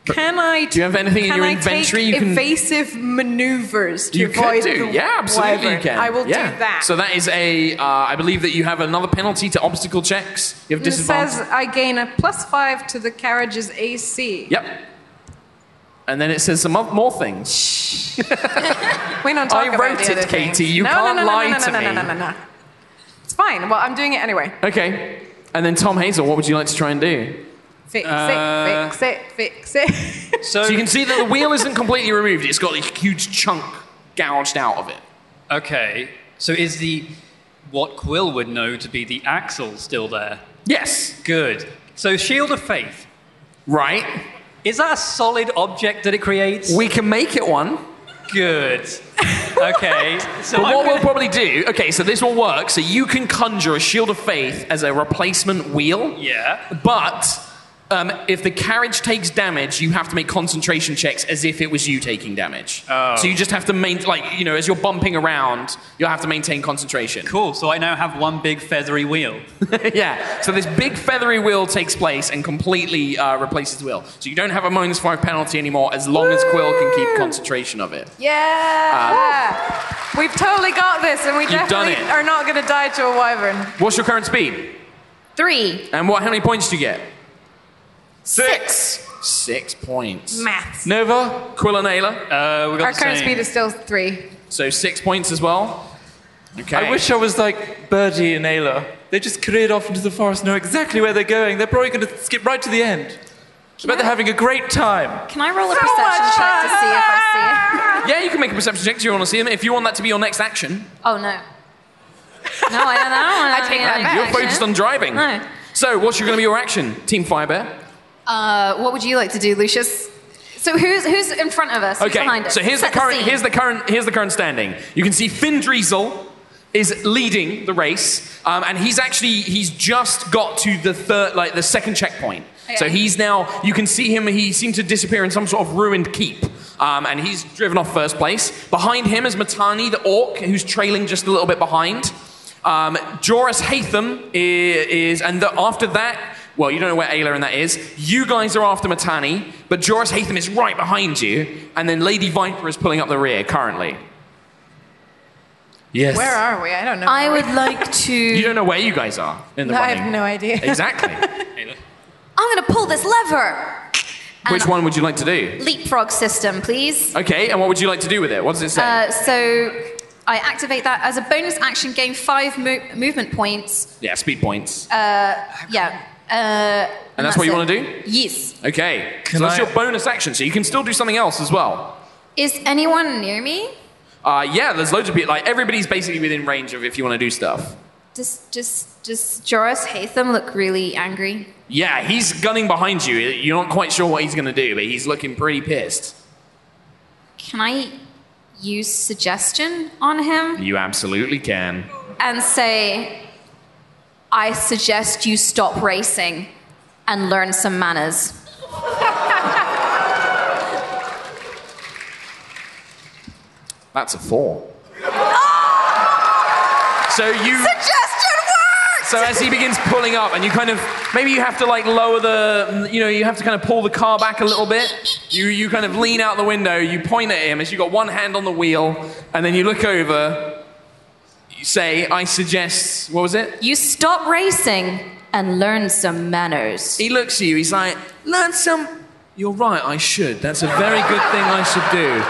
[SPEAKER 5] can I?
[SPEAKER 9] you have anything in
[SPEAKER 5] can
[SPEAKER 9] your
[SPEAKER 5] I
[SPEAKER 9] inventory you
[SPEAKER 5] Take
[SPEAKER 9] can-
[SPEAKER 5] evasive maneuvers to
[SPEAKER 9] you
[SPEAKER 5] avoid
[SPEAKER 9] could do,
[SPEAKER 5] the
[SPEAKER 9] yeah, absolutely
[SPEAKER 5] wyvern.
[SPEAKER 9] you can.
[SPEAKER 5] I will
[SPEAKER 9] Yeah.
[SPEAKER 5] do that.
[SPEAKER 9] So that is a, uh, I believe that you have another penalty to obstacle checks. You have
[SPEAKER 5] It
[SPEAKER 9] disadvantage.
[SPEAKER 5] says I gain a plus five to the carriage's AC.
[SPEAKER 9] yep. And then it says some mo- more things.
[SPEAKER 5] We don't talk
[SPEAKER 9] I
[SPEAKER 5] about
[SPEAKER 9] wrote
[SPEAKER 5] the other
[SPEAKER 9] it,
[SPEAKER 5] things.
[SPEAKER 9] Katie. You
[SPEAKER 5] no,
[SPEAKER 9] can't
[SPEAKER 5] no, no, no,
[SPEAKER 9] lie
[SPEAKER 5] no, no,
[SPEAKER 9] to
[SPEAKER 5] no,
[SPEAKER 9] me.
[SPEAKER 5] No, no, no, no, no. It's fine. Well, I'm doing it anyway.
[SPEAKER 9] Okay. And then Tom Hazel, what would you like to try and do?
[SPEAKER 5] Fix
[SPEAKER 1] Uh,
[SPEAKER 5] it, fix it, fix it.
[SPEAKER 1] so,
[SPEAKER 9] So you can see that the wheel isn't completely removed. It's got a huge chunk gouged out of it.
[SPEAKER 1] Okay. So is the what Quill would know to be the axle still there?
[SPEAKER 9] Yes.
[SPEAKER 1] Good. So shield of faith.
[SPEAKER 9] Right.
[SPEAKER 1] Is that a solid object that it creates?
[SPEAKER 9] We can make it one.
[SPEAKER 1] Good. Okay. So
[SPEAKER 9] But
[SPEAKER 1] I'm
[SPEAKER 9] what
[SPEAKER 1] gonna-
[SPEAKER 9] we'll probably do, okay, so this will work. So you can conjure a shield of faith as a replacement wheel.
[SPEAKER 1] Yeah.
[SPEAKER 9] But um, if the carriage takes damage, you have to make concentration checks as if it was you taking damage.
[SPEAKER 1] Oh.
[SPEAKER 9] So you just have to maintain, like, you know, as you're bumping around, you'll have to maintain concentration.
[SPEAKER 1] Cool. So I now have one big feathery wheel. Uh,
[SPEAKER 9] yeah. So this big feathery wheel takes place and completely uh, replaces the wheel. So you don't have a minus five penalty anymore as long as Quill can keep concentration of it.
[SPEAKER 5] Yeah! We've totally got this, and we
[SPEAKER 9] uh, You've done
[SPEAKER 5] definitely
[SPEAKER 9] it.
[SPEAKER 5] are not going to die to a wyvern.
[SPEAKER 9] What's your current speed?
[SPEAKER 6] Three.
[SPEAKER 9] And what? How many points do you get?
[SPEAKER 6] Six.
[SPEAKER 9] Six points.
[SPEAKER 5] Maths.
[SPEAKER 9] Nova, Quill and Ayla.
[SPEAKER 1] Uh, we got
[SPEAKER 5] Our
[SPEAKER 1] the same.
[SPEAKER 5] current speed is still three.
[SPEAKER 9] So six points as well. Okay.
[SPEAKER 3] I wish I was like Birdie and Ayla. They just careered off into the forest, know exactly where they're going. They're probably going to skip right to the end. I bet they're having a great time.
[SPEAKER 6] Can I roll a perception
[SPEAKER 5] much
[SPEAKER 6] check to see if I see it?
[SPEAKER 9] Yeah, you can make a perception check if you want to see them. If you want that to be your next action,
[SPEAKER 6] Oh no. No, I don't. I
[SPEAKER 5] I take that back.
[SPEAKER 9] you're focused on driving.
[SPEAKER 6] No.
[SPEAKER 9] So, what's going to be your action, Team Firebear?
[SPEAKER 6] Uh, what would you like to do, Lucius? So who's who's in front of us? Who's behind
[SPEAKER 9] Okay.
[SPEAKER 6] us?
[SPEAKER 9] So here's the
[SPEAKER 6] Set
[SPEAKER 9] current.
[SPEAKER 6] scene.
[SPEAKER 9] here's the current. Here's the current standing. You can see Finn Driesel is leading the race, um, and he's actually he's just got to the third, like the second checkpoint. So
[SPEAKER 6] Okay.
[SPEAKER 9] he's now. You can see him. He seemed to disappear in some sort of ruined keep. Um, and he's driven off first place. Behind him is Matani the orc, who's trailing just a little bit behind. Um, Joris Hatham i- is, and the, after that, well, you don't know where Ayla and that is. You guys are after Matani, but Joris Hatham is right behind you, and then Lady Viper is pulling up the rear currently.
[SPEAKER 8] Yes.
[SPEAKER 5] Where are we? I don't know.
[SPEAKER 6] I
[SPEAKER 5] where we-
[SPEAKER 6] would like to.
[SPEAKER 9] You don't know where you guys are in the
[SPEAKER 5] I
[SPEAKER 9] running.
[SPEAKER 5] have no idea.
[SPEAKER 9] Exactly.
[SPEAKER 6] I'm gonna pull this lever. And
[SPEAKER 9] Which one would you like to do?
[SPEAKER 6] Leapfrog system, please.
[SPEAKER 9] Okay, and what would you like to do with it? What does it say?
[SPEAKER 6] Uh, so I activate that as a bonus action. Gain five mo- movement points.
[SPEAKER 9] yeah, speed points.
[SPEAKER 6] Yeah. Uh, and,
[SPEAKER 9] and that's what you
[SPEAKER 6] it.
[SPEAKER 9] want to do?
[SPEAKER 6] Yes.
[SPEAKER 9] Okay. so that's
[SPEAKER 3] I-
[SPEAKER 9] your bonus action, so you can still do something else as well.
[SPEAKER 6] Is anyone near me?
[SPEAKER 9] Uh, yeah, there's loads of people. Like, everybody's basically within range of if you want to do stuff.
[SPEAKER 6] Does does does Joris Hatham look really angry?
[SPEAKER 9] Yeah, he's gunning behind you. You're not quite sure what he's going to do, but he's looking pretty pissed.
[SPEAKER 6] Can I use suggestion on him?
[SPEAKER 9] You absolutely can.
[SPEAKER 6] and say, I suggest you stop racing and learn some manners.
[SPEAKER 9] That's a four. so you.
[SPEAKER 6] Suggestion works!
[SPEAKER 9] So as he begins pulling up, and you kind of maybe you have to like lower the, you know, you have to kind of pull the car back a little bit. You you kind of lean out the window. You point at him as you got one hand on the wheel, and then you look over. You say, "I suggest." What was it?
[SPEAKER 6] You stop racing and learn some manners.
[SPEAKER 9] He looks at you. He's like, "Learn some." You're right. I should. That's a very good thing I should do.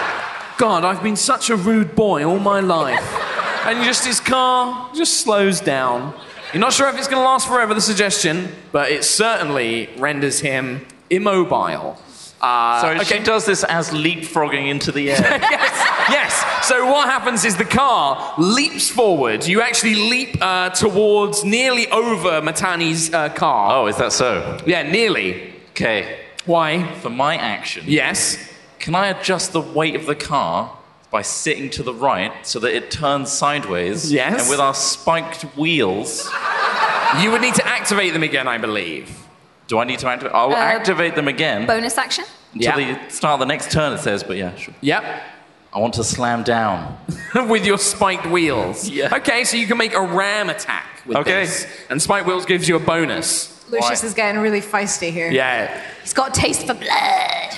[SPEAKER 9] God, I've been such a rude boy all my life. And just his car just slows down. You're not sure if it's going to last forever. The suggestion, but it certainly renders him immobile. Uh,
[SPEAKER 3] So
[SPEAKER 9] okay.
[SPEAKER 3] she does this as leapfrogging into the air.
[SPEAKER 9] Yes. So what happens is the car leaps forward. You actually leap uh, towards nearly over Matani's uh, car.
[SPEAKER 2] Oh, is that so?
[SPEAKER 9] Yeah, nearly.
[SPEAKER 2] Okay.
[SPEAKER 9] Why?
[SPEAKER 2] For my action,
[SPEAKER 9] Yes.
[SPEAKER 2] can I adjust the weight of the car by sitting to the right so that it turns sideways?
[SPEAKER 9] Yes.
[SPEAKER 2] And with our spiked wheels,
[SPEAKER 9] You would need to activate them again, I believe.
[SPEAKER 2] do I need to activate?
[SPEAKER 3] Uh,
[SPEAKER 2] I'll activate them again
[SPEAKER 6] Bonus action?
[SPEAKER 2] until
[SPEAKER 9] Yeah.
[SPEAKER 2] the start of the next turn. It says, but yeah, sure.
[SPEAKER 9] Yep.
[SPEAKER 2] I want to slam down.
[SPEAKER 9] with your spiked wheels.
[SPEAKER 2] Yeah.
[SPEAKER 9] Okay, so you can make a ram attack with
[SPEAKER 2] Okay.
[SPEAKER 9] this. And spiked wheels gives you a bonus.
[SPEAKER 5] Lucius is getting really feisty here.
[SPEAKER 9] Yeah.
[SPEAKER 6] He's got a taste for blood.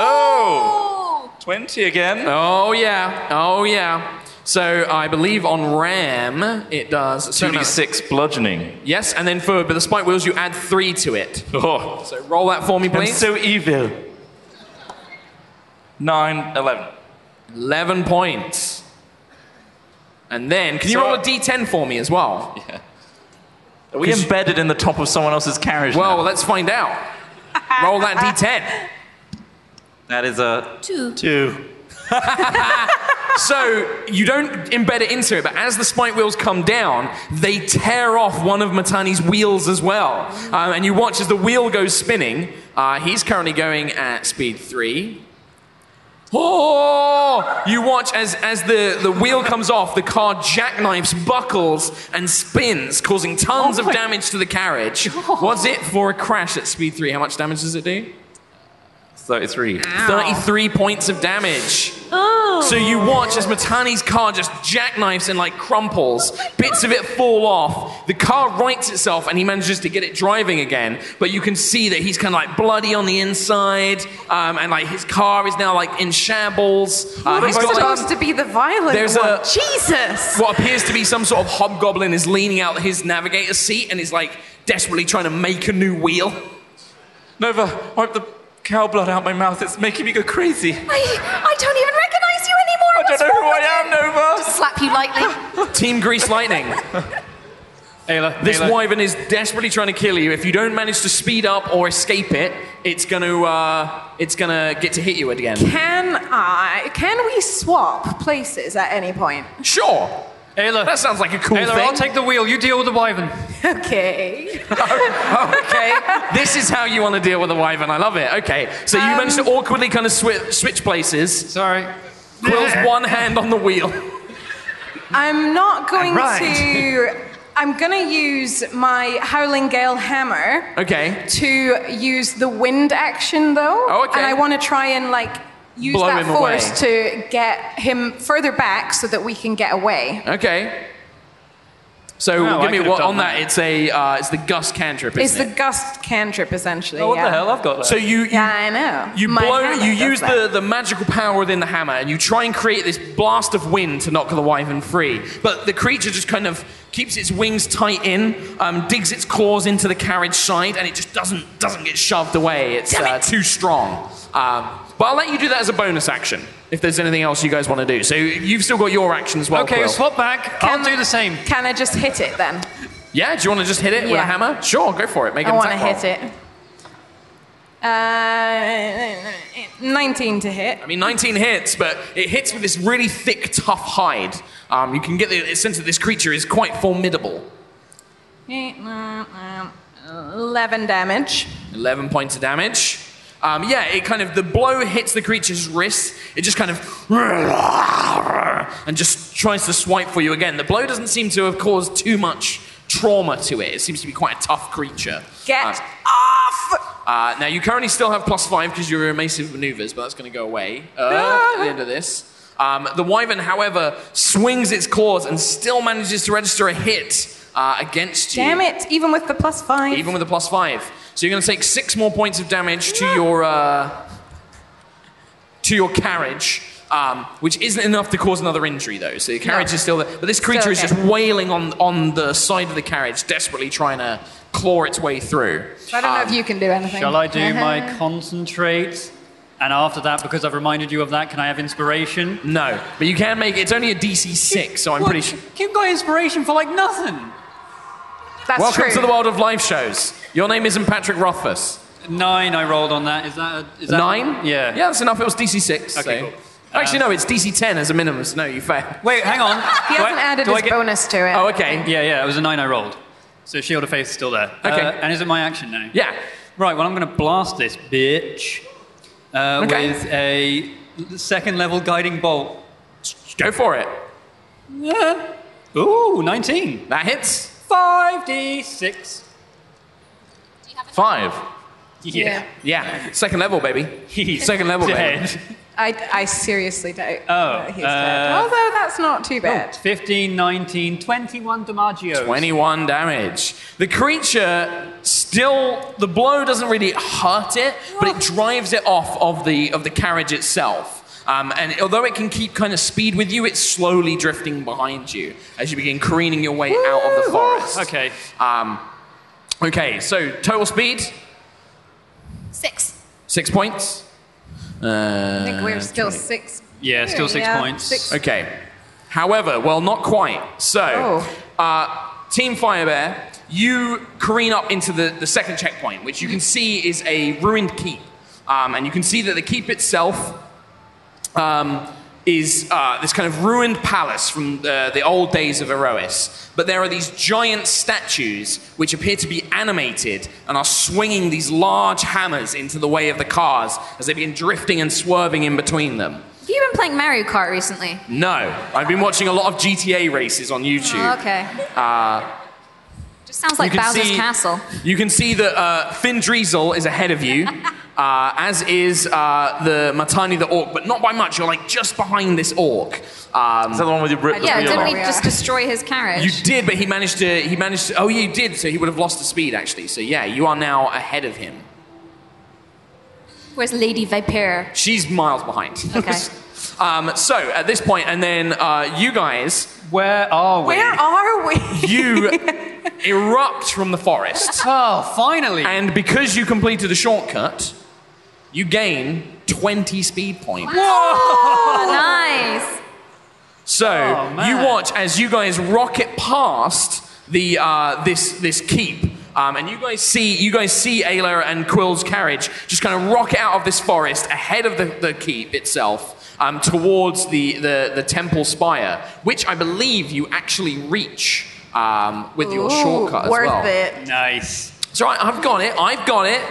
[SPEAKER 3] Oh! 20 again.
[SPEAKER 9] Oh yeah. Oh yeah. So I believe on ram it does. so no.
[SPEAKER 2] 2d6 bludgeoning.
[SPEAKER 9] Yes, and then forward, but the spiked wheels you add three to it.
[SPEAKER 2] Oh,
[SPEAKER 9] So roll that for me,
[SPEAKER 3] I'm
[SPEAKER 9] please.
[SPEAKER 3] so evil.
[SPEAKER 2] 9, 11.
[SPEAKER 9] Eleven points. And then can you
[SPEAKER 2] So-
[SPEAKER 9] roll a D10 for me as well?
[SPEAKER 2] Are we embedded in the top of someone else's carriage?
[SPEAKER 9] Well,
[SPEAKER 2] now?
[SPEAKER 9] let's find out. Roll that D10.
[SPEAKER 2] uh, that is a
[SPEAKER 6] Two.
[SPEAKER 2] 2.
[SPEAKER 9] So you don't embed it into it, but as the spike wheels come down, they tear off one of Matani's wheels as well. Um, and you watch as the wheel goes spinning. Uh, he's currently going at speed three. Oh! You watch as, as the, the wheel comes off, the car jackknifes, buckles, and spins, causing tons of damage to the carriage. What's it for a crash at speed three? How much damage does it do?
[SPEAKER 2] 33.
[SPEAKER 9] 33 points of damage. So you watch as Matani's car just jackknifes and like crumples. Bits of it fall off. The car rights itself and he manages to get it driving again. But you can see that he's kind of like bloody on the inside. Um, and like his car is now like in shambles. Uh,
[SPEAKER 5] I'm
[SPEAKER 9] he's got, like,
[SPEAKER 5] supposed to be the violent
[SPEAKER 9] There's
[SPEAKER 5] one.
[SPEAKER 9] a-
[SPEAKER 5] Jesus!
[SPEAKER 9] what appears to be some sort of hobgoblin is leaning out his navigator seat and is like desperately trying to make a new wheel.
[SPEAKER 3] Nova, wipe the cow blood out my mouth. It's making me go crazy.
[SPEAKER 6] I, I don't even recognize you anymore.
[SPEAKER 3] I don't
[SPEAKER 6] What's
[SPEAKER 3] know who
[SPEAKER 6] wrong
[SPEAKER 3] I
[SPEAKER 6] with
[SPEAKER 3] am,
[SPEAKER 6] you?
[SPEAKER 3] Nova.
[SPEAKER 6] Slap you lightly.
[SPEAKER 9] Team Grease Lightning.
[SPEAKER 1] Ayla,
[SPEAKER 9] This
[SPEAKER 1] Ayla,
[SPEAKER 9] wyvern is desperately trying to kill you. If you don't manage to speed up or escape it, it's gonna uh, it's gonna get to hit you again.
[SPEAKER 5] Can I? Can we swap places at any point?
[SPEAKER 9] Sure.
[SPEAKER 1] Ayla,
[SPEAKER 9] That sounds like a cool
[SPEAKER 1] Ayla,
[SPEAKER 9] thing.
[SPEAKER 1] I'll take the wheel. You deal with the wyvern.
[SPEAKER 5] Okay.
[SPEAKER 9] okay. This is how you want to deal with a wyvern. I love it. Okay. So
[SPEAKER 5] Um.
[SPEAKER 9] you manage to awkwardly kind of swi- switch places.
[SPEAKER 1] Sorry.
[SPEAKER 9] Quill's one hand on the wheel.
[SPEAKER 5] I'm not going
[SPEAKER 1] Right.
[SPEAKER 5] to. I'm gonna use my Howling Gale hammer
[SPEAKER 9] Okay.
[SPEAKER 5] to use the wind action though.
[SPEAKER 9] Oh, okay.
[SPEAKER 5] And I want to try and like use
[SPEAKER 9] Blow
[SPEAKER 5] that
[SPEAKER 9] him
[SPEAKER 5] force to get him further back so that we can get away.
[SPEAKER 9] Okay. So
[SPEAKER 1] Wow,
[SPEAKER 9] give
[SPEAKER 1] I
[SPEAKER 9] me
[SPEAKER 1] could have
[SPEAKER 9] what
[SPEAKER 1] done
[SPEAKER 9] on that. It's a uh, it's the gust cantrip. Isn't
[SPEAKER 5] It's the
[SPEAKER 9] it?
[SPEAKER 5] gust cantrip essentially.
[SPEAKER 1] Oh, what
[SPEAKER 5] yeah.
[SPEAKER 1] the hell? I've got that.
[SPEAKER 9] So you, you
[SPEAKER 5] Yeah, I know.
[SPEAKER 9] You
[SPEAKER 5] My
[SPEAKER 9] blow,
[SPEAKER 5] hammer
[SPEAKER 9] you
[SPEAKER 5] does
[SPEAKER 9] use
[SPEAKER 5] that.
[SPEAKER 9] the, the magical power within the hammer and you try and create this blast of wind to knock the wyvern free. But the creature just kind of keeps its wings tight in, um, digs its claws into the carriage side, and it just doesn't, doesn't get shoved away. It's uh, too strong. Um, but I'll let you do that as a bonus action if there's anything else you guys want to do. So you've still got your action as well.
[SPEAKER 1] okay,
[SPEAKER 9] Quill.
[SPEAKER 1] swap back.
[SPEAKER 5] Can
[SPEAKER 1] I'll do the same.
[SPEAKER 5] Can I just hit it then?
[SPEAKER 9] Yeah, do you want to just hit it with a
[SPEAKER 5] Yeah.
[SPEAKER 9] hammer? Sure, go for it. Make
[SPEAKER 5] I
[SPEAKER 9] an
[SPEAKER 5] want to
[SPEAKER 9] attack roll.
[SPEAKER 5] hit it. Uh, 19 to hit.
[SPEAKER 9] I mean, 19 hits, but it hits with this really thick, tough hide. Um, you can get the sense that this creature is quite formidable.
[SPEAKER 5] Eight, mm, mm, 11 damage.
[SPEAKER 9] 11 points of damage. Um, yeah, it kind of, the blow hits the creature's wrist. It just kind of, and just tries to swipe for you again. The blow doesn't seem to have caused too much trauma to it. It seems to be quite a tough creature.
[SPEAKER 5] Get
[SPEAKER 9] Uh,
[SPEAKER 5] off!
[SPEAKER 9] Uh, now you currently still have plus five because your evasive maneuvers, but that's going to go away uh, at the end of this. Um, the wyvern, however, swings its claws and still manages to register a hit uh, against you,
[SPEAKER 5] Damn it, even with the plus 5.
[SPEAKER 9] even with a plus five. So you're going to take six more points of damage to your uh, to your carriage. Um, which isn't enough to cause another injury, though. So the carriage
[SPEAKER 5] No.
[SPEAKER 9] is still there, but this creature is
[SPEAKER 5] okay.
[SPEAKER 9] just wailing on on the side of the carriage, desperately trying to claw its way through.
[SPEAKER 5] I don't know
[SPEAKER 9] Um,
[SPEAKER 5] if you can do anything.
[SPEAKER 1] Shall I do
[SPEAKER 6] Uh-huh.
[SPEAKER 5] Uh-huh.
[SPEAKER 1] my concentrate? And after that, because I've reminded you of that, can I have inspiration?
[SPEAKER 9] No, but you can make it's only a DC six, so I'm pretty sure.
[SPEAKER 1] You've got inspiration for like nothing.
[SPEAKER 5] That's
[SPEAKER 9] Welcome
[SPEAKER 5] true.
[SPEAKER 9] to the world of live shows. Your name isn't Patrick Rothfuss.
[SPEAKER 1] Nine I rolled on that. Is that, a, is that
[SPEAKER 9] Nine?
[SPEAKER 1] Yeah.
[SPEAKER 9] Yeah, that's enough. It was DC six.
[SPEAKER 1] Okay,
[SPEAKER 9] so-
[SPEAKER 1] cool.
[SPEAKER 9] Actually, no, it's DC ten as a minimum. So no, you fail.
[SPEAKER 1] Wait, hang on.
[SPEAKER 5] He
[SPEAKER 1] Do I-
[SPEAKER 5] hasn't added
[SPEAKER 1] do I
[SPEAKER 5] his
[SPEAKER 1] get-
[SPEAKER 5] bonus to it.
[SPEAKER 9] Oh, okay.
[SPEAKER 1] Yeah, yeah, it was a nine I rolled. So Shield of Faith is still there.
[SPEAKER 9] Okay.
[SPEAKER 1] Uh, and is it my action now?
[SPEAKER 9] Yeah.
[SPEAKER 1] Right, well, I'm going to blast this bitch uh,
[SPEAKER 9] Okay.
[SPEAKER 1] with a second level guiding bolt.
[SPEAKER 9] Go for it.
[SPEAKER 1] Yeah. Ooh, 19.
[SPEAKER 9] That hits.
[SPEAKER 1] 5d6.
[SPEAKER 2] Five.
[SPEAKER 5] Yeah.
[SPEAKER 9] Yeah. Second level, baby.
[SPEAKER 1] He's
[SPEAKER 9] Second level, baby.
[SPEAKER 1] dead.
[SPEAKER 5] I, I seriously doubt
[SPEAKER 1] Oh,
[SPEAKER 5] that he's
[SPEAKER 1] uh,
[SPEAKER 5] dead. Although that's not
[SPEAKER 9] oh,
[SPEAKER 5] too bad.
[SPEAKER 1] 15, 19, 21 DiMaggio.
[SPEAKER 9] 21 damage. The creature still, the blow doesn't really hurt it, but it drives it off of the, of the carriage itself. Um, and although it can keep kind of speed with you, it's slowly drifting behind you as you begin careening your way out of the forest.
[SPEAKER 1] Okay.
[SPEAKER 9] Um, okay, so total speed,
[SPEAKER 6] Six.
[SPEAKER 9] six points. Uh,
[SPEAKER 5] I think we're still six.
[SPEAKER 1] Yeah, still six
[SPEAKER 5] Yeah,
[SPEAKER 1] points.
[SPEAKER 5] six.
[SPEAKER 9] Okay. However, well, not quite. So, uh, Team Firebear, you careen up into the, the second checkpoint, which you can see is a ruined keep. Um, and you can see that the keep itself um, is uh, this kind of ruined palace from uh, the old days of Erois. But there are these giant statues which appear to be animated and are swinging these large hammers into the way of the cars as they begin drifting and swerving in between them.
[SPEAKER 6] Have you been playing Mario Kart recently?
[SPEAKER 9] No, I've been watching a lot of GTA races on YouTube.
[SPEAKER 6] Oh, okay. Just sounds like
[SPEAKER 9] You can
[SPEAKER 6] Bowser's
[SPEAKER 9] see-
[SPEAKER 6] Castle.
[SPEAKER 9] You can see that uh, Finn Driesel is ahead of you, uh, as is uh, the Matani the Orc, but not by much. You're like just behind this Orc. Um,
[SPEAKER 2] Is that the one with you ripped the
[SPEAKER 6] Yeah,
[SPEAKER 2] wheel
[SPEAKER 6] didn't we
[SPEAKER 2] off?
[SPEAKER 6] just destroy his carriage?
[SPEAKER 9] You did, but he managed to. He managed. To, oh, you did. So he would have lost the speed actually. So yeah, you are now ahead of him.
[SPEAKER 6] Where's Lady Viper?
[SPEAKER 9] She's miles behind.
[SPEAKER 6] Okay.
[SPEAKER 9] um, so at this point, and then uh, you guys,
[SPEAKER 1] Where are we?
[SPEAKER 5] Where are we?
[SPEAKER 9] you erupt from the forest,
[SPEAKER 1] Oh, finally.
[SPEAKER 9] and because you completed a shortcut, you gain 20 speed points.
[SPEAKER 6] Oh, nice.
[SPEAKER 9] So
[SPEAKER 5] Oh,
[SPEAKER 1] man.
[SPEAKER 9] you watch as you guys rocket past the uh, this this keep. Um, and you guys see you guys see Ayla and Quill's carriage just kind of rocket out of this forest ahead of the, the keep itself um, towards the, the, the temple spire, which I believe you actually reach um, with your shortcut as
[SPEAKER 5] worth
[SPEAKER 9] well.
[SPEAKER 5] it.
[SPEAKER 1] nice.
[SPEAKER 9] So I, I've got it. I've got it.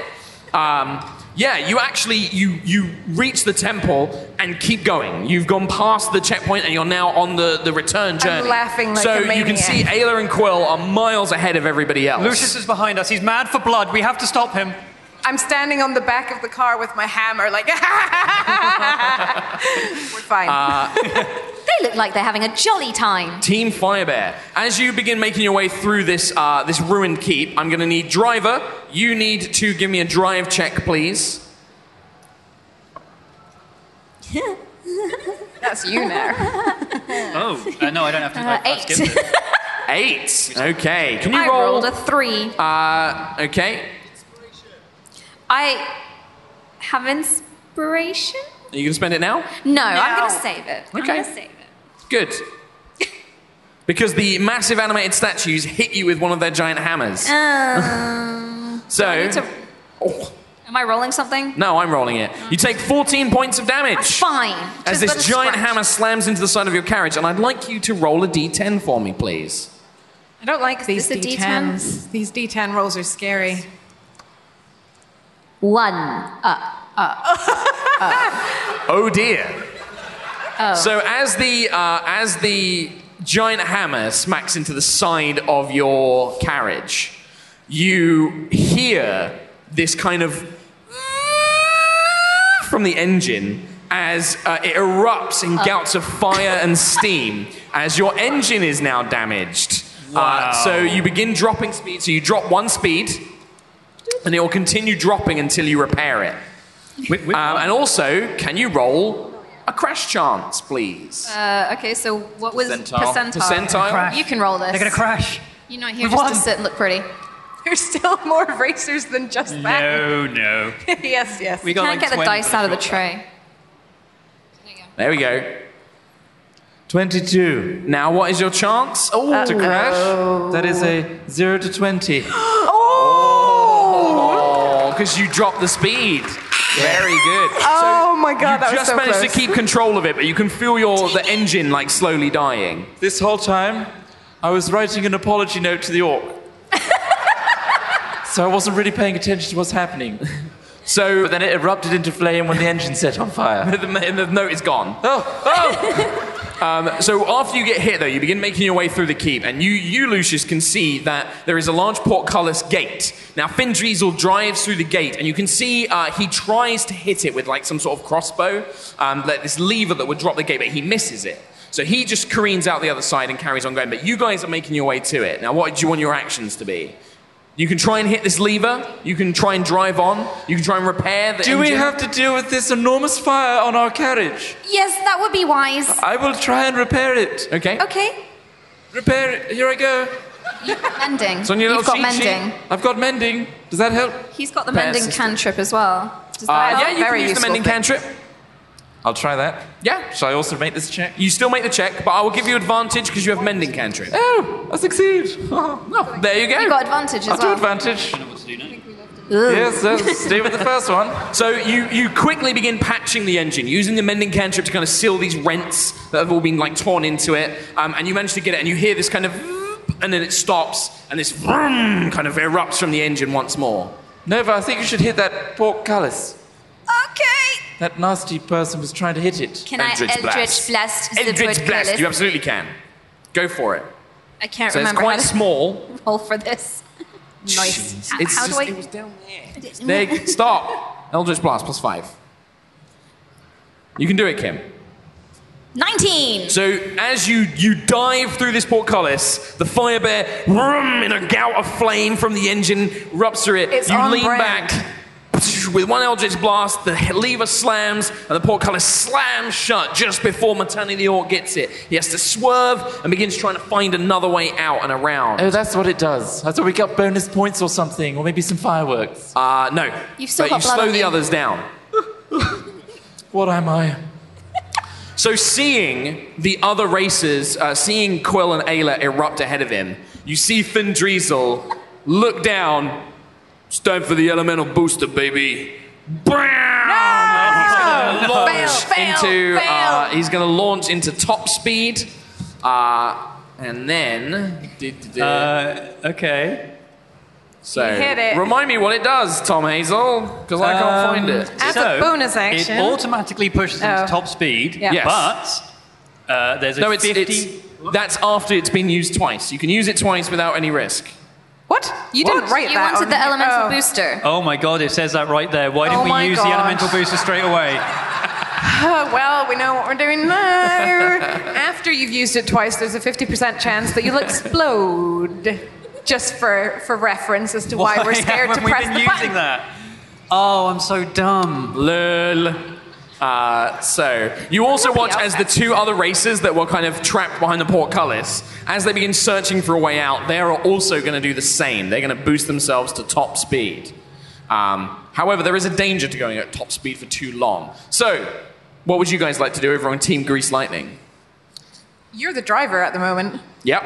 [SPEAKER 9] Um, yeah, you actually you you reach the temple and keep going. You've gone past the checkpoint and you're now on the, the return journey.
[SPEAKER 5] laughing like
[SPEAKER 9] so
[SPEAKER 5] a
[SPEAKER 9] you can
[SPEAKER 5] maniac.
[SPEAKER 9] see Ayla and Quill are miles ahead of everybody else.
[SPEAKER 1] Lucius is behind us. He's mad for blood. We have to stop him.
[SPEAKER 5] I'm standing on the back of the car with my hammer, like, we're fine.
[SPEAKER 9] Uh,
[SPEAKER 6] They look like they're having a jolly time.
[SPEAKER 9] Team Firebear. As you begin making your way through this uh, this ruined keep, I'm going to need driver. You need to give me a drive check, please.
[SPEAKER 5] That's you now.
[SPEAKER 1] Oh, uh, no, I don't have to.
[SPEAKER 6] Uh,
[SPEAKER 1] I- I
[SPEAKER 6] eight.
[SPEAKER 1] skipped it.
[SPEAKER 9] Eight. Okay. Can you
[SPEAKER 6] I
[SPEAKER 9] roll?
[SPEAKER 6] rolled a three.
[SPEAKER 9] uh, okay.
[SPEAKER 6] I have inspiration.
[SPEAKER 9] Are you going to spend it now?
[SPEAKER 6] No, I'm
[SPEAKER 5] No.
[SPEAKER 6] gonna save it. I'm
[SPEAKER 9] Okay.
[SPEAKER 6] gonna save it.
[SPEAKER 9] Good. Because the massive animated statues hit you with one of their giant hammers.
[SPEAKER 6] Um,
[SPEAKER 9] so,
[SPEAKER 6] Uh, I need to-
[SPEAKER 9] Oh,
[SPEAKER 6] am I rolling something?
[SPEAKER 9] no, I'm rolling it. You take 14 points of damage
[SPEAKER 6] Fine.
[SPEAKER 9] as
[SPEAKER 6] Just
[SPEAKER 9] this
[SPEAKER 6] got a
[SPEAKER 9] giant
[SPEAKER 6] scratch.
[SPEAKER 9] hammer slams into the side of your carriage, and I'd like you to roll a d10 for me, please.
[SPEAKER 5] I don't like these
[SPEAKER 6] this a
[SPEAKER 5] D10s. These D10 rolls are scary.
[SPEAKER 6] One up.
[SPEAKER 9] Oh dear. So as the uh, as the giant hammer smacks into the side of your carriage, you hear this kind of from the engine as uh, it erupts in gouts of fire and steam as your engine is now damaged. Uh, so you begin dropping speed. So you drop one speed, and it will continue dropping until you repair it.
[SPEAKER 1] Wait, wait.
[SPEAKER 9] Um, and also, can you roll a crash chance, please?
[SPEAKER 6] Uh, okay, so what was
[SPEAKER 2] Percentile.
[SPEAKER 6] percentile?
[SPEAKER 9] Percentile.
[SPEAKER 1] Crash.
[SPEAKER 6] You can roll this.
[SPEAKER 1] They're gonna crash.
[SPEAKER 6] You're not here
[SPEAKER 1] We've
[SPEAKER 6] just
[SPEAKER 1] won.
[SPEAKER 6] to sit and look pretty.
[SPEAKER 5] There's still more racers than just that.
[SPEAKER 1] No, no.
[SPEAKER 5] yes, yes.
[SPEAKER 1] We got
[SPEAKER 6] Can't
[SPEAKER 1] like
[SPEAKER 6] get the
[SPEAKER 1] 20
[SPEAKER 6] dice out of the
[SPEAKER 1] shot.
[SPEAKER 6] tray. There you go.
[SPEAKER 9] There we go.
[SPEAKER 2] 22.
[SPEAKER 9] Now, what is your chance? Oh,
[SPEAKER 5] Uh,
[SPEAKER 2] to crash? That is a 0 to 20.
[SPEAKER 9] because Oh, you dropped the speed. Very good.
[SPEAKER 5] oh my god,
[SPEAKER 9] you
[SPEAKER 5] that was
[SPEAKER 9] just
[SPEAKER 5] so
[SPEAKER 9] managed
[SPEAKER 5] close.
[SPEAKER 9] to keep control of it, but you can feel your the engine like slowly dying.
[SPEAKER 3] This whole time, I was writing an apology note to the orc. so I wasn't really paying attention to what's happening.
[SPEAKER 9] So
[SPEAKER 2] But then it erupted into flame when the engine set on fire.
[SPEAKER 9] the, the note is gone.
[SPEAKER 3] Oh, oh!
[SPEAKER 9] So after you get hit, though, you begin making your way through the keep, and you, you Lucius, can see that there is a large portcullis gate. Now, Finn Driesel drives through the gate, and you can see uh, he tries to hit it with like some sort of crossbow, um, like this lever that would drop the gate, but he misses it. So he just careens out the other side and carries on going. But you guys are making your way to it. Now, what do you want your actions to be? You can try and hit this lever. You can try and drive on. You can try and repair the.
[SPEAKER 3] Do we
[SPEAKER 9] engine.
[SPEAKER 3] have to deal with this enormous fire on our carriage?
[SPEAKER 6] Yes, that would be wise.
[SPEAKER 3] I will try and repair it.
[SPEAKER 9] Okay.
[SPEAKER 6] Okay.
[SPEAKER 3] Repair it. Here I go.
[SPEAKER 6] Mending.
[SPEAKER 9] on your
[SPEAKER 6] You've
[SPEAKER 9] little
[SPEAKER 6] got
[SPEAKER 9] cheat sheet.
[SPEAKER 6] mending.
[SPEAKER 3] I've got mending. Does that help?
[SPEAKER 6] He's got the
[SPEAKER 9] Repair
[SPEAKER 6] mending
[SPEAKER 9] system.
[SPEAKER 6] cantrip as well. Does
[SPEAKER 9] Uh,
[SPEAKER 6] that
[SPEAKER 9] yeah, you can
[SPEAKER 5] very
[SPEAKER 9] use the
[SPEAKER 5] useful
[SPEAKER 9] mending
[SPEAKER 5] thing.
[SPEAKER 9] cantrip.
[SPEAKER 2] I'll try that.
[SPEAKER 9] Yeah.
[SPEAKER 2] Shall I also make this check?
[SPEAKER 9] You still make the check, but I will give you advantage because you have mending cantrip.
[SPEAKER 3] Oh, I succeed.
[SPEAKER 9] There you go.
[SPEAKER 6] you got advantage as
[SPEAKER 3] I'll do
[SPEAKER 6] well.
[SPEAKER 3] advantage.
[SPEAKER 1] do you know?
[SPEAKER 3] Yes, let's stay with the first one.
[SPEAKER 9] So you, you quickly begin patching the engine, using the mending cantrip to kind of seal these rents that have all been like torn into it. Um, and you manage to get it, and you hear this kind of, vroom, and then it stops, and this vroom kind of erupts from the engine once more.
[SPEAKER 3] Nova, I think you should hit that portcullis.
[SPEAKER 6] Okay.
[SPEAKER 3] That nasty person was trying to hit it.
[SPEAKER 6] Can I Eldritch Blast, the
[SPEAKER 9] Eldritch
[SPEAKER 6] Bird
[SPEAKER 9] blast.
[SPEAKER 6] Colours?
[SPEAKER 9] You absolutely can. Go for it.
[SPEAKER 6] I can't
[SPEAKER 9] So it's
[SPEAKER 6] remember
[SPEAKER 9] quite
[SPEAKER 6] how to
[SPEAKER 9] small.
[SPEAKER 6] roll for this. nice. H-
[SPEAKER 9] It's
[SPEAKER 6] how
[SPEAKER 9] just-
[SPEAKER 6] do I...
[SPEAKER 9] it was They stop. Eldritch blast plus five. You can do it, Kim.
[SPEAKER 6] 19!
[SPEAKER 9] So as you you dive through this portcullis, the fire bear vroom, in a gout of flame from the engine erupts through it.
[SPEAKER 5] It's
[SPEAKER 9] you
[SPEAKER 5] on
[SPEAKER 9] lean
[SPEAKER 5] brand.
[SPEAKER 9] back. With one eldritch blast, the he- lever slams and the portcullis slams shut just before Matani the Orc gets it. He has to swerve and begins trying to find another way out and around.
[SPEAKER 2] Oh, that's what it does. I thought we got bonus points or something, or maybe some fireworks.
[SPEAKER 9] Uh, no.
[SPEAKER 6] You've still
[SPEAKER 9] but
[SPEAKER 6] got
[SPEAKER 9] you
[SPEAKER 6] blood
[SPEAKER 9] slow
[SPEAKER 6] on
[SPEAKER 9] the
[SPEAKER 6] you.
[SPEAKER 9] others down.
[SPEAKER 2] What am I?
[SPEAKER 9] So seeing the other races, uh, seeing Quill and Ayla erupt ahead of him, you see Finn Driesel look down. It's time for the elemental booster, baby. Bam!
[SPEAKER 5] No! Fail,
[SPEAKER 9] Launch
[SPEAKER 5] fail,
[SPEAKER 9] into, Uh,
[SPEAKER 5] fail.
[SPEAKER 9] he's going to launch into top speed, uh, and then.
[SPEAKER 1] Uh, okay.
[SPEAKER 9] so
[SPEAKER 5] hit it.
[SPEAKER 9] remind me what it does, Tom Hazel, because I can't find it.
[SPEAKER 5] As a bonus action-
[SPEAKER 1] It automatically pushes them
[SPEAKER 5] Oh.
[SPEAKER 1] to top speed,
[SPEAKER 5] Yeah.
[SPEAKER 9] Yes.
[SPEAKER 1] but uh, there's a
[SPEAKER 9] No, it's,
[SPEAKER 1] 50.
[SPEAKER 9] it's that's after it's been used twice. You can use it twice without any risk.
[SPEAKER 5] What? You didn't write
[SPEAKER 6] you
[SPEAKER 5] that.
[SPEAKER 6] wanted
[SPEAKER 5] on
[SPEAKER 6] the
[SPEAKER 5] here.
[SPEAKER 6] elemental
[SPEAKER 5] Oh.
[SPEAKER 6] booster.
[SPEAKER 1] Oh my god, it says that right there. Why didn't
[SPEAKER 5] Oh my
[SPEAKER 1] we use the
[SPEAKER 5] God.
[SPEAKER 1] elemental booster straight away?
[SPEAKER 5] Oh, well, we know what we're doing now. After you've used it twice, there's a 50% chance that you'll explode. Just for, for reference as to why, we're scared to
[SPEAKER 1] haven't we
[SPEAKER 5] press
[SPEAKER 1] been
[SPEAKER 5] the
[SPEAKER 1] using
[SPEAKER 5] button.
[SPEAKER 1] that? Oh, I'm so dumb.
[SPEAKER 9] Lol. Uh, so you also watch as the two other racers that were kind of trapped behind the portcullis, as they begin searching for a way out, they are also going to do the same. They're going to boost themselves to top speed. Um, however, there is a danger to going at top speed for too long. So, what would you guys like to do over on Team Grease Lightning?
[SPEAKER 5] You're the driver at the moment.
[SPEAKER 9] Yep.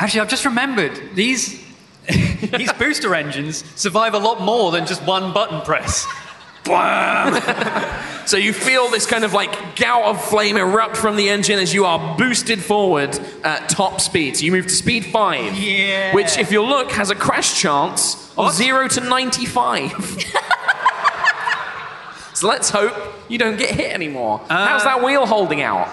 [SPEAKER 1] Actually, I've just remembered these these booster engines survive a lot more than just one button press.
[SPEAKER 9] So you feel this kind of like gout of flame erupt from the engine as you are boosted forward at top speed. So you move to speed five,
[SPEAKER 1] Yeah.
[SPEAKER 9] which, if you look, has a crash chance of zero to ninety-five. so let's hope you don't get hit anymore. How's that wheel holding out?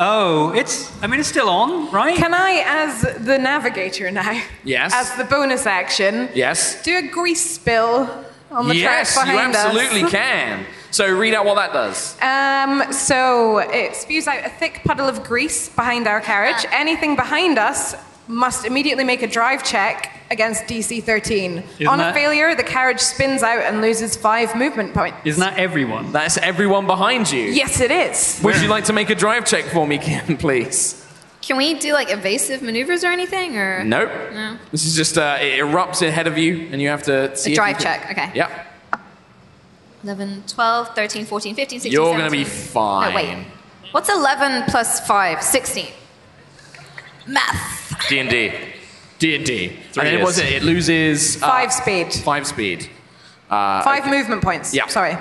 [SPEAKER 1] Oh, it's I mean it's still on, right?
[SPEAKER 5] Can I, as the navigator now,
[SPEAKER 9] Yes.
[SPEAKER 5] as the bonus action,
[SPEAKER 9] Yes.
[SPEAKER 5] do a grease spill on the
[SPEAKER 9] yes,
[SPEAKER 5] track
[SPEAKER 9] you
[SPEAKER 5] behind us?
[SPEAKER 9] absolutely can. So read out what that does.
[SPEAKER 5] Um, so it spews out a thick puddle of grease behind our carriage. Anything behind us must immediately make a drive check against DC 13. On a
[SPEAKER 1] that-
[SPEAKER 5] failure, the carriage spins out and loses five movement points.
[SPEAKER 1] Isn't that everyone?
[SPEAKER 9] That's everyone behind you.
[SPEAKER 5] Yes, it is.
[SPEAKER 9] Would you like to make a drive check for me, Kim, please?
[SPEAKER 6] Can we do like evasive maneuvers or anything? Or
[SPEAKER 9] Nope.
[SPEAKER 6] No.
[SPEAKER 9] This is just uh, it erupts ahead of you, and you have to
[SPEAKER 6] A
[SPEAKER 9] see if
[SPEAKER 6] drive
[SPEAKER 9] you can-
[SPEAKER 6] check, okay.
[SPEAKER 9] Yep.
[SPEAKER 6] 11, 12, 13, 14, 15, 16,
[SPEAKER 9] You're gonna be
[SPEAKER 6] 17.
[SPEAKER 9] fine.
[SPEAKER 6] No, wait. What's 11 plus 5? 16. Math.
[SPEAKER 2] D and D.
[SPEAKER 9] D and D.
[SPEAKER 2] Three
[SPEAKER 9] And then
[SPEAKER 2] years.
[SPEAKER 9] was it? It loses uh,
[SPEAKER 5] Five speed.
[SPEAKER 9] Five speed.
[SPEAKER 5] Five movement points.
[SPEAKER 9] Yeah.
[SPEAKER 5] Sorry.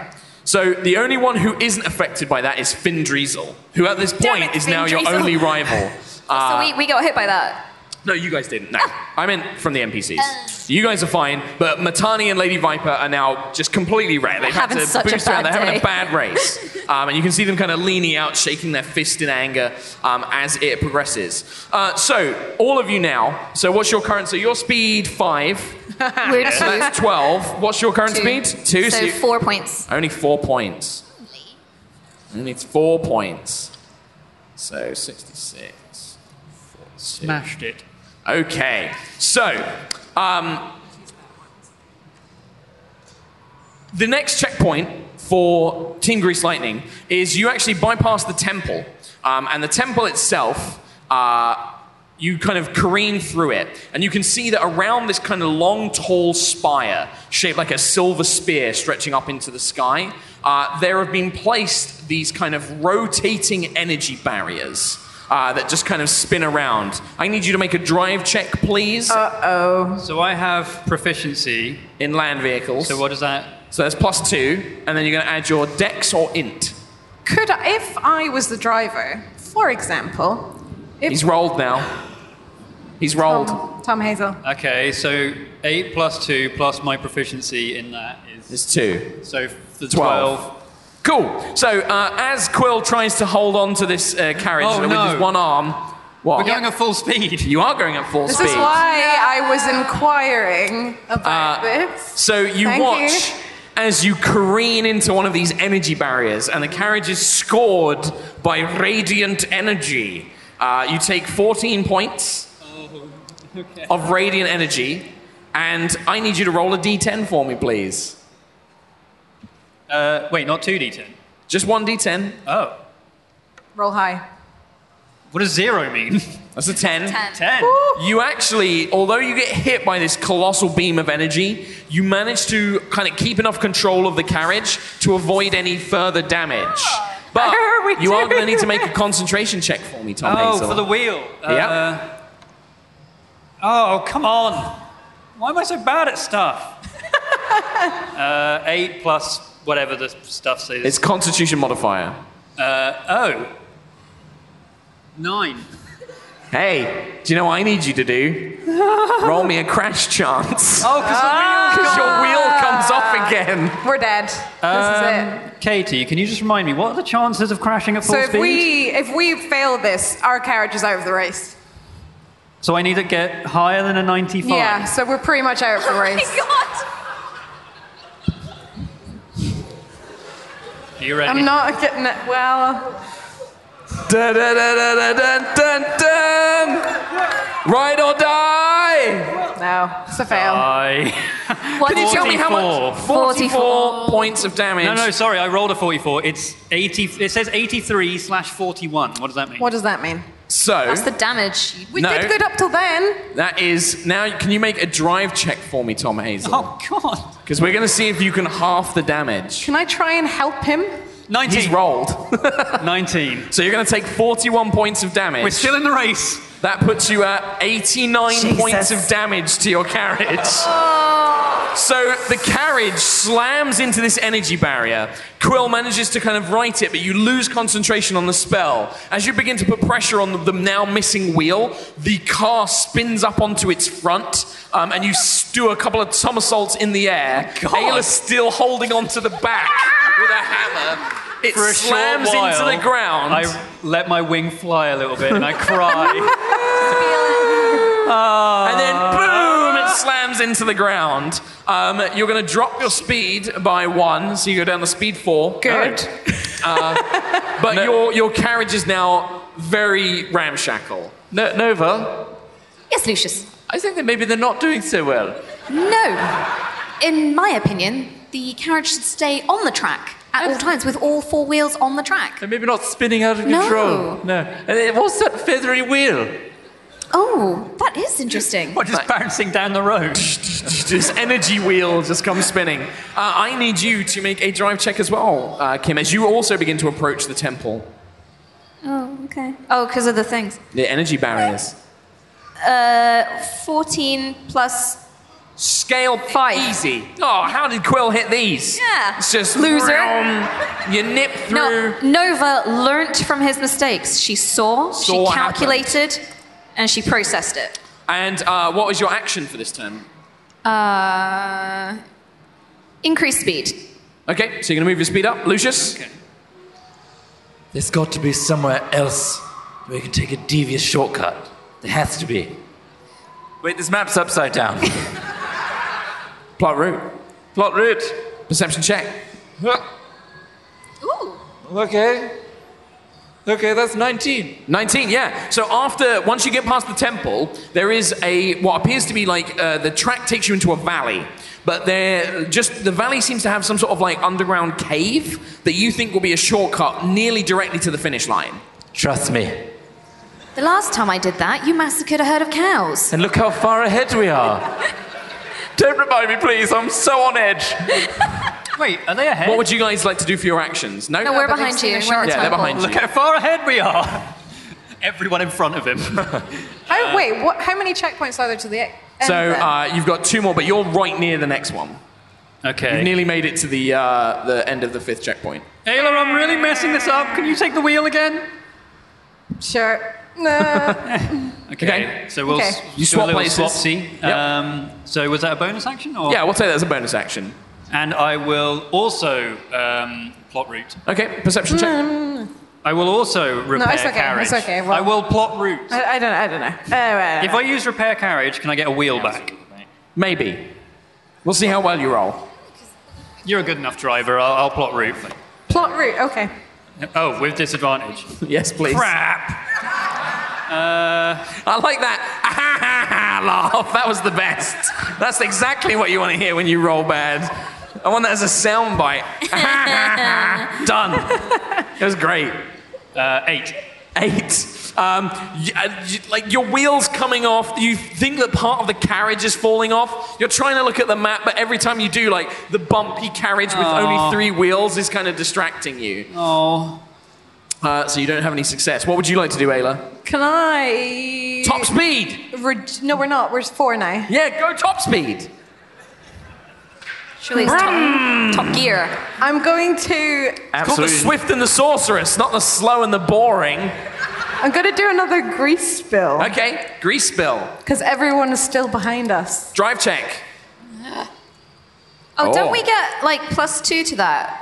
[SPEAKER 9] So the only one who isn't affected by that is Finn Driesel, who at this
[SPEAKER 6] Damn
[SPEAKER 9] point
[SPEAKER 6] it,
[SPEAKER 9] is
[SPEAKER 6] Finn
[SPEAKER 9] now your
[SPEAKER 6] Driesel.
[SPEAKER 9] only rival. Uh,
[SPEAKER 6] so we, we got hit by that.
[SPEAKER 9] No, you guys didn't. No, I meant from the NPCs. You guys are fine, but Matani and Lady Viper are now just completely wrecked. They've had
[SPEAKER 6] having
[SPEAKER 9] to
[SPEAKER 6] such a
[SPEAKER 9] boost around. They're
[SPEAKER 6] bad
[SPEAKER 9] having a
[SPEAKER 6] day.
[SPEAKER 9] bad race, um, and you can see them kind of leaning out, shaking their fist in anger um, as it progresses. Uh, so, all of you now. So, what's your current? So, your speed five.
[SPEAKER 6] We're
[SPEAKER 9] So that's twelve. What's your current
[SPEAKER 6] two.
[SPEAKER 9] speed? Two.
[SPEAKER 6] So
[SPEAKER 9] you-
[SPEAKER 6] four points.
[SPEAKER 9] only four points. Only four points. So sixty-six.
[SPEAKER 1] Smashed it.
[SPEAKER 9] Okay, so um, the next checkpoint for Team Grease Lightning is you actually bypass the temple, um, and the temple itself. Uh, you kind of careen through it, and you can see that around this kind of long, tall spire, shaped like a silver spear stretching up into the sky, uh, there have been placed these kind of rotating energy barriers. uh, that just kind of spin around. I need you to make a drive check, please,
[SPEAKER 1] So I have proficiency.
[SPEAKER 9] in land vehicles.
[SPEAKER 1] So what is that?
[SPEAKER 9] So that's plus two, and then you're going to add your dex or int.
[SPEAKER 5] Could I, if I was the driver, for example, if
[SPEAKER 9] He's rolled now. He's rolled.
[SPEAKER 5] Tom, Tom Hazel,
[SPEAKER 1] Okay, so eight plus two plus my proficiency in that is
[SPEAKER 9] It's two.
[SPEAKER 1] so the
[SPEAKER 9] Twelve.
[SPEAKER 1] twelve.
[SPEAKER 9] Cool. So uh, as Quill tries to hold on to this uh, carriage
[SPEAKER 1] Oh,
[SPEAKER 9] with
[SPEAKER 1] no.
[SPEAKER 9] his one arm, what?
[SPEAKER 1] We're going at full speed.
[SPEAKER 9] you are going at full
[SPEAKER 5] this
[SPEAKER 9] speed.
[SPEAKER 5] is why I was inquiring about
[SPEAKER 9] Uh,
[SPEAKER 5] this.
[SPEAKER 9] So you
[SPEAKER 5] Thank
[SPEAKER 9] watch
[SPEAKER 5] you.
[SPEAKER 9] as you careen into one of these energy barriers, and the carriage is scored by radiant energy. Uh, you take 14 points
[SPEAKER 1] Oh,
[SPEAKER 9] of radiant energy, and I need you to roll a d10 for me, please.
[SPEAKER 1] Uh, wait, not two d10.
[SPEAKER 9] Just one d10.
[SPEAKER 1] Oh,
[SPEAKER 5] Roll high.
[SPEAKER 1] what does zero mean?
[SPEAKER 9] That's a 10.
[SPEAKER 6] Ten.
[SPEAKER 1] Ten. Oh,
[SPEAKER 9] You actually, although you get hit by this colossal beam of energy, you manage to kind of keep enough control of the carriage to avoid any further damage. But
[SPEAKER 5] How are we
[SPEAKER 9] you are going to
[SPEAKER 5] doing
[SPEAKER 9] need to make a concentration check for me, Tom
[SPEAKER 1] Oh,
[SPEAKER 9] Hazel.
[SPEAKER 1] for the wheel.
[SPEAKER 9] Yep.
[SPEAKER 1] oh, come on. Why am I so bad at stuff? uh, eight plus whatever the stuff says.
[SPEAKER 9] it's Constitution modifier.
[SPEAKER 1] uh, oh. Nine.
[SPEAKER 9] Hey, do you know what I need you to do? Roll me a crash chance.
[SPEAKER 1] Oh, because
[SPEAKER 9] Because your wheel comes off again.
[SPEAKER 5] We're dead. this
[SPEAKER 9] Um,
[SPEAKER 5] is it.
[SPEAKER 1] Um, Katie, can you just remind me, what are the chances of crashing at full
[SPEAKER 5] So if
[SPEAKER 1] speed?
[SPEAKER 5] we if we fail this, our carriage is out of the race.
[SPEAKER 1] So I need to get higher than a 95.
[SPEAKER 5] Yeah, so we're pretty much out of the
[SPEAKER 6] Oh my
[SPEAKER 5] race.
[SPEAKER 6] god!
[SPEAKER 1] Are you ready?
[SPEAKER 5] I'm not getting it. Well,
[SPEAKER 9] Dun, dun, dun, dun, dun, dun, dun. Ride or die!
[SPEAKER 5] no, it's a fail.
[SPEAKER 9] Uh,
[SPEAKER 1] I...
[SPEAKER 6] What
[SPEAKER 9] Can you tell me how much?
[SPEAKER 6] 44.
[SPEAKER 9] 44 points of damage.
[SPEAKER 1] No, no, sorry, I rolled a 44. It's 80. It says 83 slash 41. What does that mean?
[SPEAKER 5] what does that mean?
[SPEAKER 9] So.
[SPEAKER 6] That's the damage. You-
[SPEAKER 5] We
[SPEAKER 9] No.
[SPEAKER 5] did good up till then.
[SPEAKER 9] That is now. Can you make a drive check for me, Tom Hazel?
[SPEAKER 1] Oh, God.
[SPEAKER 9] Because we're going to see if you can half the damage.
[SPEAKER 5] Can I try and help him?
[SPEAKER 1] 19.
[SPEAKER 9] He's rolled,
[SPEAKER 1] 19.
[SPEAKER 9] so you're going to take 41 points of damage.
[SPEAKER 1] We're still in the race.
[SPEAKER 9] that puts you at 89 points of damage to your carriage.
[SPEAKER 1] Oh.
[SPEAKER 9] So the carriage slams into this energy barrier. Quill manages to kind of right it, but you lose concentration on the spell. As you begin to put pressure on the, the now missing wheel, the car spins up onto its front, um, and you s- do a couple of somersaults in the air. Ayla's still holding onto the back with a hammer. It
[SPEAKER 1] For a
[SPEAKER 9] slams
[SPEAKER 1] short while,
[SPEAKER 9] into the ground.
[SPEAKER 1] I let my wing fly a little bit and I cry. Ah,
[SPEAKER 9] and then
[SPEAKER 6] Ah.
[SPEAKER 9] boom, it slams into the ground. Um, you're going to drop your speed by one, so you go down to speed four.
[SPEAKER 5] Good.
[SPEAKER 9] But your your carriage is now very ramshackle.
[SPEAKER 2] No, Nova,
[SPEAKER 6] Yes, Lucius.
[SPEAKER 2] I think that maybe they're not doing so well.
[SPEAKER 6] No. In my opinion, the carriage should stay on the track at all times with all four wheels on the track.
[SPEAKER 2] They're maybe not spinning out of
[SPEAKER 6] No.
[SPEAKER 2] control. No. And it was that feathery wheel.
[SPEAKER 6] Oh, that is interesting.
[SPEAKER 1] We're just bouncing down the road.
[SPEAKER 9] this energy wheel just comes spinning. Uh, I need you to make a drive check as well, uh, Kim, as you also begin to approach the temple,
[SPEAKER 6] Oh, okay. Oh, because of the things.
[SPEAKER 9] the energy barriers.
[SPEAKER 6] Uh, 14 plus.
[SPEAKER 9] Scale
[SPEAKER 6] Five.
[SPEAKER 9] easy. Oh, how did Quill hit these?
[SPEAKER 6] Yeah.
[SPEAKER 9] It's just
[SPEAKER 6] Loser.
[SPEAKER 9] vroom. You nip through.
[SPEAKER 6] No, Nova learnt from his mistakes. She saw,
[SPEAKER 9] Saw what
[SPEAKER 6] she
[SPEAKER 9] happened.
[SPEAKER 6] calculated, and she processed it.
[SPEAKER 9] And uh, what was your action for this turn?
[SPEAKER 6] Uh, increased speed.
[SPEAKER 9] Okay, so you're gonna move your speed up, Lucius.
[SPEAKER 8] There's got to be somewhere else where we can take a devious shortcut. There has to be.
[SPEAKER 2] Wait, this map's upside down.
[SPEAKER 9] Plot route.
[SPEAKER 2] Plot route.
[SPEAKER 9] Perception check.
[SPEAKER 6] Ooh.
[SPEAKER 3] Okay. Okay, that's 19.
[SPEAKER 9] 19, yeah. So after, once you get past the temple, there is a, what appears to be like, uh, the track takes you into a valley. But there, just, the valley seems to have some sort of like underground cave that you think will be a shortcut nearly directly to the finish line.
[SPEAKER 8] Trust me.
[SPEAKER 6] The last time I did that, you massacred a herd of cows.
[SPEAKER 8] And look how far ahead we are.
[SPEAKER 2] Don't remind me, please. I'm so on edge.
[SPEAKER 1] Wait, are they ahead?
[SPEAKER 9] What would you guys like to do for your actions? No?
[SPEAKER 6] No, we're
[SPEAKER 5] but they've
[SPEAKER 6] behind
[SPEAKER 5] seen
[SPEAKER 6] you.
[SPEAKER 5] the
[SPEAKER 6] We're at
[SPEAKER 9] yeah, they're
[SPEAKER 6] temple.
[SPEAKER 9] behind you.
[SPEAKER 1] Look how far ahead we are. everyone in front of him.
[SPEAKER 5] How, wait, what, how many checkpoints are there to the e- end?
[SPEAKER 9] Uh, So
[SPEAKER 5] then?
[SPEAKER 9] uh, you've got two more, but you're right near the next one.
[SPEAKER 1] okay.
[SPEAKER 9] You've nearly made it to the uh, the end of the fifth checkpoint.
[SPEAKER 1] Ayla, I'm really messing this up. Can you take the wheel again?
[SPEAKER 5] sure. No.
[SPEAKER 1] Okay.
[SPEAKER 9] Okay.
[SPEAKER 1] So we'll
[SPEAKER 5] Okay.
[SPEAKER 1] s-
[SPEAKER 9] You
[SPEAKER 1] do
[SPEAKER 9] swap
[SPEAKER 1] a little
[SPEAKER 9] places.
[SPEAKER 1] swap see.
[SPEAKER 9] Yep.
[SPEAKER 1] Um, so was that a bonus action? Or?
[SPEAKER 9] Yeah, we'll say that's a bonus action.
[SPEAKER 1] And I will also um, plot route.
[SPEAKER 9] Okay, perception check.
[SPEAKER 1] I will also repair
[SPEAKER 5] it's okay,
[SPEAKER 1] carriage.
[SPEAKER 5] it's okay, well-
[SPEAKER 1] I will plot route.
[SPEAKER 5] I, I don't know. I don't know. Uh,
[SPEAKER 1] If I use repair carriage, can I get a wheel back?
[SPEAKER 9] Maybe. We'll see how well you roll.
[SPEAKER 1] You're a good enough driver. I'll, I'll plot route.
[SPEAKER 5] Plot route, okay.
[SPEAKER 1] Oh, with disadvantage.
[SPEAKER 9] Yes, please. Uh,
[SPEAKER 1] Crap.
[SPEAKER 9] I like that laugh. That was the best. That's exactly what you want to hear when you roll bad. I want that as a sound bite. Done. It was great.
[SPEAKER 1] Uh, eight.
[SPEAKER 9] Eight. Um, y- uh, y- like your wheels coming off. You think that part of the carriage is falling off. You're trying to look at the map, but every time you do, like the bumpy carriage with only three wheels is kind of distracting you.
[SPEAKER 1] Oh.
[SPEAKER 9] Uh, so you don't have any success. What would you like to do, Ayla?
[SPEAKER 5] Can I.
[SPEAKER 9] Top speed.
[SPEAKER 5] Re- no, we're not. We're four now.
[SPEAKER 9] Yeah, go top speed.
[SPEAKER 6] Surely it's
[SPEAKER 5] Mm.
[SPEAKER 6] top, top gear.
[SPEAKER 5] I'm going to.
[SPEAKER 9] It's called the swift and the sorceress, not the slow and the boring.
[SPEAKER 5] I'm going to do another grease spill
[SPEAKER 9] Okay, grease spill.
[SPEAKER 5] because everyone is still behind us.
[SPEAKER 9] Drive check.
[SPEAKER 6] Oh,
[SPEAKER 9] Oh.
[SPEAKER 6] don't we get like plus two to that?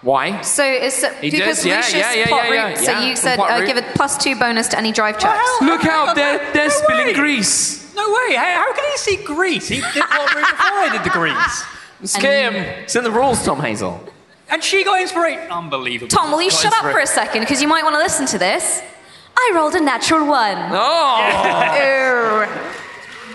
[SPEAKER 9] Why?
[SPEAKER 6] So it's
[SPEAKER 9] He
[SPEAKER 6] because
[SPEAKER 9] does, yeah,
[SPEAKER 6] Lucius
[SPEAKER 9] yeah, yeah,
[SPEAKER 6] plot
[SPEAKER 9] yeah, yeah,
[SPEAKER 6] route.
[SPEAKER 9] yeah,
[SPEAKER 6] So you
[SPEAKER 9] from
[SPEAKER 6] said
[SPEAKER 9] plot
[SPEAKER 6] uh,
[SPEAKER 9] route.
[SPEAKER 6] give a plus two bonus to any drive checks.
[SPEAKER 9] Look out, they're, they're spilling grease.
[SPEAKER 1] No way. How, how can he see grease? He did plot route before I did the grease.
[SPEAKER 9] Skim. It's in the rules, Tom Hazel.
[SPEAKER 1] And she got inspiration. Unbelievable.
[SPEAKER 6] Tom, will you shut up for a second? Because you might want to listen to this. I rolled a natural one.
[SPEAKER 9] Oh!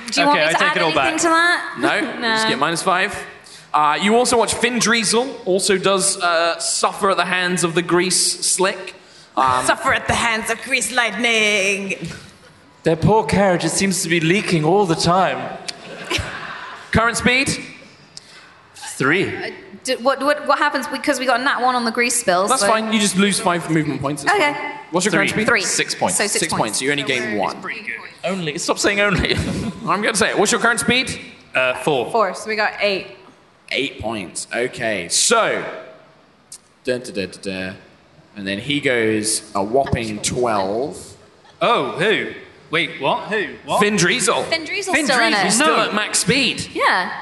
[SPEAKER 5] Ew.
[SPEAKER 6] Do you want
[SPEAKER 1] Okay,
[SPEAKER 6] me
[SPEAKER 1] I
[SPEAKER 6] to
[SPEAKER 1] take
[SPEAKER 6] add
[SPEAKER 1] it all back.
[SPEAKER 6] anything to that?
[SPEAKER 9] No, just get minus five. Uh, you also watch Finn Driesel, also does uh, suffer at the hands of the grease slick.
[SPEAKER 5] Suffer at the hands of grease lightning.
[SPEAKER 8] Their poor carriage, it seems to be leaking all the time.
[SPEAKER 9] Current speed?
[SPEAKER 1] Three.
[SPEAKER 6] Do- Uh, what, what, what happens because we got a nat one on the grease spill?
[SPEAKER 9] That's
[SPEAKER 6] so-
[SPEAKER 9] fine, you just lose five movement points. It's
[SPEAKER 6] Okay.
[SPEAKER 9] fine. What's your current speed?
[SPEAKER 6] Three.
[SPEAKER 2] Six points.
[SPEAKER 6] So six,
[SPEAKER 9] Six points, you only gain one.
[SPEAKER 2] Only. Stop saying only.
[SPEAKER 9] I'm going to say it. What's your current speed?
[SPEAKER 1] Uh, four.
[SPEAKER 5] Four, so we got eight.
[SPEAKER 9] Eight points. Okay, so. Dun, dun, dun, dun, dun. And then he goes a whopping 12.
[SPEAKER 1] Oh, who? Wait, what? Who?
[SPEAKER 2] Oh.
[SPEAKER 1] What?
[SPEAKER 9] Finn Driesel.
[SPEAKER 6] Finn Driesel's still in
[SPEAKER 9] He's
[SPEAKER 6] it.
[SPEAKER 9] still at max speed.
[SPEAKER 6] Yeah.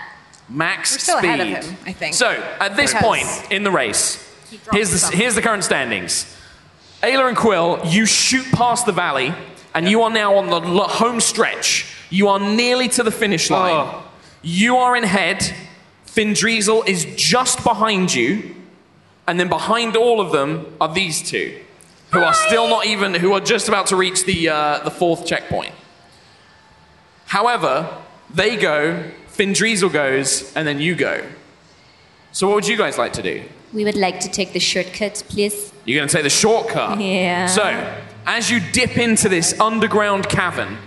[SPEAKER 9] Max
[SPEAKER 5] We're still
[SPEAKER 9] speed.
[SPEAKER 5] ahead of him, I think.
[SPEAKER 9] So, at this
[SPEAKER 5] Because-
[SPEAKER 9] point in the race,
[SPEAKER 6] dropped
[SPEAKER 9] here's the,
[SPEAKER 6] something.
[SPEAKER 9] here's the current standings. Ayla and Quill, you shoot past the valley, and you are now on the l- home stretch. You are nearly to the finish line.
[SPEAKER 1] Oh.
[SPEAKER 9] You are in head. Finn Driesel is just behind you, and then behind all of them are these two, who are still not even, who are just about to reach the, uh, the fourth checkpoint. However, they go, Finn Driesel goes, and then you go. So what would you guys like to do?
[SPEAKER 6] We would like to take the shortcut, please.
[SPEAKER 9] You're going to take the shortcut.
[SPEAKER 6] Yeah.
[SPEAKER 9] So, as you dip into this underground cavern,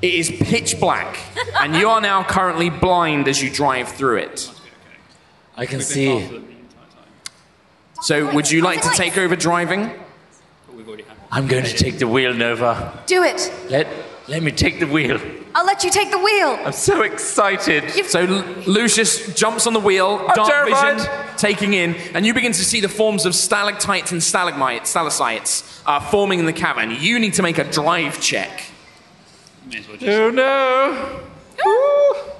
[SPEAKER 9] it is pitch black, and you are now currently blind as you drive through it.
[SPEAKER 8] I can see.
[SPEAKER 9] So, would you like to
[SPEAKER 6] Nice.
[SPEAKER 9] take over driving?
[SPEAKER 8] I'm going to take the wheel, Nova.
[SPEAKER 6] Do it.
[SPEAKER 8] Let, let me take the wheel.
[SPEAKER 6] I'll let you take the wheel.
[SPEAKER 8] I'm so excited.
[SPEAKER 9] So, Lu- Lucius jumps on the wheel, dark
[SPEAKER 8] terrified.
[SPEAKER 9] vision, taking in, and you begin to see the forms of stalactites and stalagmites, stalactites, uh, forming in the cavern. You need to make a drive check.
[SPEAKER 1] May as well just-
[SPEAKER 3] Oh no! Woo.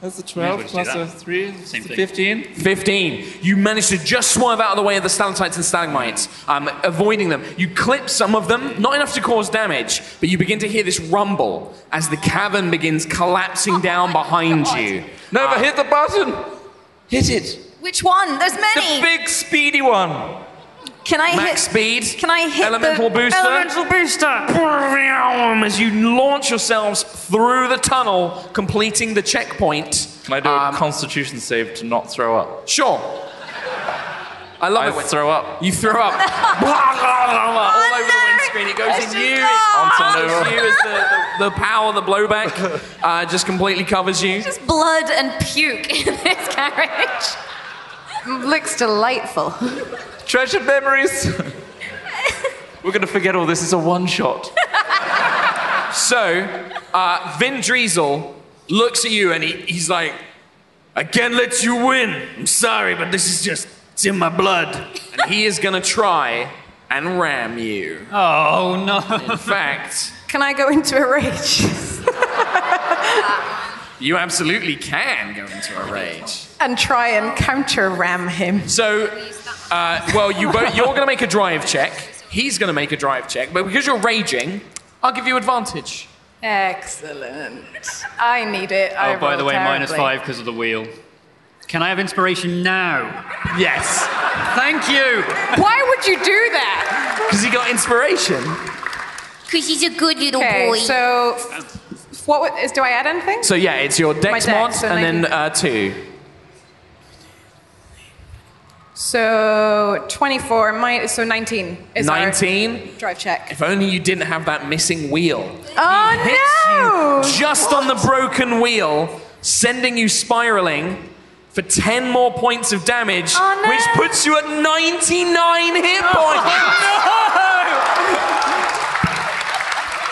[SPEAKER 3] That's a 12
[SPEAKER 1] just do
[SPEAKER 3] plus a
[SPEAKER 1] that.
[SPEAKER 3] 3,
[SPEAKER 1] Same thing.
[SPEAKER 3] 15.
[SPEAKER 9] 15. You manage to just swerve out of the way of the stalactites and stalagmites, um, avoiding them. You clip some of them, not enough to cause damage, but you begin to hear this rumble as the cavern begins collapsing down behind
[SPEAKER 6] Oh
[SPEAKER 9] you.
[SPEAKER 3] Nova, hit the button!
[SPEAKER 8] Hit it.
[SPEAKER 6] Which one? There's
[SPEAKER 3] The
[SPEAKER 6] many.
[SPEAKER 3] big speedy one!
[SPEAKER 6] Can I
[SPEAKER 9] Max
[SPEAKER 6] hit?
[SPEAKER 9] speed.
[SPEAKER 6] Can I hit
[SPEAKER 9] elemental
[SPEAKER 6] the
[SPEAKER 9] booster?
[SPEAKER 6] elemental
[SPEAKER 9] booster. As you launch yourselves through the tunnel, completing the checkpoint.
[SPEAKER 2] Can I do
[SPEAKER 6] Um,
[SPEAKER 2] a constitution save to not throw up?
[SPEAKER 9] Sure. I
[SPEAKER 6] Oh,
[SPEAKER 9] love
[SPEAKER 2] I
[SPEAKER 9] it when
[SPEAKER 2] throw up.
[SPEAKER 9] you throw up. Blah, blah, blah, blah, all over the windscreen. It goes in you.
[SPEAKER 2] Onto
[SPEAKER 9] covers
[SPEAKER 2] Nova.
[SPEAKER 9] you as the, the, the power, the blowback, uh, just completely covers you.
[SPEAKER 6] Just blood and puke in this carriage.
[SPEAKER 5] Looks delightful.
[SPEAKER 3] Treasured memories! We're gonna forget all this, it's a one shot.
[SPEAKER 9] So, uh, Vin Driesel looks at you and he, he's like, I can't let you win. I'm sorry, but this is just, it's in my blood. And he is going to try and ram you.
[SPEAKER 1] Oh no.
[SPEAKER 9] In fact,
[SPEAKER 5] Can I go into a rage?
[SPEAKER 9] you absolutely can go into a rage.
[SPEAKER 5] and try and counter ram him.
[SPEAKER 9] So, uh, well, you both, you're going to make a drive check. He's going to make a drive check. But because you're raging, I'll give you advantage.
[SPEAKER 5] Excellent. I need it. I
[SPEAKER 1] Oh, by the
[SPEAKER 5] rolled
[SPEAKER 1] way, minus
[SPEAKER 5] terribly.
[SPEAKER 1] five because of the wheel. Can I have inspiration now?
[SPEAKER 9] Yes.
[SPEAKER 1] Thank you.
[SPEAKER 5] Why would you do that?
[SPEAKER 9] Because he got inspiration.
[SPEAKER 6] Because he's a good little
[SPEAKER 5] Okay,
[SPEAKER 6] Oh, boy.
[SPEAKER 5] so what would- is? Do I add anything?
[SPEAKER 9] So yeah, it's your
[SPEAKER 5] dex,
[SPEAKER 9] dex, mod
[SPEAKER 5] so
[SPEAKER 9] and then
[SPEAKER 5] nineteen.
[SPEAKER 9] uh, two.
[SPEAKER 5] So 24, my, so 19 is our
[SPEAKER 9] 19.
[SPEAKER 5] drive check.
[SPEAKER 9] If only you didn't have that missing wheel.
[SPEAKER 5] Oh no!
[SPEAKER 9] Just on the broken wheel, sending you spiraling for 10 more points of damage,
[SPEAKER 5] Oh, no.
[SPEAKER 9] which puts you at 99 hit points.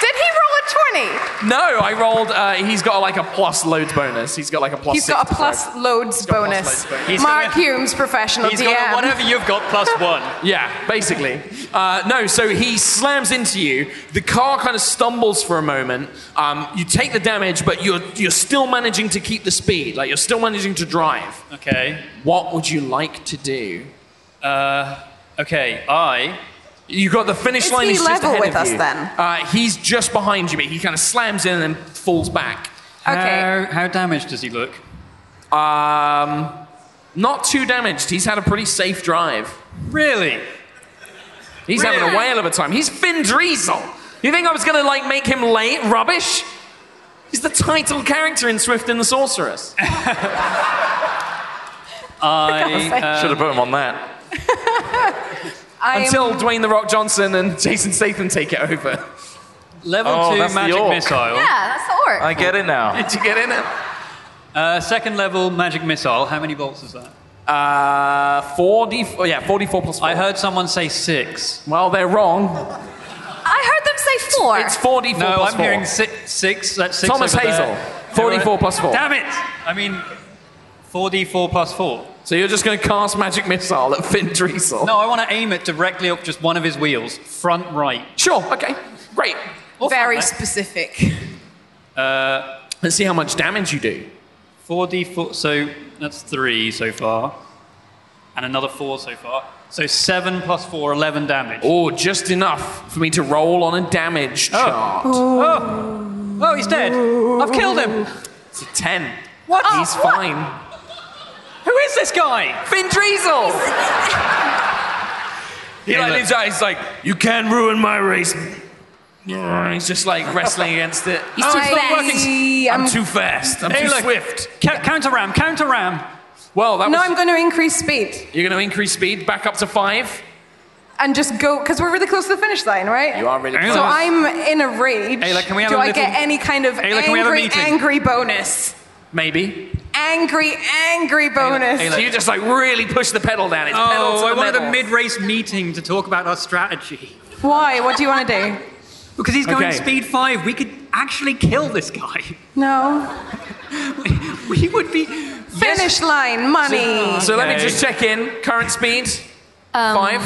[SPEAKER 5] Did he roll a 20?
[SPEAKER 9] No, I rolled. Uh, he's got like a plus loads bonus. He's got like a plus.
[SPEAKER 5] He's got a
[SPEAKER 9] six to
[SPEAKER 5] plus loads
[SPEAKER 9] got plus
[SPEAKER 5] bonus.
[SPEAKER 9] loads bonus.
[SPEAKER 1] He's
[SPEAKER 5] Mark
[SPEAKER 1] got a-
[SPEAKER 5] Humes, professional
[SPEAKER 1] He's
[SPEAKER 5] DM.
[SPEAKER 1] got a whatever you've got plus one.
[SPEAKER 9] throw. Yeah, basically. Uh, no, so he slams into you. The car kind of stumbles for a moment. Um, you take the damage, but you're you're still managing to keep the speed. Like you're still managing to drive.
[SPEAKER 1] Okay.
[SPEAKER 9] What would you like to do?
[SPEAKER 1] Uh, okay. I.
[SPEAKER 9] You got the finish
[SPEAKER 5] Is
[SPEAKER 9] line.
[SPEAKER 5] he
[SPEAKER 9] he's just
[SPEAKER 5] level
[SPEAKER 9] ahead
[SPEAKER 5] with
[SPEAKER 9] of
[SPEAKER 5] us
[SPEAKER 9] you.
[SPEAKER 5] then?
[SPEAKER 9] Uh, he's just behind you, but he kind of slams in and then falls back.
[SPEAKER 5] Okay.
[SPEAKER 1] How, how damaged does he look?
[SPEAKER 9] Um, not too damaged. He's had a pretty safe drive.
[SPEAKER 1] Really?
[SPEAKER 9] He's having a
[SPEAKER 1] Really?
[SPEAKER 9] whale of a time. He's Finn Driesel. You think I was gonna like make him late? Rubbish. He's the title character in Swift and the Sorceress.
[SPEAKER 1] I.
[SPEAKER 2] Should have put him on that.
[SPEAKER 5] I'm,
[SPEAKER 9] Until Dwayne the Rock Johnson and Jason Statham take it over.
[SPEAKER 1] Level
[SPEAKER 2] Oh,
[SPEAKER 1] two
[SPEAKER 2] that's the
[SPEAKER 1] magic
[SPEAKER 2] orc.
[SPEAKER 1] missile.
[SPEAKER 6] yeah, that's the orc.
[SPEAKER 8] I get it now.
[SPEAKER 9] Did you get in it?
[SPEAKER 1] Uh, second level magic missile. How many volts is that?
[SPEAKER 9] Uh, 40, oh, yeah, 44 plus 4.
[SPEAKER 1] I heard someone say six.
[SPEAKER 9] Well, they're wrong.
[SPEAKER 6] I heard them say four.
[SPEAKER 9] It's 44
[SPEAKER 1] No,
[SPEAKER 9] plus
[SPEAKER 1] I'm
[SPEAKER 9] 4.
[SPEAKER 1] hearing six. Six. That's six.
[SPEAKER 9] Thomas
[SPEAKER 1] over
[SPEAKER 9] Hazel,
[SPEAKER 1] there.
[SPEAKER 9] 44 plus 4.
[SPEAKER 1] Damn it! I mean, 4d4 plus four.
[SPEAKER 9] So you're just gonna cast Magic Missile at Finn Driesel?
[SPEAKER 1] No, I want to aim it directly up just one of his wheels, front right.
[SPEAKER 9] Sure, okay, great.
[SPEAKER 5] very
[SPEAKER 1] Okay.
[SPEAKER 5] specific.
[SPEAKER 9] Let's see how much damage you do.
[SPEAKER 1] 4d4, so that's three so far, and another four so far. So seven plus four, 11 damage. Oh,
[SPEAKER 9] Oh, just enough for me to roll on a damage chart.
[SPEAKER 1] Oh. he's dead. I've killed him.
[SPEAKER 9] It's a 10.
[SPEAKER 1] What? Oh,
[SPEAKER 9] He's
[SPEAKER 1] What?
[SPEAKER 9] fine.
[SPEAKER 1] Who is this guy?
[SPEAKER 9] Finn Driesel! he like,
[SPEAKER 1] look.
[SPEAKER 9] leans out, he's like, you can ruin my race. He's just like wrestling against it.
[SPEAKER 6] He's too fast.
[SPEAKER 9] I'm
[SPEAKER 5] I'm-
[SPEAKER 9] too fast. I'm
[SPEAKER 1] Hey,
[SPEAKER 9] too
[SPEAKER 1] look.
[SPEAKER 9] swift.
[SPEAKER 1] Ca- counter ram, counter ram.
[SPEAKER 9] Well, that
[SPEAKER 5] no,
[SPEAKER 9] was,
[SPEAKER 5] I'm going to increase speed
[SPEAKER 9] you're going to increase speed back up to five.
[SPEAKER 5] and just go because we're really close to the finish line, right?
[SPEAKER 9] You are really
[SPEAKER 1] Hang
[SPEAKER 9] close.
[SPEAKER 5] So I'm in a rage.
[SPEAKER 1] Ayla, can we have
[SPEAKER 5] Do
[SPEAKER 1] a
[SPEAKER 5] I
[SPEAKER 1] little-
[SPEAKER 5] get any kind of
[SPEAKER 1] Ayla, can we have a
[SPEAKER 5] angry,
[SPEAKER 1] meeting?
[SPEAKER 5] angry bonus?
[SPEAKER 9] Maybe.
[SPEAKER 5] Angry, angry bonus.
[SPEAKER 9] So you just like really push the pedal down. It's pedal to
[SPEAKER 1] Oh,
[SPEAKER 9] the
[SPEAKER 1] I wanted
[SPEAKER 9] metal.
[SPEAKER 1] a mid-race meeting to talk about our strategy.
[SPEAKER 5] Why? What do you want to do?
[SPEAKER 1] Because he's going
[SPEAKER 9] Okay.
[SPEAKER 1] speed five. We could actually kill this guy.
[SPEAKER 5] No.
[SPEAKER 1] we would be
[SPEAKER 5] Finish line, money.
[SPEAKER 9] So let me
[SPEAKER 1] Okay.
[SPEAKER 9] just check in. Current speed,
[SPEAKER 6] Um,
[SPEAKER 9] five.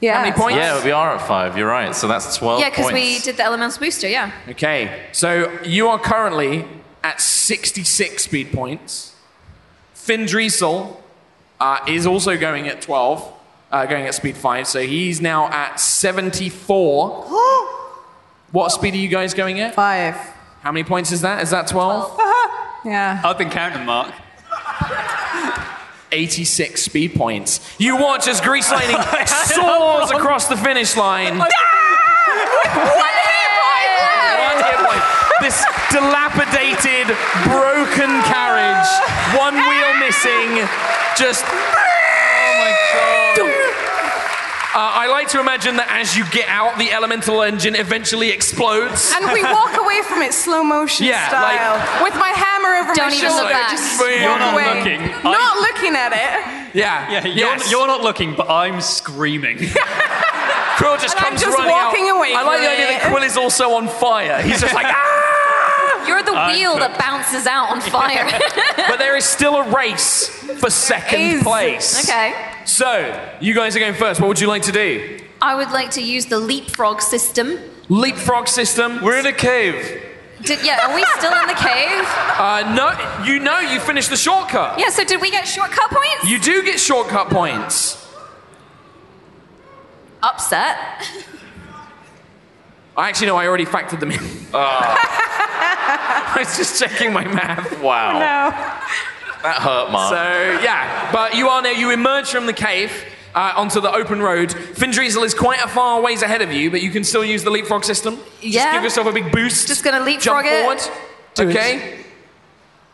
[SPEAKER 5] yeah.
[SPEAKER 9] How
[SPEAKER 5] uh,
[SPEAKER 9] many points?
[SPEAKER 2] Yeah, we are at five. You're right. So that's 12
[SPEAKER 6] Yeah, because we
[SPEAKER 2] points.
[SPEAKER 6] did the elemental booster, yeah.
[SPEAKER 9] Okay, so you are currently at 66 speed points. Finn Driesel uh, is also going at 12, uh, going at speed 5, so he's now at 74. what speed are you guys going at?
[SPEAKER 5] Five.
[SPEAKER 9] How many points is that? Is that 12?
[SPEAKER 5] Yeah.
[SPEAKER 1] I've been counting, Mark.
[SPEAKER 9] 86 speed points. You watch as Grease Lightning soars across the finish line. One hit point. This dilapidated, broken carriage, one wheel missing, just. Oh my god. Uh, I like to imagine that as you get out, the elemental engine eventually explodes.
[SPEAKER 5] And we walk away from it slow motion
[SPEAKER 9] Yeah,
[SPEAKER 5] style. with my hammer over
[SPEAKER 6] Don't
[SPEAKER 5] my
[SPEAKER 6] even look
[SPEAKER 5] shoulder.
[SPEAKER 6] back.
[SPEAKER 5] Just
[SPEAKER 9] You're
[SPEAKER 5] walk
[SPEAKER 1] not
[SPEAKER 5] away.
[SPEAKER 1] looking. I-
[SPEAKER 5] Not looking at it.
[SPEAKER 9] Yeah.
[SPEAKER 1] Yeah, you're,
[SPEAKER 9] Yes.
[SPEAKER 1] you're not looking, but I'm screaming.
[SPEAKER 9] Quill just
[SPEAKER 5] And I'm
[SPEAKER 9] comes
[SPEAKER 5] just
[SPEAKER 9] running
[SPEAKER 5] walking
[SPEAKER 9] out.
[SPEAKER 5] away
[SPEAKER 9] I like the
[SPEAKER 5] from
[SPEAKER 9] idea that
[SPEAKER 5] it.
[SPEAKER 9] Quill is also on fire. He's just like, ah!
[SPEAKER 6] You're the wheel that bounces out on fire.
[SPEAKER 9] But there is still a race for second
[SPEAKER 5] Is.
[SPEAKER 9] place.
[SPEAKER 6] okay.
[SPEAKER 9] So, you guys are going first. What would you like to do?
[SPEAKER 6] I would like to use the leapfrog system.
[SPEAKER 9] Leapfrog system.
[SPEAKER 3] We're in a cave.
[SPEAKER 6] Did, yeah, are we still in the cave?
[SPEAKER 9] Uh, no, you know you finished the shortcut.
[SPEAKER 6] Yeah, so did we get shortcut points?
[SPEAKER 9] You do get shortcut points.
[SPEAKER 6] Upset.
[SPEAKER 9] I actually know I already factored them in. I was just checking my math.
[SPEAKER 2] Wow.
[SPEAKER 5] No.
[SPEAKER 2] That hurt, Mark.
[SPEAKER 9] So yeah, but you are now. You emerge from the cave uh, onto the open road. Findriesel is quite a far ways ahead of you, but you can still use the leapfrog system. Just
[SPEAKER 6] Yeah.
[SPEAKER 9] give yourself a big boost.
[SPEAKER 6] Just gonna leapfrog
[SPEAKER 9] Jump
[SPEAKER 6] it.
[SPEAKER 9] forward. Okay.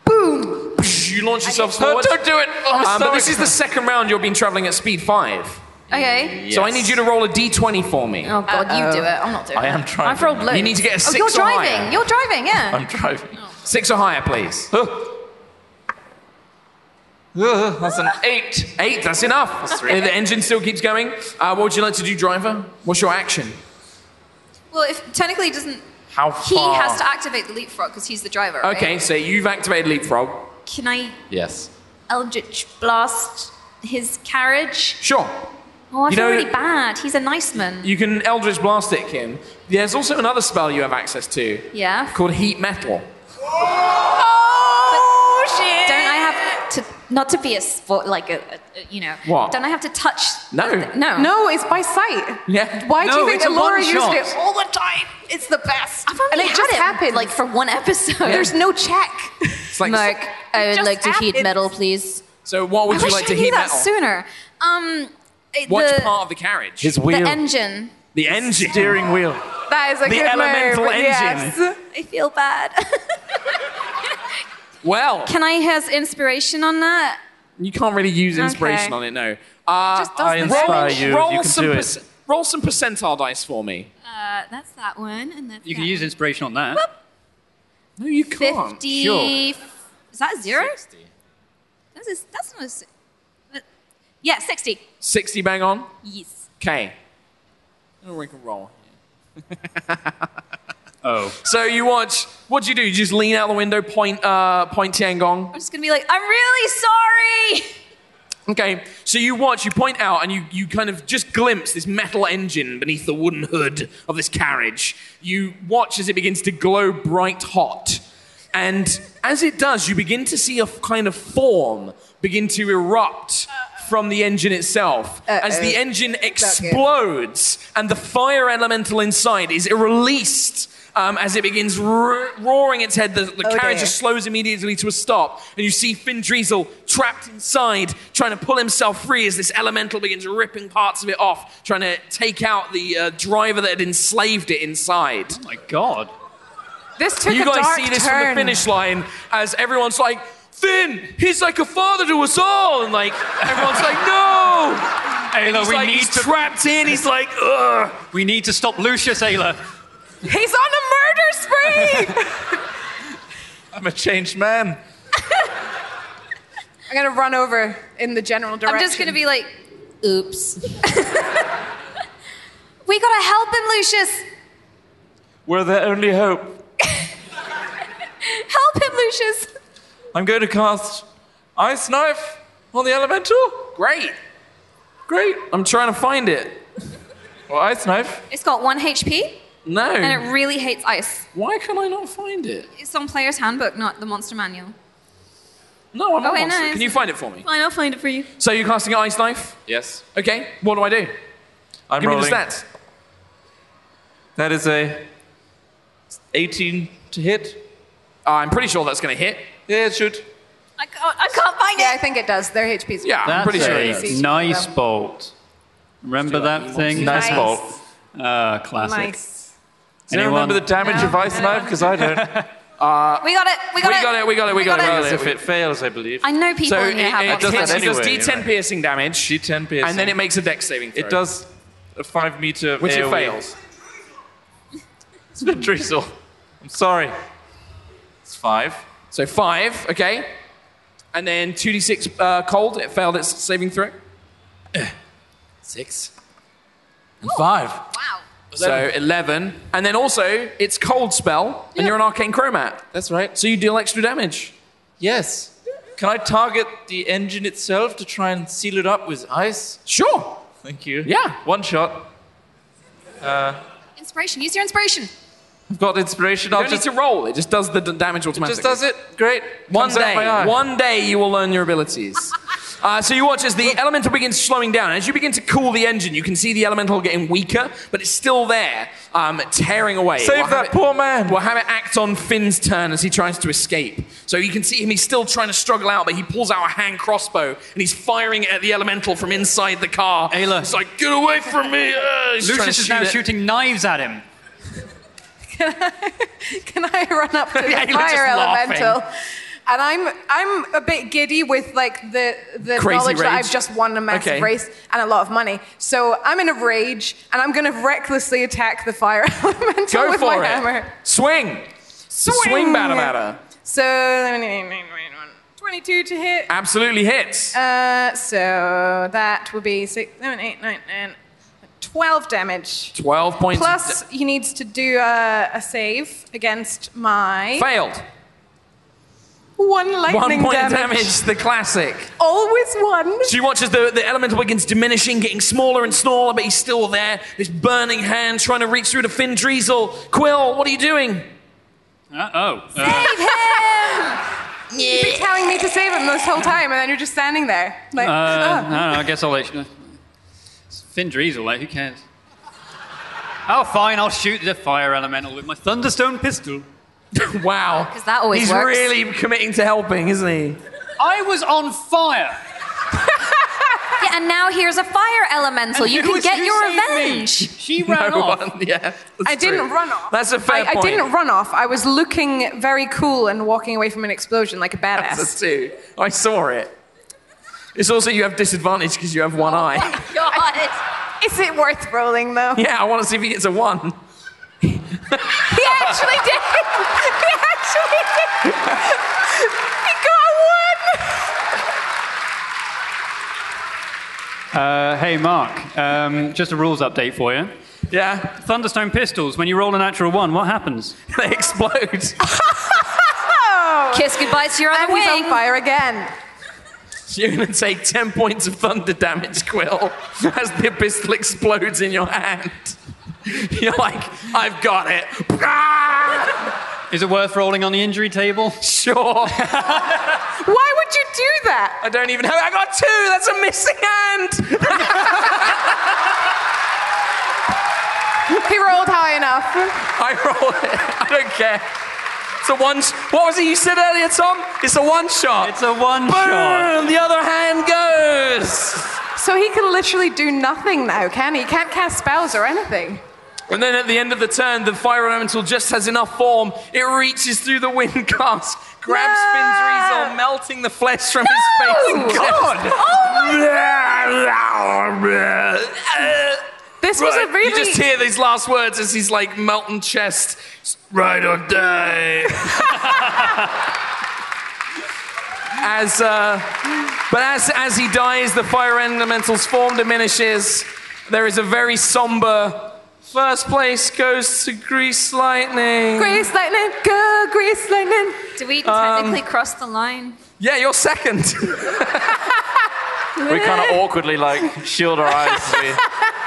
[SPEAKER 9] Boom. You launch yourself forward.
[SPEAKER 2] don't do it. Oh,
[SPEAKER 9] Um, but
[SPEAKER 2] sorry.
[SPEAKER 9] this is the second round. You'll be traveling at speed five.
[SPEAKER 6] Okay.
[SPEAKER 9] So I need you to roll a d20 for me.
[SPEAKER 6] Oh god, you do it. I'm not doing
[SPEAKER 2] I
[SPEAKER 6] it.
[SPEAKER 2] am trying.
[SPEAKER 6] I've rolled low.
[SPEAKER 9] You need to get a
[SPEAKER 6] Oh,
[SPEAKER 9] six
[SPEAKER 6] you're
[SPEAKER 9] or higher. Um,
[SPEAKER 6] driving. You're driving, yeah.
[SPEAKER 2] I'm driving.
[SPEAKER 9] Six or higher, please.
[SPEAKER 3] Ugh, that's an
[SPEAKER 9] Eight. Eight, that's enough. Uh, The engine still keeps going. Uh, what would you like to do, driver? What's your action?
[SPEAKER 6] Well, if technically it doesn't
[SPEAKER 2] How
[SPEAKER 6] he
[SPEAKER 2] far?
[SPEAKER 6] has to activate the leapfrog because he's the driver. right?
[SPEAKER 9] Okay, so you've activated Leapfrog.
[SPEAKER 6] Can I
[SPEAKER 2] Yes.
[SPEAKER 6] Eldritch blast his carriage?
[SPEAKER 9] Sure.
[SPEAKER 6] Oh, I
[SPEAKER 9] You
[SPEAKER 6] feel
[SPEAKER 9] know-
[SPEAKER 6] really bad. He's a nice man.
[SPEAKER 9] You can Eldritch Blast it, Kim. There's also another spell you have access to
[SPEAKER 6] Yeah.
[SPEAKER 9] called Heat Metal.
[SPEAKER 5] Oh, shit.
[SPEAKER 6] Don't I have to not to be a sport like a, a a- you know?
[SPEAKER 9] What?
[SPEAKER 6] Don't I have to touch?
[SPEAKER 9] No.
[SPEAKER 6] No.
[SPEAKER 5] No, it's by sight.
[SPEAKER 9] Yeah.
[SPEAKER 5] Why do
[SPEAKER 1] No,
[SPEAKER 5] you think
[SPEAKER 1] it's a
[SPEAKER 5] that Laura used
[SPEAKER 1] one-shot.
[SPEAKER 5] it all the time? It's the best.
[SPEAKER 6] I've only
[SPEAKER 5] and it
[SPEAKER 6] had
[SPEAKER 5] just
[SPEAKER 6] it,
[SPEAKER 5] happened.
[SPEAKER 6] like for one episode.
[SPEAKER 5] there's no check.
[SPEAKER 9] It's like,
[SPEAKER 6] Mark, I would
[SPEAKER 5] just
[SPEAKER 6] like to heat
[SPEAKER 5] happened.
[SPEAKER 6] metal, please.
[SPEAKER 9] So what would
[SPEAKER 6] I
[SPEAKER 9] you
[SPEAKER 6] wish
[SPEAKER 9] like
[SPEAKER 6] I
[SPEAKER 9] to
[SPEAKER 6] knew
[SPEAKER 9] Heat
[SPEAKER 6] that
[SPEAKER 9] Metal?
[SPEAKER 6] sooner. Um, it-
[SPEAKER 9] What
[SPEAKER 6] the,
[SPEAKER 9] part of the carriage?
[SPEAKER 8] His
[SPEAKER 6] the
[SPEAKER 8] wheel.
[SPEAKER 6] engine.
[SPEAKER 9] the engine.
[SPEAKER 8] steering wheel.
[SPEAKER 5] That is a
[SPEAKER 9] The
[SPEAKER 5] good
[SPEAKER 9] elemental
[SPEAKER 5] move.
[SPEAKER 9] engine.
[SPEAKER 5] Yes.
[SPEAKER 6] I feel bad.
[SPEAKER 9] Well,
[SPEAKER 6] Can I have inspiration on that?
[SPEAKER 9] you can't really use inspiration
[SPEAKER 5] Okay.
[SPEAKER 9] on it, no. Uh,
[SPEAKER 6] Just does
[SPEAKER 9] I
[SPEAKER 6] the
[SPEAKER 9] inspire
[SPEAKER 6] thing.
[SPEAKER 9] roll
[SPEAKER 2] you can
[SPEAKER 9] some
[SPEAKER 2] do it.
[SPEAKER 9] perc- roll some percentile dice for me.
[SPEAKER 6] Uh, that's that one, and that's
[SPEAKER 1] You
[SPEAKER 6] that
[SPEAKER 1] can use inspiration on that.
[SPEAKER 9] No, you can't.
[SPEAKER 6] fifty.
[SPEAKER 9] Sure.
[SPEAKER 6] Is that a zero? That's, a, that's not a. si- but- Yeah, sixty.
[SPEAKER 9] 60 bang on.
[SPEAKER 6] Yes.
[SPEAKER 9] Okay. We can roll.
[SPEAKER 1] Oh.
[SPEAKER 9] So you watch. What do you do? You just lean out the window, point, uh, point Tiangong.
[SPEAKER 6] I'm just gonna be like, I'm really sorry.
[SPEAKER 9] Okay. So you watch. You point out, and you you kind of just glimpse this metal engine beneath the wooden hood of this carriage. You watch as it begins to glow bright hot, and as it does, you begin to see a f- kind of form begin to erupt. From the engine itself, as the engine explodes and the fire elemental inside is released um, as it begins ro- roaring its head, the, the carriage
[SPEAKER 5] dear.
[SPEAKER 9] just slows immediately to a stop, and you see Finn Driesel trapped inside, trying to pull himself free as this elemental begins ripping parts of it off, trying to take out the uh, driver that had enslaved it inside.
[SPEAKER 1] My God.
[SPEAKER 5] This took
[SPEAKER 9] you
[SPEAKER 5] a dark
[SPEAKER 9] guys see this
[SPEAKER 5] turn.
[SPEAKER 9] from the finish line as everyone's like, Finn, he's like a father to us all, and like everyone's like, no.
[SPEAKER 1] Ayla,
[SPEAKER 9] He's
[SPEAKER 1] we
[SPEAKER 9] like,
[SPEAKER 1] need
[SPEAKER 9] he's
[SPEAKER 1] to
[SPEAKER 9] trapped in. He's like, ugh.
[SPEAKER 1] we need to stop Lucius, Ayla.
[SPEAKER 5] He's on a murder spree.
[SPEAKER 2] I'm a changed man.
[SPEAKER 5] I'm gonna run over in the general direction.
[SPEAKER 6] I'm just gonna be like, oops. we gotta help him, Lucius.
[SPEAKER 3] We're their only hope.
[SPEAKER 6] Help him, Lucius.
[SPEAKER 3] I'm going to cast Ice Knife on the Elemental.
[SPEAKER 9] Great.
[SPEAKER 3] Great.
[SPEAKER 9] I'm trying to find it.
[SPEAKER 3] Well, Ice Knife.
[SPEAKER 6] It's got one HP and
[SPEAKER 9] No.
[SPEAKER 6] it really hates ice.
[SPEAKER 9] Why can I not find it?
[SPEAKER 6] It's on Player's Handbook, not the Monster Manual.
[SPEAKER 9] No, I'm
[SPEAKER 6] Oh,
[SPEAKER 9] not.
[SPEAKER 6] wait, no,
[SPEAKER 9] Can
[SPEAKER 6] it's-
[SPEAKER 9] you find it for me?
[SPEAKER 6] Fine, I'll find it for you.
[SPEAKER 9] So you're casting Ice Knife?
[SPEAKER 2] Yes.
[SPEAKER 9] Okay, what do I do?
[SPEAKER 2] I'm
[SPEAKER 9] Give
[SPEAKER 2] rolling.
[SPEAKER 9] me the stats.
[SPEAKER 3] That is a
[SPEAKER 2] 18 to hit.
[SPEAKER 9] Uh, I'm pretty sure that's going to hit.
[SPEAKER 3] yeah. It should.
[SPEAKER 6] I can't, I can't find
[SPEAKER 5] yeah, I
[SPEAKER 6] it.
[SPEAKER 5] think it does. Their HP's.
[SPEAKER 9] Yeah, I'm
[SPEAKER 1] That's
[SPEAKER 9] pretty sure. it
[SPEAKER 1] a
[SPEAKER 9] is.
[SPEAKER 5] is.
[SPEAKER 1] nice bolt. Remember that thing?
[SPEAKER 5] Nice Nice. bolt.
[SPEAKER 1] Uh, classic.
[SPEAKER 5] Nice.
[SPEAKER 3] Do you remember the damage
[SPEAKER 5] No,
[SPEAKER 3] of Ice
[SPEAKER 5] no.
[SPEAKER 3] Knife? Because I don't.
[SPEAKER 6] We got it. We got
[SPEAKER 9] We
[SPEAKER 6] it.
[SPEAKER 9] got it, we got it, we got it, we got it.
[SPEAKER 3] if it fails, I believe.
[SPEAKER 6] I know people
[SPEAKER 9] So it,
[SPEAKER 6] in here have
[SPEAKER 9] it,
[SPEAKER 6] Monster
[SPEAKER 9] does,
[SPEAKER 6] Manual.
[SPEAKER 9] it does
[SPEAKER 2] anyway,
[SPEAKER 9] D10 piercing damage,
[SPEAKER 2] G10 piercing.
[SPEAKER 9] and then it makes a dex saving throw.
[SPEAKER 3] It does a five meter.
[SPEAKER 9] Which it
[SPEAKER 3] AoE.
[SPEAKER 9] fails.
[SPEAKER 2] drizzle.
[SPEAKER 3] I'm sorry.
[SPEAKER 2] It's five.
[SPEAKER 9] So five, okay. And then 2d6 uh, cold, it failed its saving throw.
[SPEAKER 8] Six. and five.
[SPEAKER 6] Wow.
[SPEAKER 9] So 11. And then also, it's cold spell, and you're an arcane chromat.
[SPEAKER 3] That's right.
[SPEAKER 9] So you deal extra damage.
[SPEAKER 3] Yes. Can I target the engine itself to try and seal it up with ice?
[SPEAKER 9] Sure.
[SPEAKER 3] Thank you.
[SPEAKER 9] Yeah.
[SPEAKER 3] One shot.
[SPEAKER 6] Inspiration. Use your inspiration.
[SPEAKER 3] I've got inspiration.
[SPEAKER 9] You
[SPEAKER 3] I'll
[SPEAKER 9] don't
[SPEAKER 3] just,
[SPEAKER 9] need to roll. It just does the d- damage
[SPEAKER 3] it just
[SPEAKER 9] automatically.
[SPEAKER 3] does it. Great.
[SPEAKER 9] One
[SPEAKER 3] Comes out my
[SPEAKER 9] day,
[SPEAKER 3] eye.
[SPEAKER 9] one day you will learn your abilities. Uh, so you watch as the elemental begins slowing down. As you begin to cool the engine, you can see the elemental getting weaker, but it's still there, um, tearing away.
[SPEAKER 3] Save
[SPEAKER 9] have
[SPEAKER 3] that
[SPEAKER 9] it-
[SPEAKER 3] poor man.
[SPEAKER 9] We'll have it act on Finn's turn as he tries to escape. So you can see him; he's still trying to struggle out, but he pulls out a hand crossbow and he's firing at the elemental from inside the car.
[SPEAKER 1] Ayla.
[SPEAKER 9] it's like, get away from me! Uh, he's trying to
[SPEAKER 1] Lucius is
[SPEAKER 9] shoot
[SPEAKER 1] now
[SPEAKER 9] it.
[SPEAKER 1] shooting knives at him.
[SPEAKER 5] Can I run up to the
[SPEAKER 9] Yeah, you're just
[SPEAKER 5] fire
[SPEAKER 9] laughing.
[SPEAKER 5] elemental? And I'm I'm a bit giddy with like the the
[SPEAKER 9] Crazy
[SPEAKER 5] knowledge that
[SPEAKER 9] rage.
[SPEAKER 5] I've just won a massive
[SPEAKER 9] Okay.
[SPEAKER 5] race and a lot of money. So I'm in a rage and I'm going to recklessly attack the fire elemental
[SPEAKER 9] Go
[SPEAKER 5] with
[SPEAKER 9] for
[SPEAKER 5] my
[SPEAKER 9] it!
[SPEAKER 5] hammer.
[SPEAKER 9] Swing, swing, swing batter, batter.
[SPEAKER 5] So 22 to hit.
[SPEAKER 9] Absolutely hits.
[SPEAKER 5] Uh, so that would be six, seven, eight, nine, ten, 12 damage.
[SPEAKER 9] 12 points. of
[SPEAKER 5] Plus, he needs to do a, a save against my
[SPEAKER 9] da- failed.
[SPEAKER 5] one lightning
[SPEAKER 9] One point damage.
[SPEAKER 5] damage.
[SPEAKER 9] the classic.
[SPEAKER 5] Always one.
[SPEAKER 9] So you watch as the, the elemental begins diminishing, getting smaller and smaller, but he's still there. This burning hand trying to reach through to Finn Driesel. Quill, what are you doing?
[SPEAKER 1] Uh, oh. Uh,
[SPEAKER 5] Save him! You've been telling me to save him this whole time, and then you're just standing there. Like,
[SPEAKER 1] Uh, I
[SPEAKER 5] "Ah."
[SPEAKER 1] don't know, I guess I'll let you. It's Finn Driesel, like, who cares? Oh, fine, I'll shoot the fire elemental with my Thunderstone pistol.
[SPEAKER 9] Wow.
[SPEAKER 6] 'Cause that always
[SPEAKER 9] he's
[SPEAKER 6] works.
[SPEAKER 9] really committing to helping, isn't he?
[SPEAKER 1] I was on fire!
[SPEAKER 6] Yeah, and now here's a fire elemental.
[SPEAKER 1] And
[SPEAKER 6] you
[SPEAKER 1] who-
[SPEAKER 6] can get
[SPEAKER 1] who
[SPEAKER 6] your
[SPEAKER 1] saved me?
[SPEAKER 6] revenge.
[SPEAKER 1] She ran
[SPEAKER 9] No
[SPEAKER 1] off.
[SPEAKER 9] one- Yeah. that's
[SPEAKER 5] I didn't
[SPEAKER 9] true.
[SPEAKER 5] run off.
[SPEAKER 9] That's a fair
[SPEAKER 5] I,
[SPEAKER 9] point.
[SPEAKER 5] I didn't run off. I was looking very cool and walking away from an explosion like a badass.
[SPEAKER 9] That's a two. I saw it. It's also you have disadvantage because you have one eye.
[SPEAKER 6] Oh God.
[SPEAKER 5] Is it worth rolling though?
[SPEAKER 9] Yeah, I want to see if he gets a one.
[SPEAKER 5] He actually did. He actually did. He got a one.
[SPEAKER 1] Uh, hey, Mark, um, just a rules update for you.
[SPEAKER 9] Yeah,
[SPEAKER 1] Thunderstone pistols, when you roll a natural one, what happens?
[SPEAKER 9] they explode.
[SPEAKER 6] Kiss goodbye to your
[SPEAKER 5] And
[SPEAKER 6] other
[SPEAKER 5] he's
[SPEAKER 6] wing.
[SPEAKER 5] on fire again.
[SPEAKER 9] You're going to take 10 points of thunder damage, Quill, as the pistol explodes in your hand. You're like, I've got it. Ah!
[SPEAKER 1] Is it worth rolling on the injury table?
[SPEAKER 9] Sure.
[SPEAKER 5] Why would you do that?
[SPEAKER 9] I don't even have I got two. That's a missing hand.
[SPEAKER 5] He rolled high enough.
[SPEAKER 9] I roll it. I don't care. It's a one. Sh- what was it you said earlier, Tom? It's a one shot.
[SPEAKER 1] It's a one
[SPEAKER 9] Boom!
[SPEAKER 1] shot.
[SPEAKER 9] The other hand goes.
[SPEAKER 5] So he can literally do nothing now, can he? He can't cast spells or anything.
[SPEAKER 9] And then at the end of the turn, the fire elemental just has enough form. It reaches through the wind cast, grabs
[SPEAKER 5] No!
[SPEAKER 9] Finn Driesel, melting the flesh from his face. And God!
[SPEAKER 5] This was a really.
[SPEAKER 9] You just hear these last words as he's like melting chest. Ride or die. as, uh, but as as he dies, the fire elemental's form diminishes. There is a very somber. First place goes to Grease Lightning.
[SPEAKER 5] Grease lightning, go, grease lightning.
[SPEAKER 6] Do we technically
[SPEAKER 9] Um,
[SPEAKER 6] cross the line?
[SPEAKER 9] Yeah, you're second.
[SPEAKER 2] We kind of awkwardly like shield our eyes as we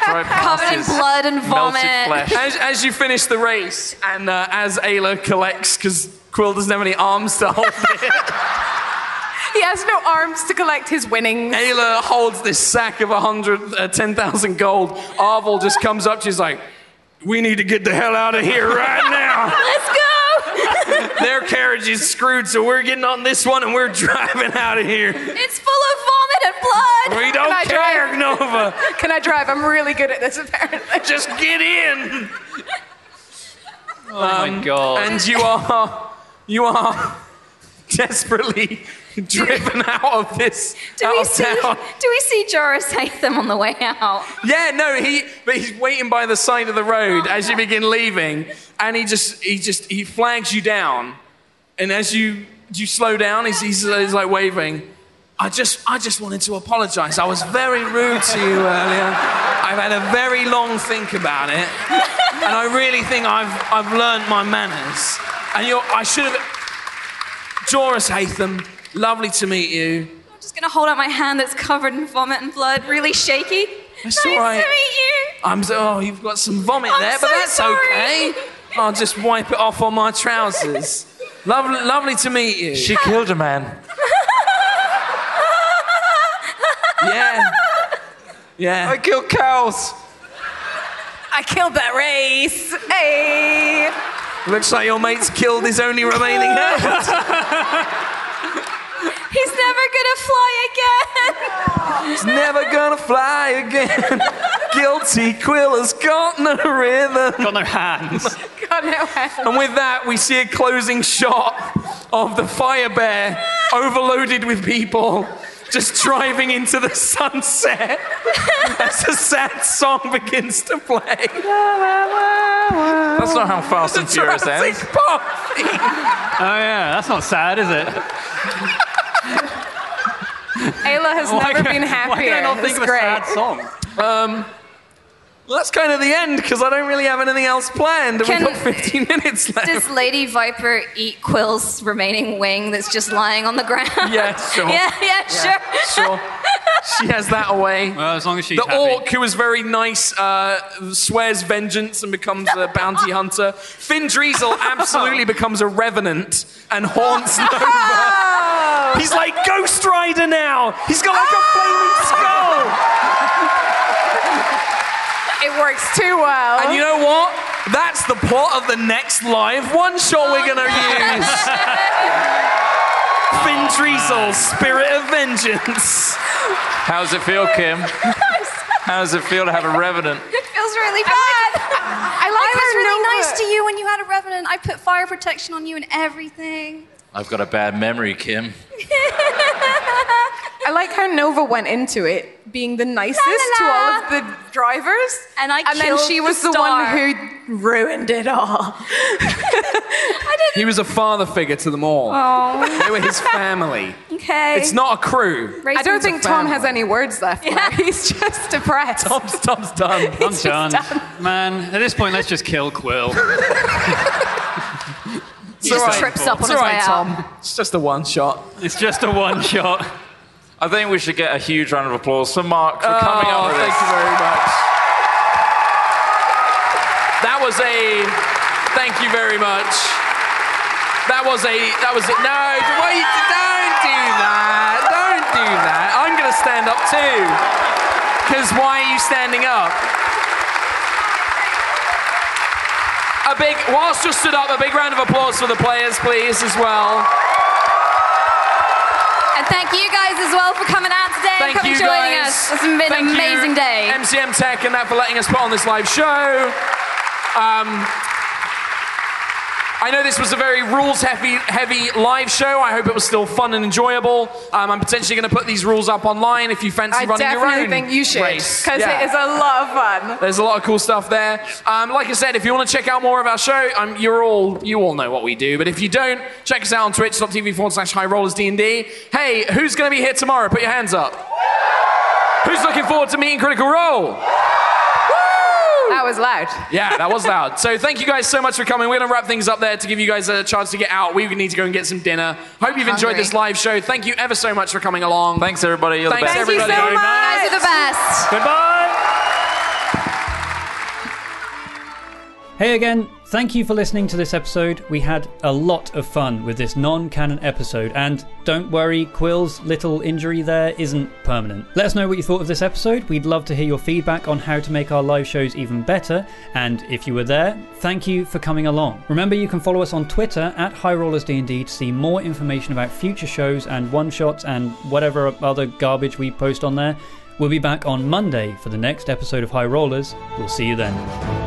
[SPEAKER 2] drive past
[SPEAKER 6] Covered in
[SPEAKER 2] his
[SPEAKER 6] blood and
[SPEAKER 2] melted
[SPEAKER 6] vomit.
[SPEAKER 2] flesh.
[SPEAKER 9] as, as you finish the race, and uh, as Ayla collects, because Quill doesn't have any arms to hold it,
[SPEAKER 5] He has no arms to collect his winnings.
[SPEAKER 9] Ayla holds this sack of 100, uh, 10,000 gold. Arvel just comes up, she's like, we need to get the hell out of here right now.
[SPEAKER 6] Let's go!
[SPEAKER 9] Their carriage is screwed, so we're getting on this one and we're driving out of here.
[SPEAKER 6] It's full of vomit and blood.
[SPEAKER 9] We don't
[SPEAKER 5] I
[SPEAKER 9] care,
[SPEAKER 5] drive?
[SPEAKER 9] Nova.
[SPEAKER 5] Can I drive? I'm really good at this, apparently.
[SPEAKER 9] Just get in. Um,
[SPEAKER 1] Oh my god.
[SPEAKER 9] and you are you are desperately driven out of this
[SPEAKER 6] Do
[SPEAKER 9] out
[SPEAKER 6] we
[SPEAKER 9] of
[SPEAKER 6] see?
[SPEAKER 9] town.
[SPEAKER 6] Do we see Joris Hatham on the way out?
[SPEAKER 9] Yeah, no, he but he's waiting by the side of the road as you begin leaving, and he just he just he flags you down, and as you you slow down, he's he's, he's like waving. I just I just wanted to apologise. I was very rude to you earlier. I've had a very long think about it, and I really think I've, I've learned my manners. And you're, I should have. Joris Hatham, lovely to meet you.
[SPEAKER 6] I'm just gonna hold out my hand that's covered in vomit and blood, really shaky.
[SPEAKER 9] That's
[SPEAKER 6] nice
[SPEAKER 9] all right.
[SPEAKER 6] to meet you.
[SPEAKER 9] I'm so, oh, you've got some vomit
[SPEAKER 6] I'm
[SPEAKER 9] there, but
[SPEAKER 6] so
[SPEAKER 9] that's
[SPEAKER 6] sorry.
[SPEAKER 9] okay. I'll just wipe it off on my trousers. lovely, lovely to meet you.
[SPEAKER 8] She killed a man.
[SPEAKER 9] yeah. Yeah.
[SPEAKER 3] I kill cows.
[SPEAKER 5] I killed that race. Hey.
[SPEAKER 9] Looks like your mate's killed his only remaining hand.
[SPEAKER 6] He's never gonna fly again.
[SPEAKER 9] He's never gonna fly again. Guilty Quiller's got no rhythm.
[SPEAKER 1] Got no hands.
[SPEAKER 5] God, no way.
[SPEAKER 9] And with that, we see a closing shot of the fire bear overloaded with people just driving into the sunset as the sad song begins to play.
[SPEAKER 2] That's not how Fast and
[SPEAKER 9] It's a
[SPEAKER 2] Furious ends.
[SPEAKER 9] Jurassic Park.
[SPEAKER 1] Oh yeah, that's not sad, is it?
[SPEAKER 5] Ayla has never been happier.
[SPEAKER 1] Why can I not think
[SPEAKER 5] It's
[SPEAKER 1] of a
[SPEAKER 5] great.
[SPEAKER 1] sad song?
[SPEAKER 9] Well, that's kind of the end because I don't really have anything else planned. and
[SPEAKER 6] Can-
[SPEAKER 9] We've got 15 minutes left.
[SPEAKER 6] Does Lady Viper eat Quill's remaining wing that's just lying on the ground?
[SPEAKER 9] Yeah, sure.
[SPEAKER 6] yeah, yeah, sure.
[SPEAKER 9] Sure. She has that away.
[SPEAKER 1] Well, as long as she's
[SPEAKER 9] The
[SPEAKER 1] happy.
[SPEAKER 9] orc, who is very nice, uh, swears vengeance and becomes a bounty hunter. Finn Driesel absolutely becomes a revenant and haunts Nova. He's like Ghost Rider now. He's got like a flaming skull.
[SPEAKER 5] It works too well.
[SPEAKER 9] And you know what? That's the plot of the next live one shot we're going to use. Finn Driesel, Spirit of Vengeance.
[SPEAKER 2] How does it feel, Kim? How does it feel to have a revenant?
[SPEAKER 6] It feels really bad.
[SPEAKER 5] I like
[SPEAKER 6] I was
[SPEAKER 5] her
[SPEAKER 6] really
[SPEAKER 5] Nova.
[SPEAKER 6] nice to you when you had a revenant. I put fire protection on you and everything.
[SPEAKER 2] I've got a bad memory, Kim.
[SPEAKER 5] I like how Nova went into it being the nicest
[SPEAKER 6] La, la, la.
[SPEAKER 5] to all of the drivers.
[SPEAKER 6] And I
[SPEAKER 5] And then
[SPEAKER 6] killed
[SPEAKER 5] she
[SPEAKER 6] the
[SPEAKER 5] was the, one
[SPEAKER 6] star.
[SPEAKER 5] who ruined it all.
[SPEAKER 9] He was a father figure to them all.
[SPEAKER 6] Oh,
[SPEAKER 9] They were his family.
[SPEAKER 6] okay.
[SPEAKER 9] It's not a crew.
[SPEAKER 5] I don't think Tom has any words left. for
[SPEAKER 6] Yeah.
[SPEAKER 5] her. He's just depressed.
[SPEAKER 9] Tom's, Tom's done.
[SPEAKER 1] I'm
[SPEAKER 5] just
[SPEAKER 1] done.
[SPEAKER 5] done.
[SPEAKER 1] Man, at this point, let's just kill Quill.
[SPEAKER 6] He just trips up on
[SPEAKER 9] It's
[SPEAKER 6] his
[SPEAKER 9] all
[SPEAKER 6] way
[SPEAKER 9] right,
[SPEAKER 6] out.
[SPEAKER 9] Tom. It's just a one shot.
[SPEAKER 1] It's just a one shot.
[SPEAKER 2] I think we should get a huge round of applause for Mark for coming up
[SPEAKER 3] Oh,
[SPEAKER 2] with
[SPEAKER 9] Oh, thank
[SPEAKER 2] this.
[SPEAKER 9] you very much. That was a. Thank you very much. That was a. That was it. No, wait! Don't do that. Don't do that. I'm gonna stand up too. Because why are you standing up? A big. Whilst you stood up, a big round of applause for the players, please, as well.
[SPEAKER 6] And thank you guys as well for coming out today
[SPEAKER 9] Thank
[SPEAKER 6] and coming
[SPEAKER 9] you
[SPEAKER 6] joining
[SPEAKER 9] guys.
[SPEAKER 6] us. It's been
[SPEAKER 9] Thank
[SPEAKER 6] an
[SPEAKER 9] you,
[SPEAKER 6] amazing day.
[SPEAKER 9] MCM Tech and that for letting us put on this live show. Um, I know this was a very rules heavy, heavy live show. I hope it was still fun and enjoyable. Um, I'm potentially going to put these rules up online if you fancy
[SPEAKER 5] I
[SPEAKER 9] running your
[SPEAKER 5] definitely
[SPEAKER 9] own
[SPEAKER 5] think you should.
[SPEAKER 9] race.
[SPEAKER 5] Because
[SPEAKER 9] Yeah.
[SPEAKER 5] it is a lot of fun.
[SPEAKER 9] There's a lot of cool stuff there. Um, like I said, if you want to check out more of our show, um, you're all you all know what we do. But if you don't, check us out on twitch.tv forward slash high rollers D&D. Hey, who's going to be here tomorrow? Put your hands up. Who's looking forward to meeting Critical Role?
[SPEAKER 5] That was loud.
[SPEAKER 9] Yeah, that was loud. So thank you guys so much for coming. We're going to wrap things up there to give you guys a chance to get out. We need to go and get some dinner. Hope you've enjoyed
[SPEAKER 6] Hungry.
[SPEAKER 9] this live show. Thank you ever so much for coming along.
[SPEAKER 2] Thanks, everybody. You're
[SPEAKER 9] Thanks,
[SPEAKER 2] the best.
[SPEAKER 5] Thank you so
[SPEAKER 9] everybody.
[SPEAKER 5] much.
[SPEAKER 6] You guys are the best.
[SPEAKER 1] Goodbye.
[SPEAKER 10] Hey again, thank you for listening to this episode. We had a lot of fun with this non canon episode, and don't worry, Quill's little injury there isn't permanent. Let us know what you thought of this episode. We'd love to hear your feedback on how to make our live shows even better, and if you were there, thank you for coming along. Remember, you can follow us on Twitter at High Rollers D&D to see more information about future shows and one shots and whatever other garbage we post on there. We'll be back on Monday for the next episode of High Rollers. We'll see you then.